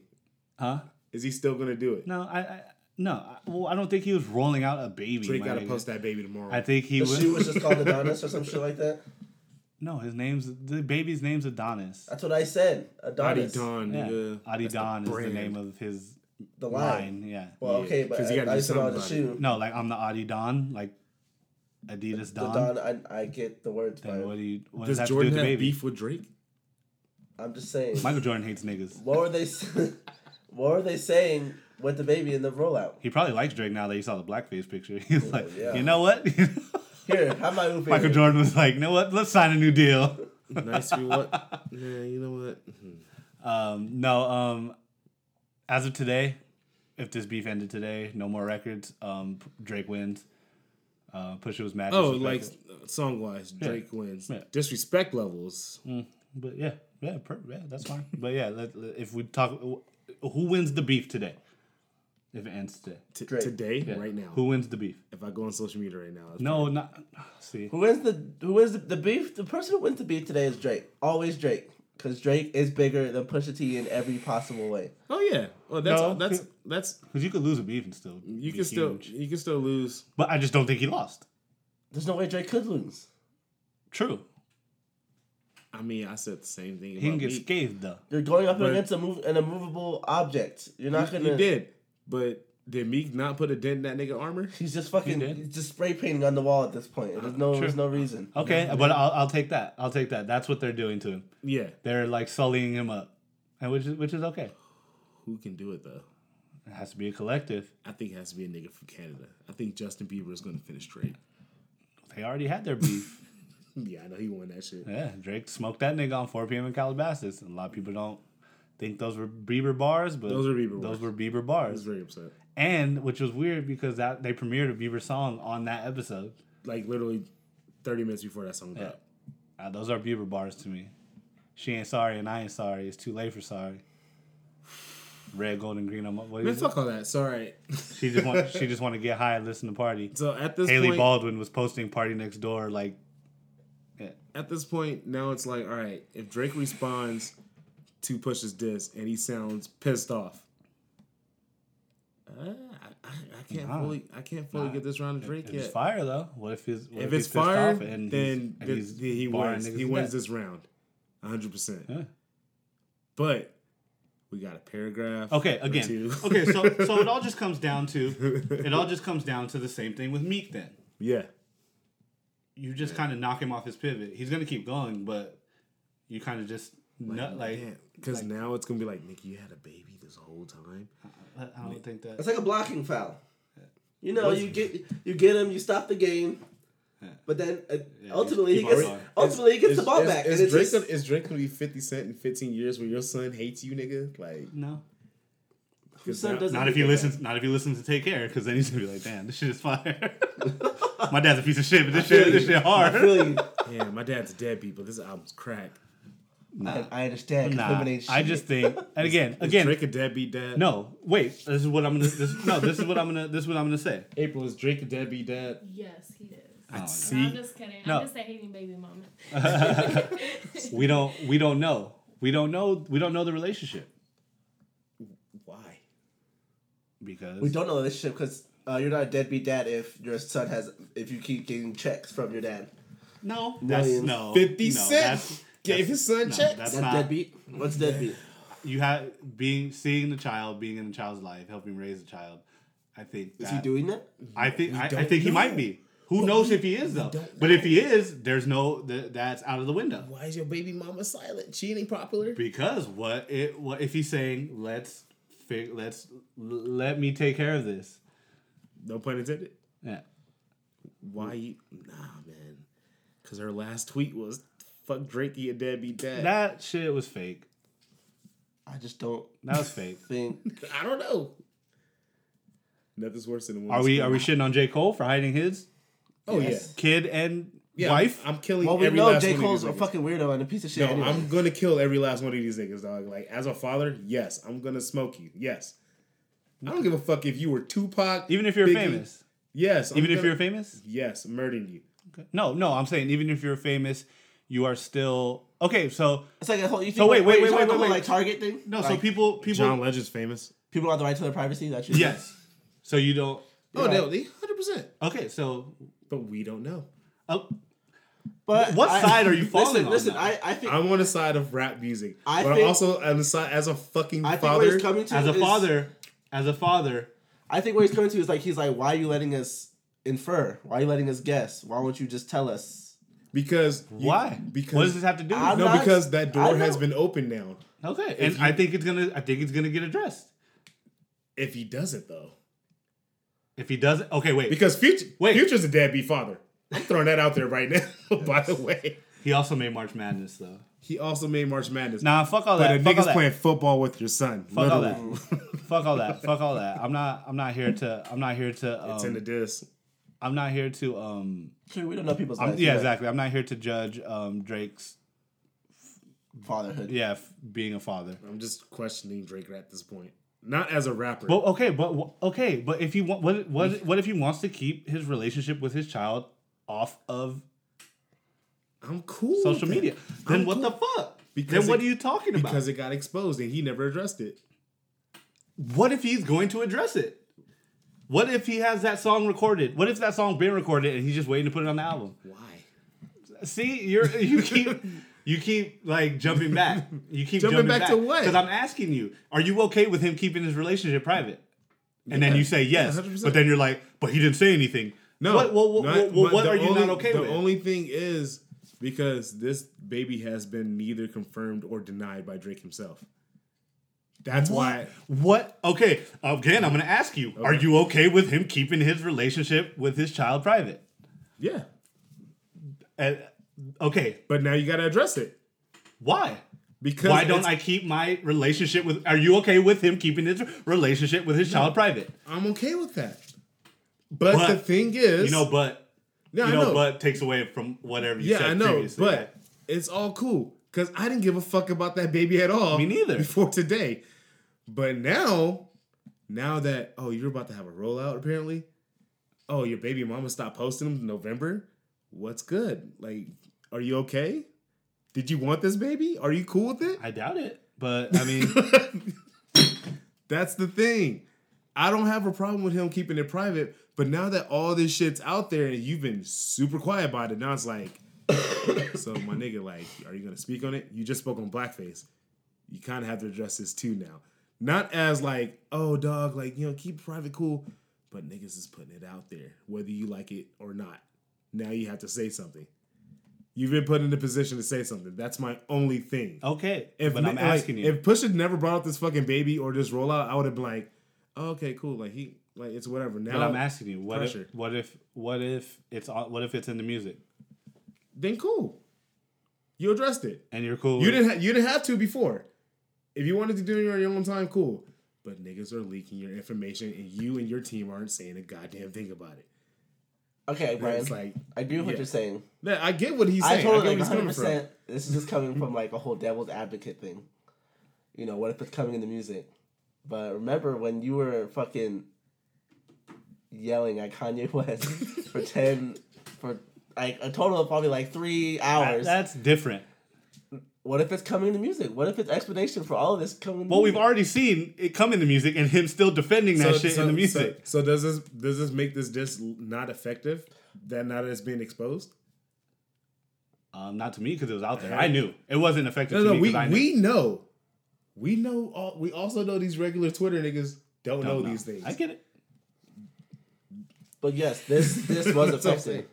B: Huh?
C: Is he still gonna do it?
B: No, I, I no. I, well, I don't think he was rolling out a baby.
C: Drake
B: my
C: gotta
B: nigga.
C: post that baby tomorrow.
B: I think he
A: The
B: was.
A: shoe was just called Adonis or some shit like that.
B: no, his name's the baby's name's Adonis.
A: That's what I said.
C: Adi
A: Adonis.
C: Don,
B: Yeah.
C: nigga.
B: Adi
C: That's the
B: Don is the
C: brand.
B: name of his
A: The line.
B: line. Yeah.
A: Well,
C: Yeah,
A: okay, but
C: 'cause you gotta
A: I, I
C: do
A: said on the
C: something
A: shoe.
B: No, like I'm the Adi Don, like Adidas
A: The
B: Don.
A: Don, I, I get the words,
B: Then what
A: but
B: do you? What does,
C: Does
B: that
C: Jordan
B: have to do with
C: have
B: the baby?
C: beef with Drake?
A: I'm just saying.
B: Michael Jordan hates niggas.
A: What were they? s- what were they saying with the baby in the rollout?
B: He probably likes Drake now that he saw the blackface picture. He's like,
A: Oh, yeah.
B: you know what?
A: Here, have my Uber.
B: Michael Jordan was like, you know what? Let's sign a new deal.
C: nice you what? Nah, you know what?
B: Um, no, um, as of today, if this beef ended today, no more records. Um, Drake wins. Uh, Pusha was mad.
C: Oh, like
B: disrespectful.
C: song wise, Drake wins.
B: Yeah. Mm.
C: Disrespect levels.
B: but yeah, yeah, per, yeah, that's fine. but yeah, let, let- if we talk, who wins the beef today? If it ends today,
C: T-
A: Drake.
C: Today,
B: Yeah.
C: right now.
B: who wins the beef?
C: If I go on social media right now, it's
B: No, not see.
A: Who wins the who wins the, the beef? The person who wins the beef today is Drake. Always Drake, because Drake is bigger than Pusha T in every possible way.
C: Oh yeah. Well, that's
B: No.
C: that's that's
B: Because you could lose a beef and still
C: you can still you can still lose.
B: But I just don't think he lost.
A: There's no way Drake could lose.
B: True,
C: I mean, I said the same thing.
B: he can
C: About
B: get
C: Meek.
B: scathed though.
A: You're going up
C: But-
A: against a move an immovable object. You're not
C: He
A: gonna.
C: did, but did Meek not put a dent in that nigga armor?
A: He's just fucking.
B: did.
A: he's just spray painting on the wall at this point. There's no. There's no reason.
B: Okay, but I'll, I'll take that. I'll take that. That's what they're doing to him.
C: Yeah.
B: They're like sullying him up, and which is which is okay.
C: Who can do it though?
B: It has to be a collective.
C: I think it has to be a nigga from Canada. I think Justin Bieber is gonna finish Drake.
B: They already had their beef.
C: Yeah, I know he won that shit.
B: yeah, Drake smoked that nigga on 4 p.m. in Calabasas. A lot of people don't think those were Bieber bars, but
C: Those were Bieber
B: Those
C: bars.
B: were Bieber
C: I was
B: bars.
C: very upset.
B: And which was weird because that they premiered a Bieber song on that episode.
C: Like literally, thirty minutes before that song dropped.
B: Uh, those are Bieber bars to me. She ain't sorry and I ain't sorry. It's too late for sorry. Red, gold, and green. I'm, what
C: Man,
B: is it?
C: fuck all that. It's all right.
B: She just want she just want to get high and listen to party.
C: So at this
B: Haley
C: point,
B: Baldwin was posting party next door like
C: at this point now it's like all right if drake responds to push's diss and he sounds pissed off uh, I, I, I can't
B: Nah.
C: fully i can't fully get this round of drake
B: if
C: yet
B: it's fire though. What if he's what
C: if it's
B: he's pissed
C: fire
B: off and he's-
C: then,
B: and
C: th-
B: he's
C: then he
B: barring
C: wins
B: niggas
C: he
B: to
C: wins
B: death?
C: this round 100%
B: Yeah.
C: but we got a paragraph
B: Okay,
C: or
B: again.
C: two.
B: okay, so so it all just comes down to it all just comes down to the same thing with Meek then.
C: yeah
B: You just kind of knock him off his pivot. He's going to keep going, but you kind of just nut, like
C: because now it's gonna be like nick you had a baby this whole time
B: I I don't think that
A: It's like a blocking foul. You know, you get you get him, you stop the game, but then uh, ultimately he
B: keep
A: gets
B: on going.
A: ultimately he gets
C: Is-
A: the ball
C: is-
A: back.
C: Is,
A: and it's
C: Drake
A: just-
C: gonna, is Drake gonna be Fifty Cent in fifteen years when your son hates you, nigga? Like,
B: no.
A: Whose son
C: now-
A: doesn't
B: Not if
A: he
B: he listens. Not if he listens to Take Care, because then he's gonna be like, "Damn, this shit is fire." My dad's a piece of shit, but this shit, this shit hard.
A: Really,
C: yeah, my dad's a deadbeat, but this album's crack.
A: I, I understand. 'cause
B: Nah,
A: women ain't
B: I
A: shit.
B: just think, and again,
C: Is
B: again,
C: Drake a deadbeat dad?
B: no. Wait, this is what I'm gonna. This, no, this is what I'm gonna. This is what I'm gonna say.
C: April is Drake a deadbeat dad?
E: Yes, he is.
C: I
E: No, I'm
C: see.
E: just kidding.
B: No.
E: I'm just a hating baby mama.
B: We don't. We don't know. We don't know. We don't know the relationship
C: Why?
B: because
A: we don't know this shit because uh, you're not a deadbeat dad if your son has if you keep getting checks from your dad.
B: No, that's
A: Millions.
B: no.
C: 50
B: no,
C: Cent
B: that's-
C: gave his son
B: no,
C: checks.
B: That's
A: That's
B: not
A: deadbeat. What's deadbeat?
B: You have being seeing the child, being in the child's life, helping raise the child. I think
A: Is
B: that,
A: he doing that?
B: I think I, I
C: don't
B: think he might
C: know.
B: be. Who knows if he is though?
C: don't
B: But if he is, there's no th- that's out of the window.
C: Why is your baby mama silent? She ain't popular.
B: Because what it what if he's saying let's fig, let's let me take care of this?
C: No pun intended.
B: Yeah.
C: Why you? Nah, man. Because her last tweet was "fuck Drake, he a deadbeat dad."
B: That shit was fake.
A: I just don't
B: That was fake.
A: think.
C: I don't know. Nothing's worse than a woman's
B: Are we
C: kid.
B: are we shitting on J Cole for hiding his
C: Oh
A: Yes.
B: kid and
C: yeah. Yeah,
B: wife?
C: I'm, I'm killing
A: Well, we
C: every
A: know
C: last
A: J
C: one
A: Cole's a
C: of these niggas.
A: fucking weirdo and a piece of shit.
C: No,
A: anyway.
C: I'm gonna kill every last one of these niggas, dog. Like as a father, yes, I'm gonna smoke you. Yes. I don't give a fuck if you were Tupac.
B: even if you're
C: Biggie.
B: famous.
C: Yes. I'm
B: Even if
C: gonna-
B: you're famous.
C: Yes, murdering you.
B: Okay. No, no, I'm saying even if you're famous, you are still okay. So
A: It's like a whole. You think,
B: So Oh, wait, wait,
A: you're
B: wait,
A: talking
B: wait,
A: about
B: wait,
A: like
B: wait.
A: Target thing.
B: no, so
A: Like,
B: people people
C: Legend's famous.
A: people don't have the right to their privacy. That's just
B: yes. So you don't.
C: Oh no, they hundred percent.
B: Okay, so
C: But we don't know.
B: oh,
A: But
B: What
A: I-
B: side are you
A: listen,
B: falling on
A: Listen,
B: now?
A: I I think
C: I'm on the side of rap music,
A: I
C: but
A: think-
C: I'm also on the side as a fucking
A: I think where
C: father.
A: he's coming to
B: as a
A: is-
B: father, as a father,
A: I think where he's coming to is like he's like, why are you letting us infer? Why are you letting us guess? Why won't you just tell us?
C: because you-
B: why?
C: Because
B: what does this have to do?
A: I'm
C: no,
A: not-
C: because that
A: I
C: door
A: know.
C: has been opened now.
B: Okay, and I think it's gonna. I think it's gonna get addressed.
C: If he does it though,
B: If he doesn't, okay, wait.
C: because future
B: Wait.
C: future's a deadbeat father. I'm throwing that out there right now. by the way,
B: he also made March Madness though.
C: he also made March Madness.
B: Nah, fuck all
C: but a
B: that. Fuck all
C: nigga's
B: that.
C: playing football with your son.
B: Fuck all
C: literally.
B: that. fuck all that. Fuck all that. I'm not. I'm not here to. I'm not here to. Um,
C: It's in the disc.
B: I'm not here to. Um.
A: Sure, we don't know people's
B: I'm,
A: lives,
B: yeah,
A: right?
B: exactly. I'm not here to judge. Um. Drake's.
A: Fatherhood.
B: Yeah, f- being a father.
C: I'm just questioning Drake at this point. Not as a rapper.
B: But okay, but wh- okay, but if he want, what what what if he wants to keep his relationship with his child off of
C: I'm cool. with
B: social
C: that.
B: media? Then what the fuck?
C: Because
B: then what
C: it-
B: are you talking about?
C: Because it got exposed and he never addressed it.
B: what if he's going to address it? What if he has that song recorded? What if that song been recorded and he's just waiting to put it on the album?
C: Why?
B: See, you're you keep you keep like jumping back. You keep
C: Jumping
B: jumping,
C: back to what?
B: Because I'm asking you, are you okay with him keeping his relationship private? And then
C: Yeah.
B: you say yes,
C: 100%.
B: but then you're like, but he didn't say anything.
C: No.
B: What, what, what,
C: not-
B: what, what,
C: but the
B: are you
C: only-
B: not okay
C: the
B: with?
C: only thing is because this baby has been neither confirmed or denied by Drake himself. That's why.
B: what? Okay. Again, I'm going to ask you: Are you okay with him keeping his relationship with his child private?
C: Yeah.
B: And, okay.
C: But now you got to address it.
B: Why?
C: Because
B: Why don't
C: it's-
B: I keep my relationship with? Are you okay with him keeping his relationship with his child private?
C: I'm okay with that. But,
B: But-
C: the thing is,
B: You know, but
C: yeah,
B: you
C: I
B: know, but takes away from whatever you
C: Yeah,
B: said
C: I know,
B: previously.
C: but
B: right?
C: it's all cool because I didn't give a fuck about that baby at all.
B: Me neither.
C: Before today, but now, now that oh you're about to have a rollout apparently, oh your baby mama stopped posting them in November. What's good? Like, are you okay? Did you want this baby? Are you cool with it?
B: I doubt it. But I mean,
C: That's the thing. I don't have a problem with him keeping it private, but now that all this shit's out there and you've been super quiet about it, now it's like, so my nigga, like, are you gonna speak on it? You just spoke on blackface. You kind of have to address this too now. Not as like, oh dog, like you know, keep it private cool, but niggas is putting it out there, whether you like it or not. Now you have to say something. You've been put in a position to say something. That's my only thing.
B: okay.
C: If
B: but I'm
C: like,
B: asking you.
C: if Pusha never brought up this fucking baby or this rollout, I would have been like, oh, okay, cool, like he, like it's whatever. Now
B: but I'm asking you. What
C: pressure.
B: if? What if? What if it's on? What if it's in the music
C: then cool, you addressed it.
B: and you're cool?
C: You
B: with-
C: didn't, ha- you didn't have to before. If you wanted to do it on your own time, cool. But niggas are leaking your information, and you and your team aren't saying a goddamn thing about it.
A: Okay,
C: And
A: Brian.
C: it's like,
A: I agree with what
C: yeah.
A: you're saying.
C: man, I get what he's saying.
A: I
C: I,
A: totally
C: get
A: like
C: where he's
A: 100.
C: coming from.
A: percent This is just coming from like a whole devil's advocate thing. You know, what if it's coming in the music? But remember when you were fucking yelling at Kanye West for ten for like a total of probably like three
B: That-
A: hours.
B: that's different.
A: What if it's coming to music? What if it's explanation for all of this coming?
B: Well,
A: to
B: we've
A: music?
B: already seen it come in the music and him still defending that shit in the music.
C: So, so does this does this make this disc not effective? That now that it's being exposed.
B: um, not to me because it was out there. I knew it wasn't effective.
C: No,
B: to
C: no,
B: me 'cause
C: we
B: I knew.
C: we know, we know. All, we also know these regular Twitter niggas don't, know,
B: Don't
C: these things.
B: I get it.
A: But yes, this this was
C: That's what I'm
A: effective.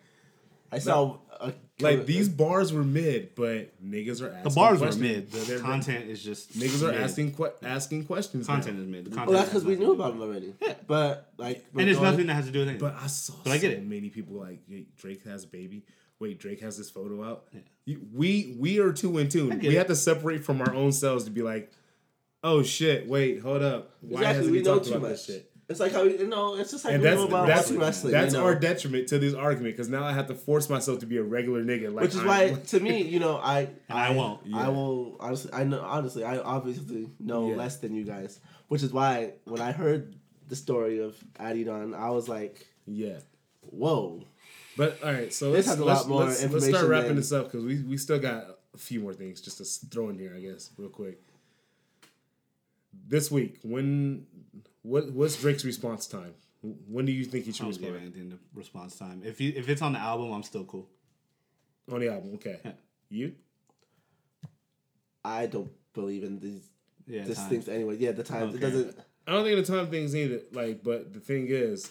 A: I saw a,
C: like these bars were mid, but niggas are asking
B: The bars were
C: questions.
B: mid.
C: They're-
B: The
C: they're-
B: content is just
C: niggas are
B: mid.
C: asking que- asking questions. now.
B: Content is mid. The content
A: Well, that's because
B: has
A: we
B: nothing
A: knew
B: to do
A: about
B: with
A: them already. But like,
B: it. And it's
A: going-
B: nothing that has to do with anything.
C: But I saw
B: But I get
C: so
B: it.
C: many people like "Wait, Drake has a baby. Wait, Drake has this photo out. You- We we are too in tune.
B: get
C: We
B: it.
C: have to separate from our own selves to be like, oh shit, wait, hold up. Why
A: Exactly,
C: hasn't
A: we
C: he
A: know
C: talked
A: too
C: about
A: much.
C: this shit?
A: It's like how we, you know, it's just like
C: And
A: we
C: that's
A: know about
C: that's
A: watching wrestling.
C: that's
A: you know?
C: our detriment to this argument because now I have to force myself to be a regular nigga. Like,
A: which is
C: I'm-
A: why to me, you know, I
B: And I won't.
A: I will honestly, I know honestly, I obviously know
C: Yeah.
A: less than you guys, which is why when I heard the story of Adidon, I was like,
C: yeah.
A: whoa.
C: But all right, so
A: This
C: let's
A: has a
C: let's,
A: lot more
C: let's, let's
A: information
C: start wrapping
A: than-
C: this up because we we still got a few more things just to s- throw in here, I guess, real quick. This week, when what what's Drake's response time? When do you think he
B: I
C: should
B: don't give
C: respond
B: anything to response time. If you, if it's on the album, I'm still cool.
C: on the album? Okay,
B: Yeah.
C: you
A: I don't believe in these
B: Yeah,
A: these
B: time.
A: things anyway. Yeah, the time
B: Okay.
A: it doesn't.
C: I don't think the time things either. Like, but the thing is,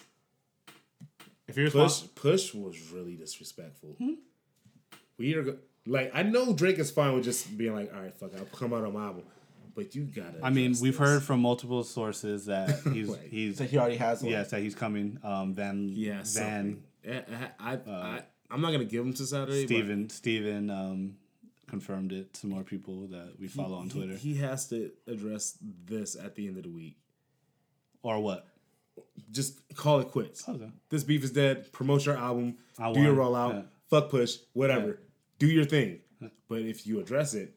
B: If you're
C: push
B: respons-
C: push was really disrespectful. We are go- like I know Drake is fine with just being like, all right, fuck, it, I'll come out on my album, but you gotta.
B: I mean,
C: address
B: we've
C: this.
B: heard from multiple sources that he's
C: Right.
B: he's
A: So he already has one.
B: yes that he's coming. Um, Van
C: Yeah,
B: Van Uh,
C: something. Yeah, I, I, I, I'm not gonna give him to Saturday. but
B: Steven Steven um confirmed it to more people that we follow on
C: he-
B: Twitter
C: He, has to address this at the end of the week.
B: or what?
C: Just call it quits.
B: Okay.
C: This beef is dead. Promote your album.
B: I
C: do your
B: won.
C: rollout.
B: Yeah.
C: Fuck push. Whatever. Do your thing. But if you address it,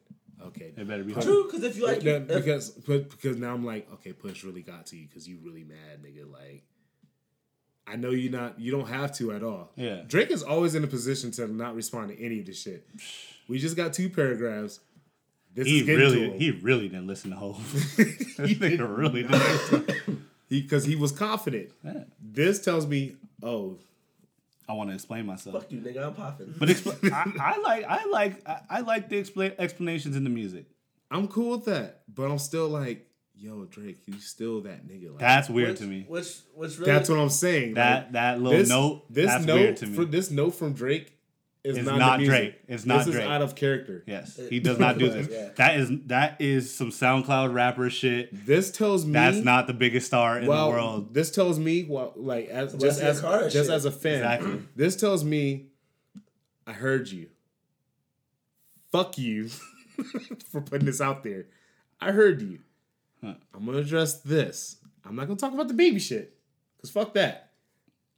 C: okay.
B: It better be
A: True, because if you like,
C: No,
A: if-
C: because but because now I'm like, okay, push really got to you because you really mad, nigga. Like, I know you not you don't have to at all.
B: Yeah.
C: Drake is always in a position to not respond to any of this shit. We just got two paragraphs. This
B: He
C: is getting
B: really
C: to him.
B: he really didn't listen to Hove. this nigga really didn't. Listen.
C: he because he was confident.
B: Yeah.
C: This tells me, oh,
B: I want to explain myself.
A: fuck you, nigga, I'm popping.
B: But expl- I, I like I like I, I like the expla- explanations in the music.
C: I'm cool with that, but I'm still like, yo, Drake, you still that nigga. Like,
B: That's weird
A: which,
B: to me.
A: Which, which really,
C: that's what I'm saying. like,
B: That that little note that's
C: note
B: weird to me.
C: fr- this note from Drake is
B: It's
C: not,
B: not
C: the music.
B: Drake. It's not
C: this
B: Drake.
C: is out of character.
B: yes,
A: It-
B: he does not do this.
A: Yeah.
B: That is that is some SoundCloud rapper shit.
C: This tells me
B: That's not the biggest star in
C: well,
B: the world.
C: This tells me well, like as
A: West
C: just
A: End
C: as
A: Carter
C: just
A: shit.
C: as a fan.
B: Exactly.
C: This tells me I heard you. Fuck you for putting this out there. I heard you.
B: Huh.
C: I'm gonna address this. I'm not gonna talk about the baby shit. Cause fuck that.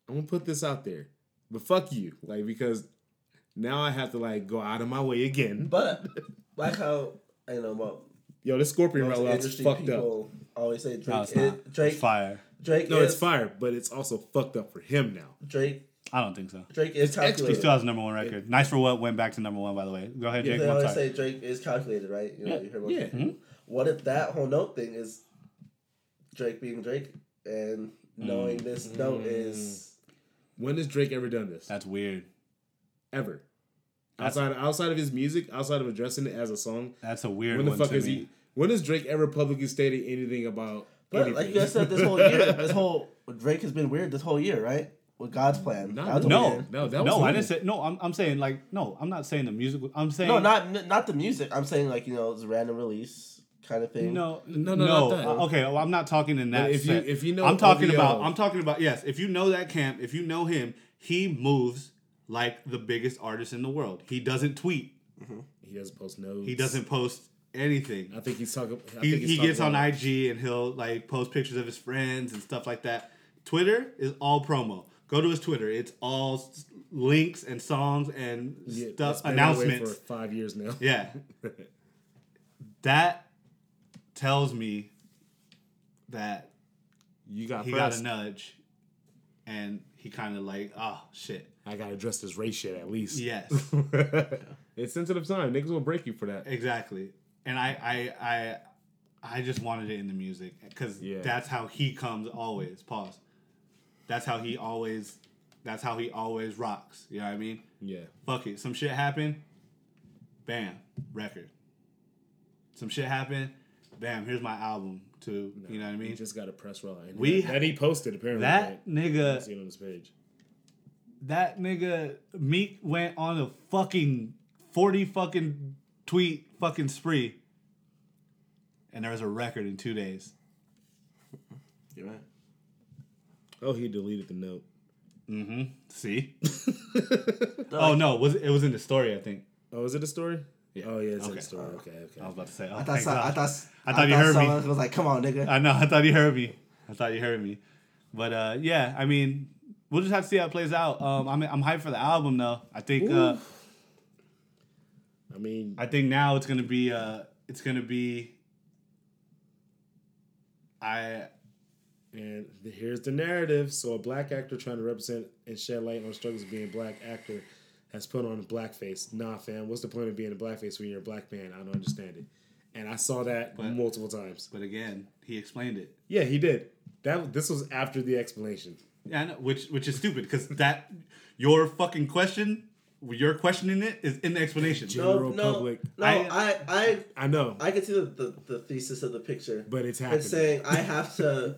C: I'm gonna put this out there. But fuck you. Like because now I have to like go out of my way again.
A: but like how I know about
C: Yo, this scorpion
A: most
C: rollout is
A: industry
C: fucked up.
A: people always say Drake.
B: No, it's
A: is-
B: not. It's
A: Drake.
B: fire.
A: Drake.
C: No,
A: is,
C: it's fire, but it's also fucked up for him now.
A: Drake.
B: I don't think so.
A: Drake is
B: He
A: calculated.
B: still has the number one record. Nice for what went back to number one. By the way, go ahead, Jake.
A: They
B: I'm
A: always
B: sorry.
A: say Drake is calculated, right? You know, you hear about
C: Yeah. Hmm.
A: people. What if that whole note thing is Drake being Drake and knowing
C: Hmm.
A: this note is
C: When has Drake ever done this?
B: That's weird.
C: ever.
B: That's-
C: outside outside of his music, outside of addressing it as a song,
B: That's a weird
C: when the
B: one
C: fuck
B: to
C: is
B: me.
C: he? When has Drake ever publicly stated anything about?
A: But
C: anything?
A: like you guys said, this whole year, this whole Drake has been weird this whole year, right? With God's plan.
C: Hmm. Not
A: God's
C: really.
A: plan.
C: No,
B: No, no,
C: Oh, that was
B: no. I
C: normal.
B: didn't say no. I'm, I'm saying like no. I'm not saying the music. I'm saying
A: No, not n- not the music. I'm saying like you know it's a random release kind of thing.
B: No,
C: No,
B: no,
C: no,
B: no.
C: not that.
B: Uh, Okay, well, I'm not talking in that.
C: But if you-
B: sense.
C: if you know
B: I'm talking
C: OVO.
B: about. I'm talking about. Yes, if you know that camp, if you know him, he moves like the biggest artist in the world. He doesn't tweet.
C: he doesn't post notes.
B: He doesn't post anything.
C: I think he's talking. I
B: He,
C: think he's
B: he
C: talking
B: gets on
C: about-
B: IG and he'll like post pictures of his friends and stuff like that. Twitter is all promo. Go to his Twitter. It's all s- links and songs and
C: Yeah, it's
B: stuff
C: been that way
B: announcements.
C: for five years now.
B: Yeah. that tells me that
C: You got
B: he
C: pressed.
B: got a nudge and he kind of like, oh shit.
C: I gotta address this race shit at least.
B: Yes.
C: it's sensitive time. Niggas will break you for that.
B: Exactly. And I I I I just wanted it in the music because
C: Yeah.
B: that's how he comes always. Pause. That's how he always. That's how he always rocks. You know what I mean?
C: Yeah.
B: Fuck it. Some shit happened. Bam. Record. Some shit happened. Bam. Here's my album too. you know what I
C: You
B: mean?
C: just gotta press well. And
B: We-
C: that he posted apparently.
B: that
C: I
B: nigga.
C: see it on his page.
B: That nigga. Meek went on a fucking forty fucking tweet fucking spree. And there was a record in two days.
A: You're right.
C: Oh, he deleted the note.
B: See? oh no, was it, it was in the story? I think
C: Oh, is it a story?
B: Yeah.
C: Oh yeah, it's in
B: Okay. Uh,
C: the story. Okay, okay.
B: I was about to say. Oh,
A: I thought, so, I thought
B: I thought you heard me.
A: someone was like, "Come on, nigga."
B: I know. I thought you heard me. I thought you heard me. But uh, yeah, I mean, we'll just have to see how it plays out. Um, I'm I'm hyped for the album though. I think uh,
C: I mean,
B: I think now it's gonna be uh, it's gonna be. I
C: And the- here's the narrative. So a black actor trying to represent and shed light on struggles of being a black actor has put on a blackface. Nah, fam, what's the point of being a blackface when you're a black man? I don't understand it. And I saw that
B: But-
C: multiple times.
B: but again, he explained it.
C: Yeah, he did. That this was after the explanation.
B: Yeah, I know, which which is stupid because that your fucking question, your questioning it is in the explanation.
A: No,
C: General
A: no,
C: public.
A: no.
B: I-
A: I, I,
C: I know,
A: I can see the, the, the thesis of the picture.
C: but it's happening.
A: it's saying I have to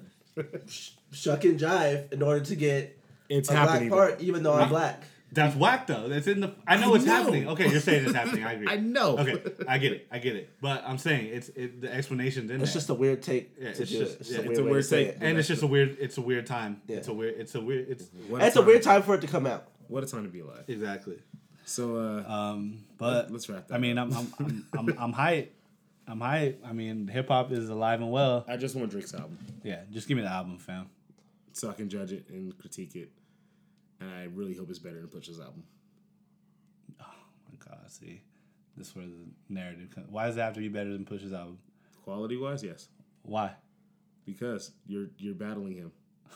A: sh- shuck and jive in order to get
C: it's
A: a
C: happening.
A: black part, even though I'm black.
B: That's whack though. That's in the. I know
C: I
B: it's
C: know.
B: happening. Okay, you're saying it's happening. I agree.
C: I know.
B: Okay, I get it. I get it. But I'm saying it's it, the explanation's in
A: It's
B: there.
A: just a weird take
B: Yeah,
A: to
B: it's
A: do
B: just-
A: it.
B: yeah, it's
C: a
A: way
C: weird
A: to say
C: take.
A: it.
B: and it's just a weird. It's a weird time.
A: Yeah.
B: It's a weird. It's a weird. It's
C: What
A: It's a weird time for it to come out.
C: What a time to be alive.
B: exactly.
C: So uh,
B: Um, but
C: Let's wrap that
B: I mean, I'm I'm I'm I'm, I'm hype. I'm hype. I mean, hip hop is alive and well.
C: I just want Drake's album
B: Yeah, just give me the album, fam.
C: so I can judge it and critique it. And I really hope it's better than Pusha's album.
B: Oh my God, see, this is where the narrative. Comes. Why does it have to be better than Push's album?
C: Quality wise, yes.
B: Why?
C: Because you're you're battling him.
B: Oh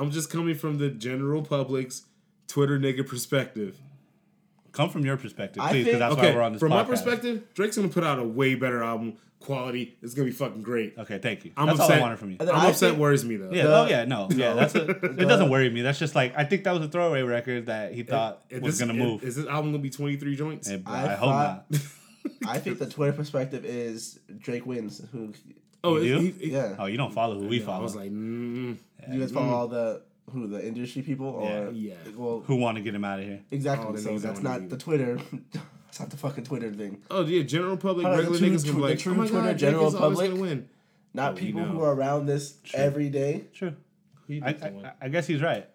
C: I'm just coming from the general public's Twitter nigga perspective.
B: Come from your perspective,
A: I
B: please,
A: think-
B: because that's why
C: Okay,
B: we're on this.
C: from my
B: podcast.
C: perspective, Drake's gonna put out a way better album. Quality, it's gonna be fucking great.
B: Okay, thank you.
C: I'm
B: that's
C: upset.
B: all Uh, I wanted from you.
A: And then
C: I'm
A: I
C: upset.
A: think-
C: worries me though.
B: Yeah.
A: The-
B: oh yeah. No. Yeah. That's a, it. Doesn't worry me. That's just like I think that was a throwaway record that he thought
C: If
B: was
C: this-
B: gonna
C: if-
B: move.
C: Is this album gonna be 23 joints?
B: And I,
A: I
B: hope
A: thought-
B: not.
A: I think the Twitter perspective is Drake wins. Who?
C: oh,
B: you?
C: it- it-
A: Yeah.
B: Oh, you don't follow who we
C: I
B: follow.
C: was like, mm,
A: you guys follow all the who the industry people or
B: Yeah.
C: Yeah.
A: Well,
B: who want to get him out of here?
A: exactly.
C: All the
A: so
C: niggas that
A: that's
C: wanna
A: not
C: be-
A: the Twitter. It's not the fucking Twitter thing.
C: oh yeah, general public,
A: How about
C: regular
A: the true
C: niggas gonna
A: tw-
C: be
A: the
C: like,
A: true
C: oh my
A: Twitter,
C: god,
A: general
C: general public
A: public?
C: gonna win.
A: Not
C: Oh, we
A: people who
C: know.
A: are around this every day.
B: True.
C: He
B: I,
C: did
B: I,
C: win.
B: I- I guess he's right.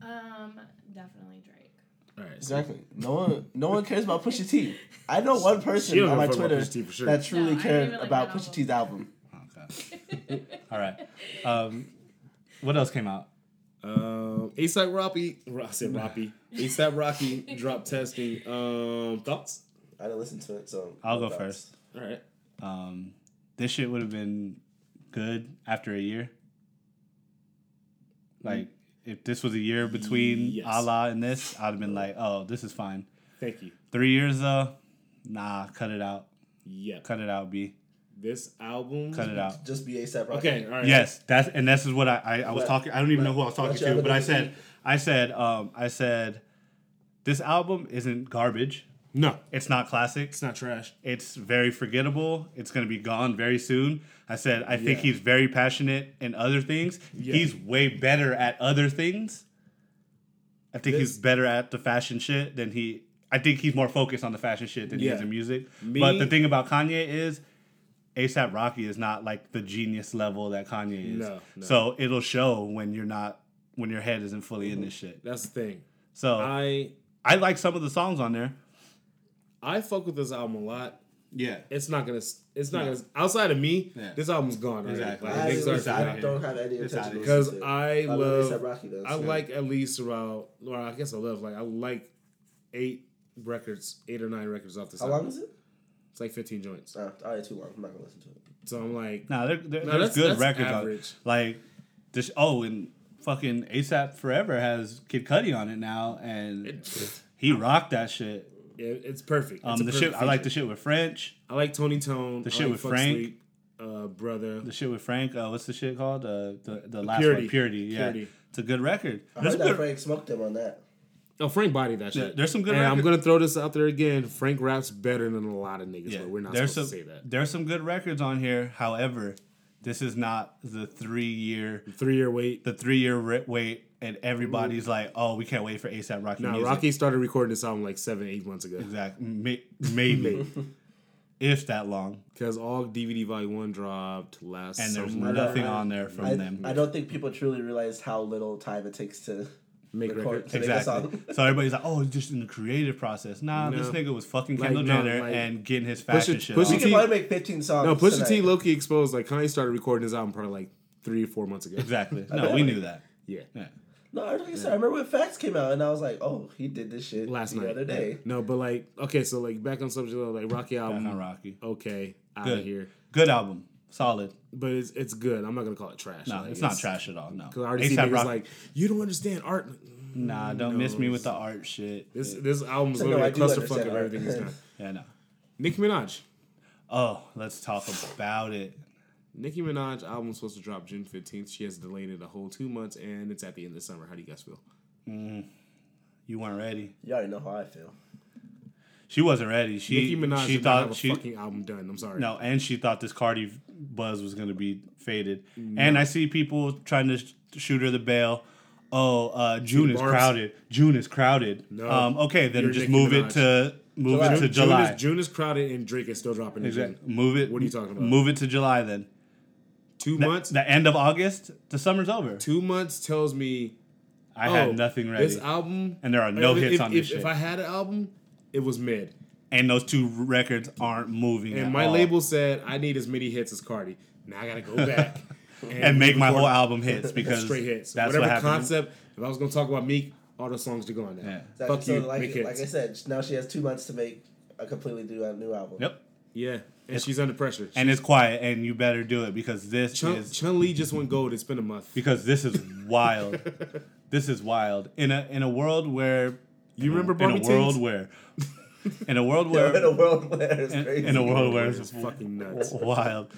E: Um, definitely Drake.
C: All right, so
A: Exactly. No one, no one cares about Pusha T. I know one person
C: don't
A: on my
C: give a fuck about
A: Twitter
C: Pusha T for sure.
A: that truly
E: No, I
A: cared
E: didn't really
A: about
E: like that
A: Pusha T's album.
B: Oh, God. all right. Um, what else came out?
C: Um, ASAP Rocky, I said Rocky. ASAP Rocky drop testing. Um, thoughts?
A: I didn't listen to it, so
B: I'll go
A: Thoughts.
B: first.
C: All right.
B: Um, this shit would have been good after a year.
A: Mm-hmm.
B: Like, if this was a year between
C: Yes.
B: Allah and this, I'd have been like, oh, this is fine.
C: Thank you.
B: Three years though, nah, cut it out.
C: Yeah.
B: Cut it out, B.
C: This album.
B: Cut it out.
A: Just be ASAP Rocky.
C: Okay. All right.
B: Yes, that's and this is what I I, I was
A: Let-
B: talking. I don't even know
A: let-
B: who I was talking
A: let your
B: to, but I
A: other
B: said
A: person-
B: I said um I said this album isn't garbage.
C: No,
B: It's not classic.
C: it's not trash.
B: It's very forgettable. It's gonna be gone very soon. I said I think
C: Yeah.
B: he's very passionate in other things.
C: Yeah.
B: He's way better at other things. I think he's
C: This-
B: better at the fashion shit than he. I think he's more focused on the fashion shit than he is
C: Yeah.
B: in music.
C: Me-
B: but the thing about Kanye is, ASAP Rocky is not like the genius level that Kanye is.
C: No, no.
B: So it'll show when you're not when your head isn't fully in this shit.
C: That's the thing.
B: So I,
C: I
B: like some of the songs on there.
C: I fuck with this album a lot.
B: Yeah.
C: It's not gonna. It's not gonna. Outside of me,
B: Yeah.
C: this album's gone. Already.
B: Exactly.
A: I,
C: Like, niggas are
B: It's out
A: I
B: of
C: forgotten.
A: don't have any
B: It's
A: intention
B: out
A: to
B: of
A: listen
C: Because
A: to it.
C: I
A: I
C: love.
A: love ASAP Rocky though.
C: I
A: so-
C: like at least about. Well, I guess I love like I like eight records, eight or nine records off this.
A: How
C: album.
A: long is it?
C: It's like fifteen joints.
A: Oh, all right, too long. I'm not gonna listen to it.
C: So I'm like,
B: No, there, there,
C: No,
B: there's
C: that's-
B: good
C: that's
B: records. On,
C: average.
B: like, this, oh, and fucking ASAP Forever has Kid Cudi on it now, and he rocked that shit.
C: Yeah, it's perfect. It's
B: Um,
C: a
B: the shit
C: perfect
B: I like the
C: feature.
B: shit with French,
C: I like Tony Tone.
B: the
C: I
B: shit
C: like
B: with
C: Fuck
B: Frank.
C: Sleep, uh, brother.
B: the shit with Frank. Uh, what's the shit called? Uh, the the last
C: Purity.
B: one, Purity. Yeah,
C: Purity.
B: it's a good record.
A: I heard
B: There's a
A: that
B: good,
A: Frank smoked him on that.
C: Oh, Frank bodied that shit.
B: Yeah, there's some good
C: And I'm
B: record-
C: gonna throw this out there again. Frank raps better than a lot of niggas,
B: yeah,
C: but we're not
B: there's
C: supposed
B: some
C: to say that.
B: there's some good records on here. However, this is not the three year
C: Three year wait.
B: the three year re- wait, and everybody's like, oh, we can't wait for ASAP Rocky.
C: Now
B: music.
C: Rocky started recording this album like seven, eight months ago.
B: Exactly. May- maybe. if that long.
C: Because all DVD Volume One dropped last
B: And there's
C: summer.
B: nothing on there from
A: I,
B: them.
A: I don't think people truly realize how little time it takes to
C: Make
A: record
C: records.
A: to make a
B: Exactly.
A: song.
B: So everybody's like, oh, it's just in the creative process. Nah, this
C: No.
B: nigga was fucking
C: Like,
B: Kendall
C: no,
B: Jenner
C: like-
B: and getting his
C: Pusha-
B: fashion shit
C: Pusha
A: We
B: on.
A: could probably make 15 songs.
C: No, Pusha
A: tonight.
C: T, Loki exposed. Like Kanye started recording his album probably like three or four months ago.
B: Exactly. No, we knew that.
C: Yeah.
B: Yeah.
A: No, I, like I, said, I remember when Facts came out, and I was like, oh, he did this shit
C: Last
A: the
C: night.
A: other day.
C: No, but like okay, so like back on subject though, like Rocky
B: Back
C: album.
B: on Rocky.
C: Okay, out
B: Good.
C: of here.
B: Good album. Solid.
C: But it's it's good. I'm not gonna call it trash.
B: No,
C: Like,
B: it's not trash at all. No.
C: Because I already see
B: A$AP
C: niggas
B: Rocky-
C: like you don't understand art.
B: nah, don't miss me with the art shit.
C: This this album is
A: No,
C: literally
A: I
C: a
A: do
C: clusterfuck
A: understand
C: of
A: art.
C: everything he's done.
B: Yeah, no.
C: Nicki Minaj.
B: Oh, let's talk about it.
C: Nicki Minaj album supposed to drop June 15th. She has delayed it a whole two months, and it's at the end of summer. How do you guys feel?
B: You weren't ready.
A: You already know how I feel.
B: She wasn't ready. She
C: Nicki Minaj
B: she
C: did not have
B: thought
C: a
B: she
C: fucking album done. I'm sorry.
B: No, and she thought this Cardi buzz was going to be faded. And I see people trying to sh- shoot her the bail. Oh, uh, June is
C: barbs.
B: crowded. June is crowded.
C: No.
B: Um, okay, then
C: You're
B: just
C: Nicki
B: move
C: Minaj.
B: it to move
A: July.
B: it to
A: June
B: July.
C: June is, June is crowded, and Drake is still dropping in
B: Exact-
C: June.
B: Move it.
C: What are you talking about?
B: Move it to July then.
C: Two
B: The,
C: months.
B: the end of August. The summer's over.
C: two months tells me
B: I
C: oh,
B: had nothing ready.
C: This album,
B: And there are no
C: if-
B: hits
C: if-
B: on this
C: if- If
B: shit.
C: I had an album, it was mid.
B: and those two records aren't moving.
C: And
B: at
C: my
B: all.
C: label said I need as many hits as Cardi. Now I gotta go back
B: and make my
C: record
B: whole album hits because
C: straight hits.
B: That's
C: Whatever
B: what happened.
C: concept. If I was gonna talk about Meek, all the songs are going now.
A: Exactly.
C: Fuck you,
A: so like,
C: make
A: like I
C: hits.
A: said, now she has two months to make a completely new, a new album.
B: Yep.
C: yeah, and she's under pressure.
B: And it's quiet, and you better do it because this
C: Chun,
B: is
C: Chun Li just went gold. It's been a month.
B: because this is wild. this is wild in a in a world where
C: You remember
B: in a
C: Barbie
B: world
C: Titties?
B: where in a world
A: We're in a
B: where
A: world where it's
B: in,
A: crazy.
B: in a world where
C: It's
B: it's
C: fucking nuts.
B: w- wild.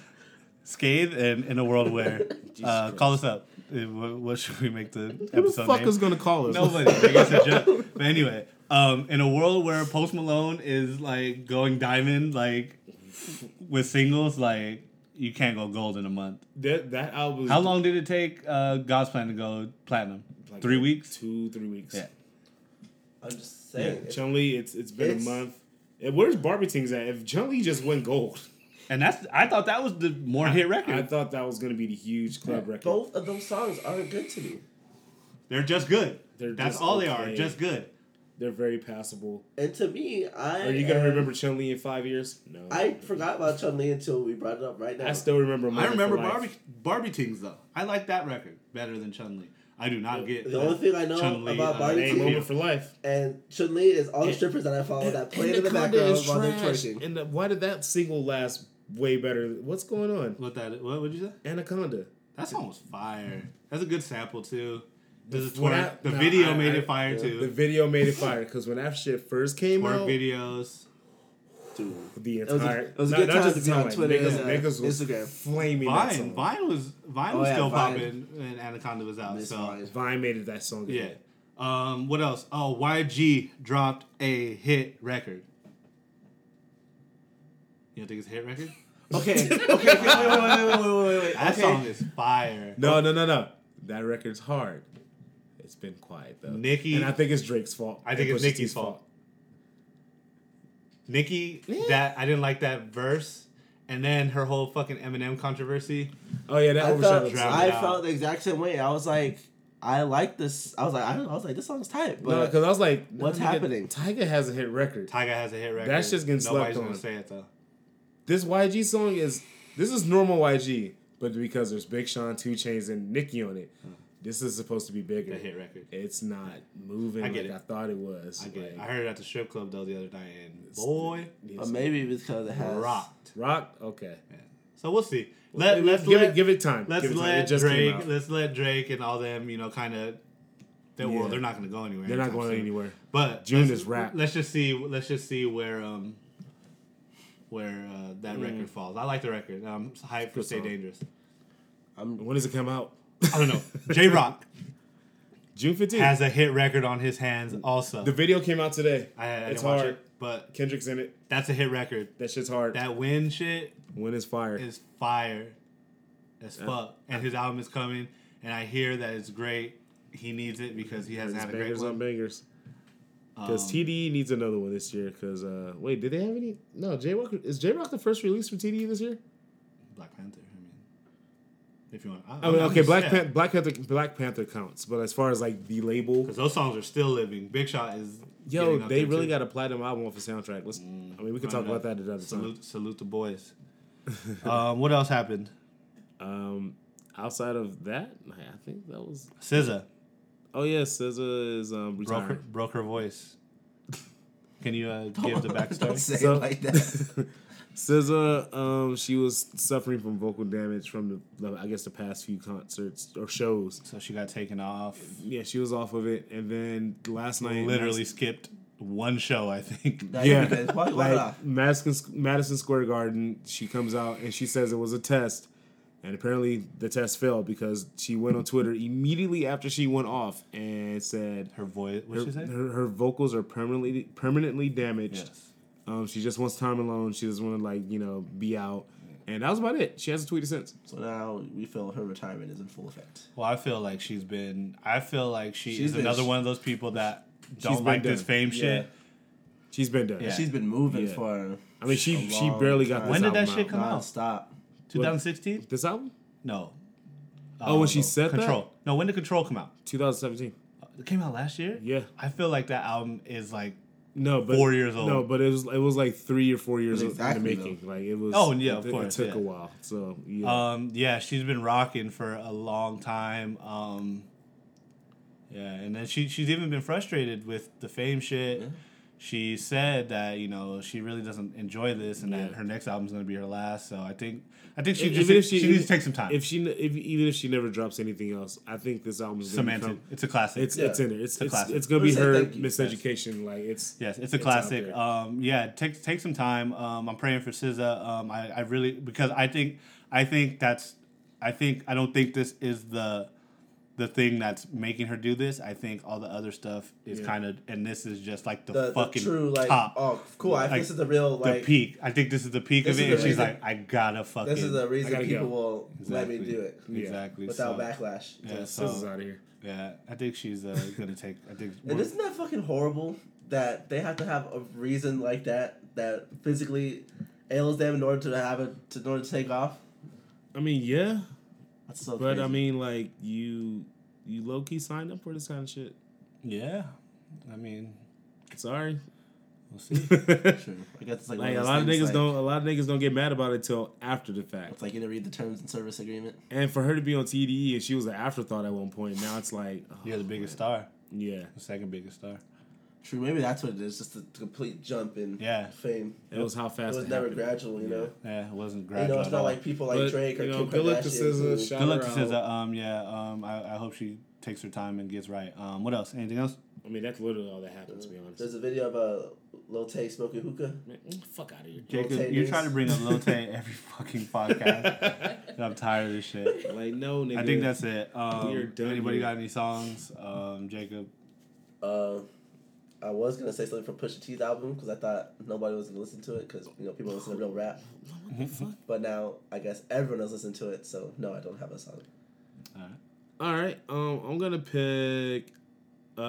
B: Scathe and in a world where uh, call us up. Uh, wha- What should we make the
C: Who
B: episode
C: the fuck
B: name?
C: is gonna call us?
B: Nobody. I guess a joke. But anyway, um, in a world where Post Malone is like going diamond, like with singles, like you can't go gold in a month.
C: That that album.
B: How long did it take uh, God's Plan to go platinum?
C: Like
B: Three weeks.
C: Two, three weeks.
B: Yeah.
A: I'm just saying. it's-
C: Chun Li, it's it's been
A: It's-
C: a month. And where's Barbie Tings at? If Chun Li just went gold,
B: And that's I thought that was the more hit record.
C: I thought that was gonna be the huge club record.
A: both of those songs aren't good to me.
B: They're just good.
C: They're
B: that's
C: just
B: all they are.
C: okay.
B: Just good.
C: They're very passable.
A: And to me, I
C: Are you gonna
A: am-
C: remember Chun Li in five years? No.
A: I forgot about Chun Li until we brought it up right now.
C: I still remember.
B: I
C: Moment for
B: remember
C: Life.
B: Barbie Barbie Tings though. I like that record better than Chun Li. I do not get uh,
A: the only thing I know about Barbie
C: Hey,
A: Tings-
C: moment for life.
A: and Chun Li is all the strippers that I follow that play in the
C: content
A: background
C: is
A: while they're
C: trash.
A: twerking.
C: And the- why did that single last way better? What's going on?
B: What that? What would you say?
C: Anaconda.
B: That song was fire. That's a good sample too. There's a
C: When
B: twerk.
C: I-
B: the
C: no,
B: video
C: I-
B: made
C: I-
B: it fire
C: The
B: too.
C: video made it fire because when that shit first came
B: Twerk
C: out,
B: videos.
A: Dude.
C: the
A: was a-
C: entire
A: it was a
C: not,
A: good
C: not
A: time
C: just
A: to
C: the
A: be on
C: time, like,
A: Twitter
C: niggas,
A: and, uh,
C: niggas was
A: Instagram.
C: flaming that
B: Vine.
C: song.
B: Vine was Vine
A: Oh,
B: was
A: yeah,
B: still
A: Vine.
B: popping when Anaconda was out.
A: Miss
B: so
A: Vine.
C: Vine made it that song.
B: yeah. Um, what else? Oh, YG dropped a hit record. You don't think it's a hit record?
A: Okay, okay, okay, wait, wait, wait, wait, wait, wait, wait.
B: That
A: okay.
B: song is fire.
C: No, no, no, no. That record's hard. It's been quiet though.
B: Nicki-
C: and I think it's Drake's fault.
B: I think
C: And
B: it's
C: Pusha
B: Nicki's
C: T's
B: fault. Nikki, that I didn't like that verse, and then her whole fucking Eminem controversy.
C: Oh yeah, that
A: I
C: overshadowed.
A: felt,
C: Drake.
A: I
B: it out.
A: felt the exact same way. I was like, I like this. I was like, I, don't know, I was like, this song's tight,
C: No,
A: but
C: because I was like, nah,
A: What's
C: nigga,
A: happening?
C: Tyga has a hit record.
B: Tyga has a hit record.
C: That's just getting slept
B: Nobody's gonna
C: on.
B: say it though.
C: This YG song is this is normal YG, but because there's Big Sean, Two Chains, and Nicki on it,
A: Hmm.
C: this is supposed to be bigger.
B: The hit record.
C: It's not moving
B: I get
C: like
B: it.
C: I thought it was.
B: I get. it. I
C: Like,
B: heard it at the strip club though the other night, and boy,
A: but maybe because it has
B: rocked.
C: Rock, okay.
B: So we'll see. Let, let's
C: give
B: let,
C: it give it time.
B: let's
C: give it time.
B: let
C: it just came
B: Drake
C: out.
B: let's let Drake and all them you know kind of. They,
C: Yeah.
B: Well, they're not going to go anywhere.
C: They're not
B: anytime
C: going
B: soon.
C: anywhere.
B: But
C: June
B: let's-
C: is wrapped.
B: Let's just see. Let's just see where um where uh, that record falls. I like the record. I'm hyped for
C: Mm. Good
B: Stay
C: song.
B: Dangerous.
A: I'm
C: When does it come out?
B: I don't know. J Rock
C: June fifteenth.
B: has a hit record on his hands. Also,
C: the video came out today.
B: I, I didn't
C: it's
B: watch
C: hard.
B: it, but
C: Kendrick's in it.
B: that's a hit record.
C: That shit's hard.
B: That win shit
C: when is fire?
B: is fire as fuck. And his album is coming, and I hear that it's great. He needs it because he hasn't
C: It's
B: had a great
C: bangers on
B: one. Um,
C: bangers. Because TDE E needs another one this year. Because uh, wait, did they have any? No, J Rock is J Rock the first release from TDE this year.
B: Black Panther. I mean, if you want,
C: I mean, Oh, okay, Black
B: Panther.
C: Pan- Black Panther Black Panther counts, but as far as like the label,
B: Because those songs are still living. Big Shot is.
C: yo,
B: getting up
C: they
B: there,
C: really
B: too.
C: got a platinum album off a soundtrack. Let's, I mean, we could talk
B: Round it
C: about
B: up.
C: that another time.
B: Salute, salute the boys. um, what else happened?
C: Um, outside of that, I think that was.
B: SZA
C: Oh yeah, SZA is um,
B: broke her,
C: retired.
B: broke her voice. Can you uh, give the backstory?
A: say
C: So-
A: it like that.
C: SZA, um, she was suffering from vocal damage from the, I guess, the past few concerts or shows.
B: so she got taken off.
C: Yeah, she was off of it, and then last night,
B: Literally skipped one show, I think.
A: Not
C: Yeah.
A: even good. Why- why not?
C: like Madison Madison Square Garden, she comes out and she says it was a test, and apparently the test failed because she went on Twitter immediately after she went off and said
B: Her voice. What
C: her,
B: she say?
C: her, her vocals are permanently permanently damaged.
B: yes.
C: Um, she just wants time alone. She doesn't want to like you know be out, and that was about it. She hasn't tweeted since.
A: So now we feel her retirement is in full effect.
B: Well, I feel like she's been. I feel like she
A: She's
B: is
A: been-
B: another one of those people that don't
C: been
B: like this
C: done.
B: fame shit.
C: She's been done.
B: Yeah.
A: She's been moving
C: Yeah.
A: for
C: I mean, she
A: A
C: she
A: long
C: barely got.
A: time.
C: This
B: When did that
C: album
B: shit
C: out.
B: Come out.
A: non-stop.
B: 2016?
C: This album,
B: No.
C: Oh, when she
B: Uh,
C: said that?
B: Control. No, when did Control come out?
C: 2017.
B: It came out last year.
C: Yeah.
B: I feel like that album is like.
C: No, but
B: Four years old.
C: No, but it was it was like three or four years in
A: Exactly,
C: the making. Like it was.
B: Oh, yeah, of
C: it,
B: course,
C: It took
B: yeah.
C: a while. So yeah,
B: Um. Yeah, she's been rocking for a long time. Um. Yeah, and then she she's even been frustrated with the fame shit. She said that you know she really doesn't enjoy this, and that
C: Yeah.
B: her next album's gonna be her last. So I think I think she
C: If-
B: just
C: even if she-
B: she, needs to take some time.
C: if she if, even if she never drops anything else, I think this album is gonna
B: cemented.
C: become,
B: It's a classic.
C: It's it's in there. It's
B: a
C: it's,
B: classic.
C: it's gonna
A: Who
C: be
A: said
C: her
A: thank you?
C: miseducation. Like it's
B: yes, it's a
C: out
B: classic.
C: there.
B: Um, yeah, take take some time. Um, I'm praying for SZA. Um, I, I really because I think I think that's I think I don't think this is the the thing that's making her do this. I think all the other stuff is
C: Yeah.
B: kind of and this is just like the,
A: The, the
B: fucking
A: true like
B: top,
A: oh cool. I,
B: Like,
A: this is the real
B: the
A: like
B: peak. I think this is the peak
A: This
B: of it.
A: is
B: And
A: the
B: she's
A: reason-
B: like, I gotta fucking
A: This is the reason
C: gotta
A: people
C: go.
A: will let me do it
B: exactly
A: without
B: so,
A: backlash.
B: Yeah,
C: this is
B: so,
C: out of here.
B: yeah, I think she's uh, gonna take. I think
A: And isn't that fucking horrible that they have to have a reason like that that physically ails them in order to have it to, in order to take off?
C: I mean, yeah,
A: That's so.
C: but I
A: crazy.
C: mean, like you you low key signed up for this kind of shit.
B: yeah. I mean,
C: Sorry,
B: we'll see.
C: like
A: True. I guess it's like, one
C: a
A: those
C: lot of
A: things,
C: niggas
A: like-
C: don't a lot of niggas don't get mad about it till after the fact.
A: It's like you didn't read the terms and service agreement.
C: And for her to be on TDE and she was an afterthought at one point, now it's like, oh,
B: You're the biggest star,
C: yeah.
B: the second biggest star.
A: True. Maybe that's what it is. Just a complete jump in
B: Yeah.
A: fame.
C: It was how
A: It
C: fast
A: was
C: it
A: never
C: happened.
A: gradual, you know.
B: Yeah, it wasn't
A: You
B: gradual
A: know, it's
B: at
A: not
B: all.
A: like people like
C: But,
A: Drake or
C: you know,
A: Kim
C: good luck to
A: Kardashian.
C: SZA,
A: who-
C: shout-
B: Good luck to
C: Shout her
B: SZA. Um, yeah. Um, I, I hope she takes her time and gets right. Um, what else? Anything else?
C: I mean, that's literally all that happened, to be honest.
A: There's a video of a Lil Tay smoking hookah.
C: Man, mm, fuck out of here.
B: Jacob,
A: Tay
B: you
A: news.
B: try to bring up Lotte every fucking podcast. and I'm tired of this shit.
C: Like, no, nigga.
B: I think that's it. Um,
C: We are done
B: anybody
C: here.
B: got any songs? Um, Jacob.
A: Uh, I was gonna say something from Pusha T's album because I thought nobody was gonna listen to it because you know people listen to real rap. But now I guess everyone has listened to it, so no, I don't have a song.
C: All right. Um, I'm going to pick. Uh,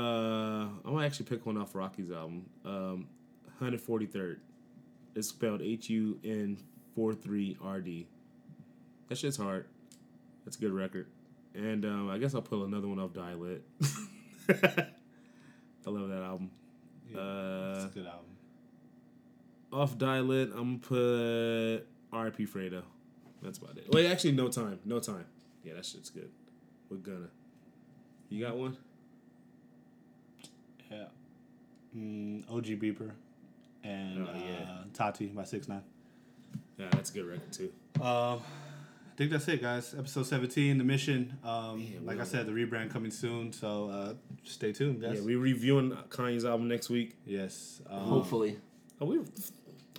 C: I'm going to actually pick one off Rocky's album. Um, 143rd. It's spelled H U N 4 3 R D. That shit's hard. That's a good record. And um, I guess I'll pull another one off Dialit. I love that album.
B: It's
C: Uh,
B: a good album.
C: off Dialit, I'm gonna put RIP Fredo. That's about it. Wait, actually, no time, no time. Yeah, that shit's good. We're gonna. You got one?
B: Yeah. Mm, OG Beeper and
C: Oh, yeah.
B: uh, Tati by Six Nine.
C: Yeah, that's a good record too.
B: Um, I think that's it, guys. Episode 17, The Mission. Um,
C: Man,
B: like I
C: wow.
B: said, the rebrand coming soon, so uh, stay tuned, guys.
C: Yeah, we reviewing Kanye's album next week.
B: yes. Um,
A: Hopefully.
C: Oh, we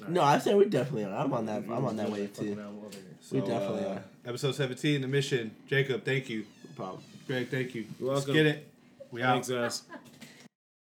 A: No, I'm saying we definitely are. I'm on that. I'm on that wave too.
B: so, uh,
A: we definitely are.
B: Episode 17, The Mission. Jacob, thank you.
A: No problem.
B: Greg, thank you.
C: You're
B: Let's
C: welcome.
B: get it. We out.
C: Thanks, guys.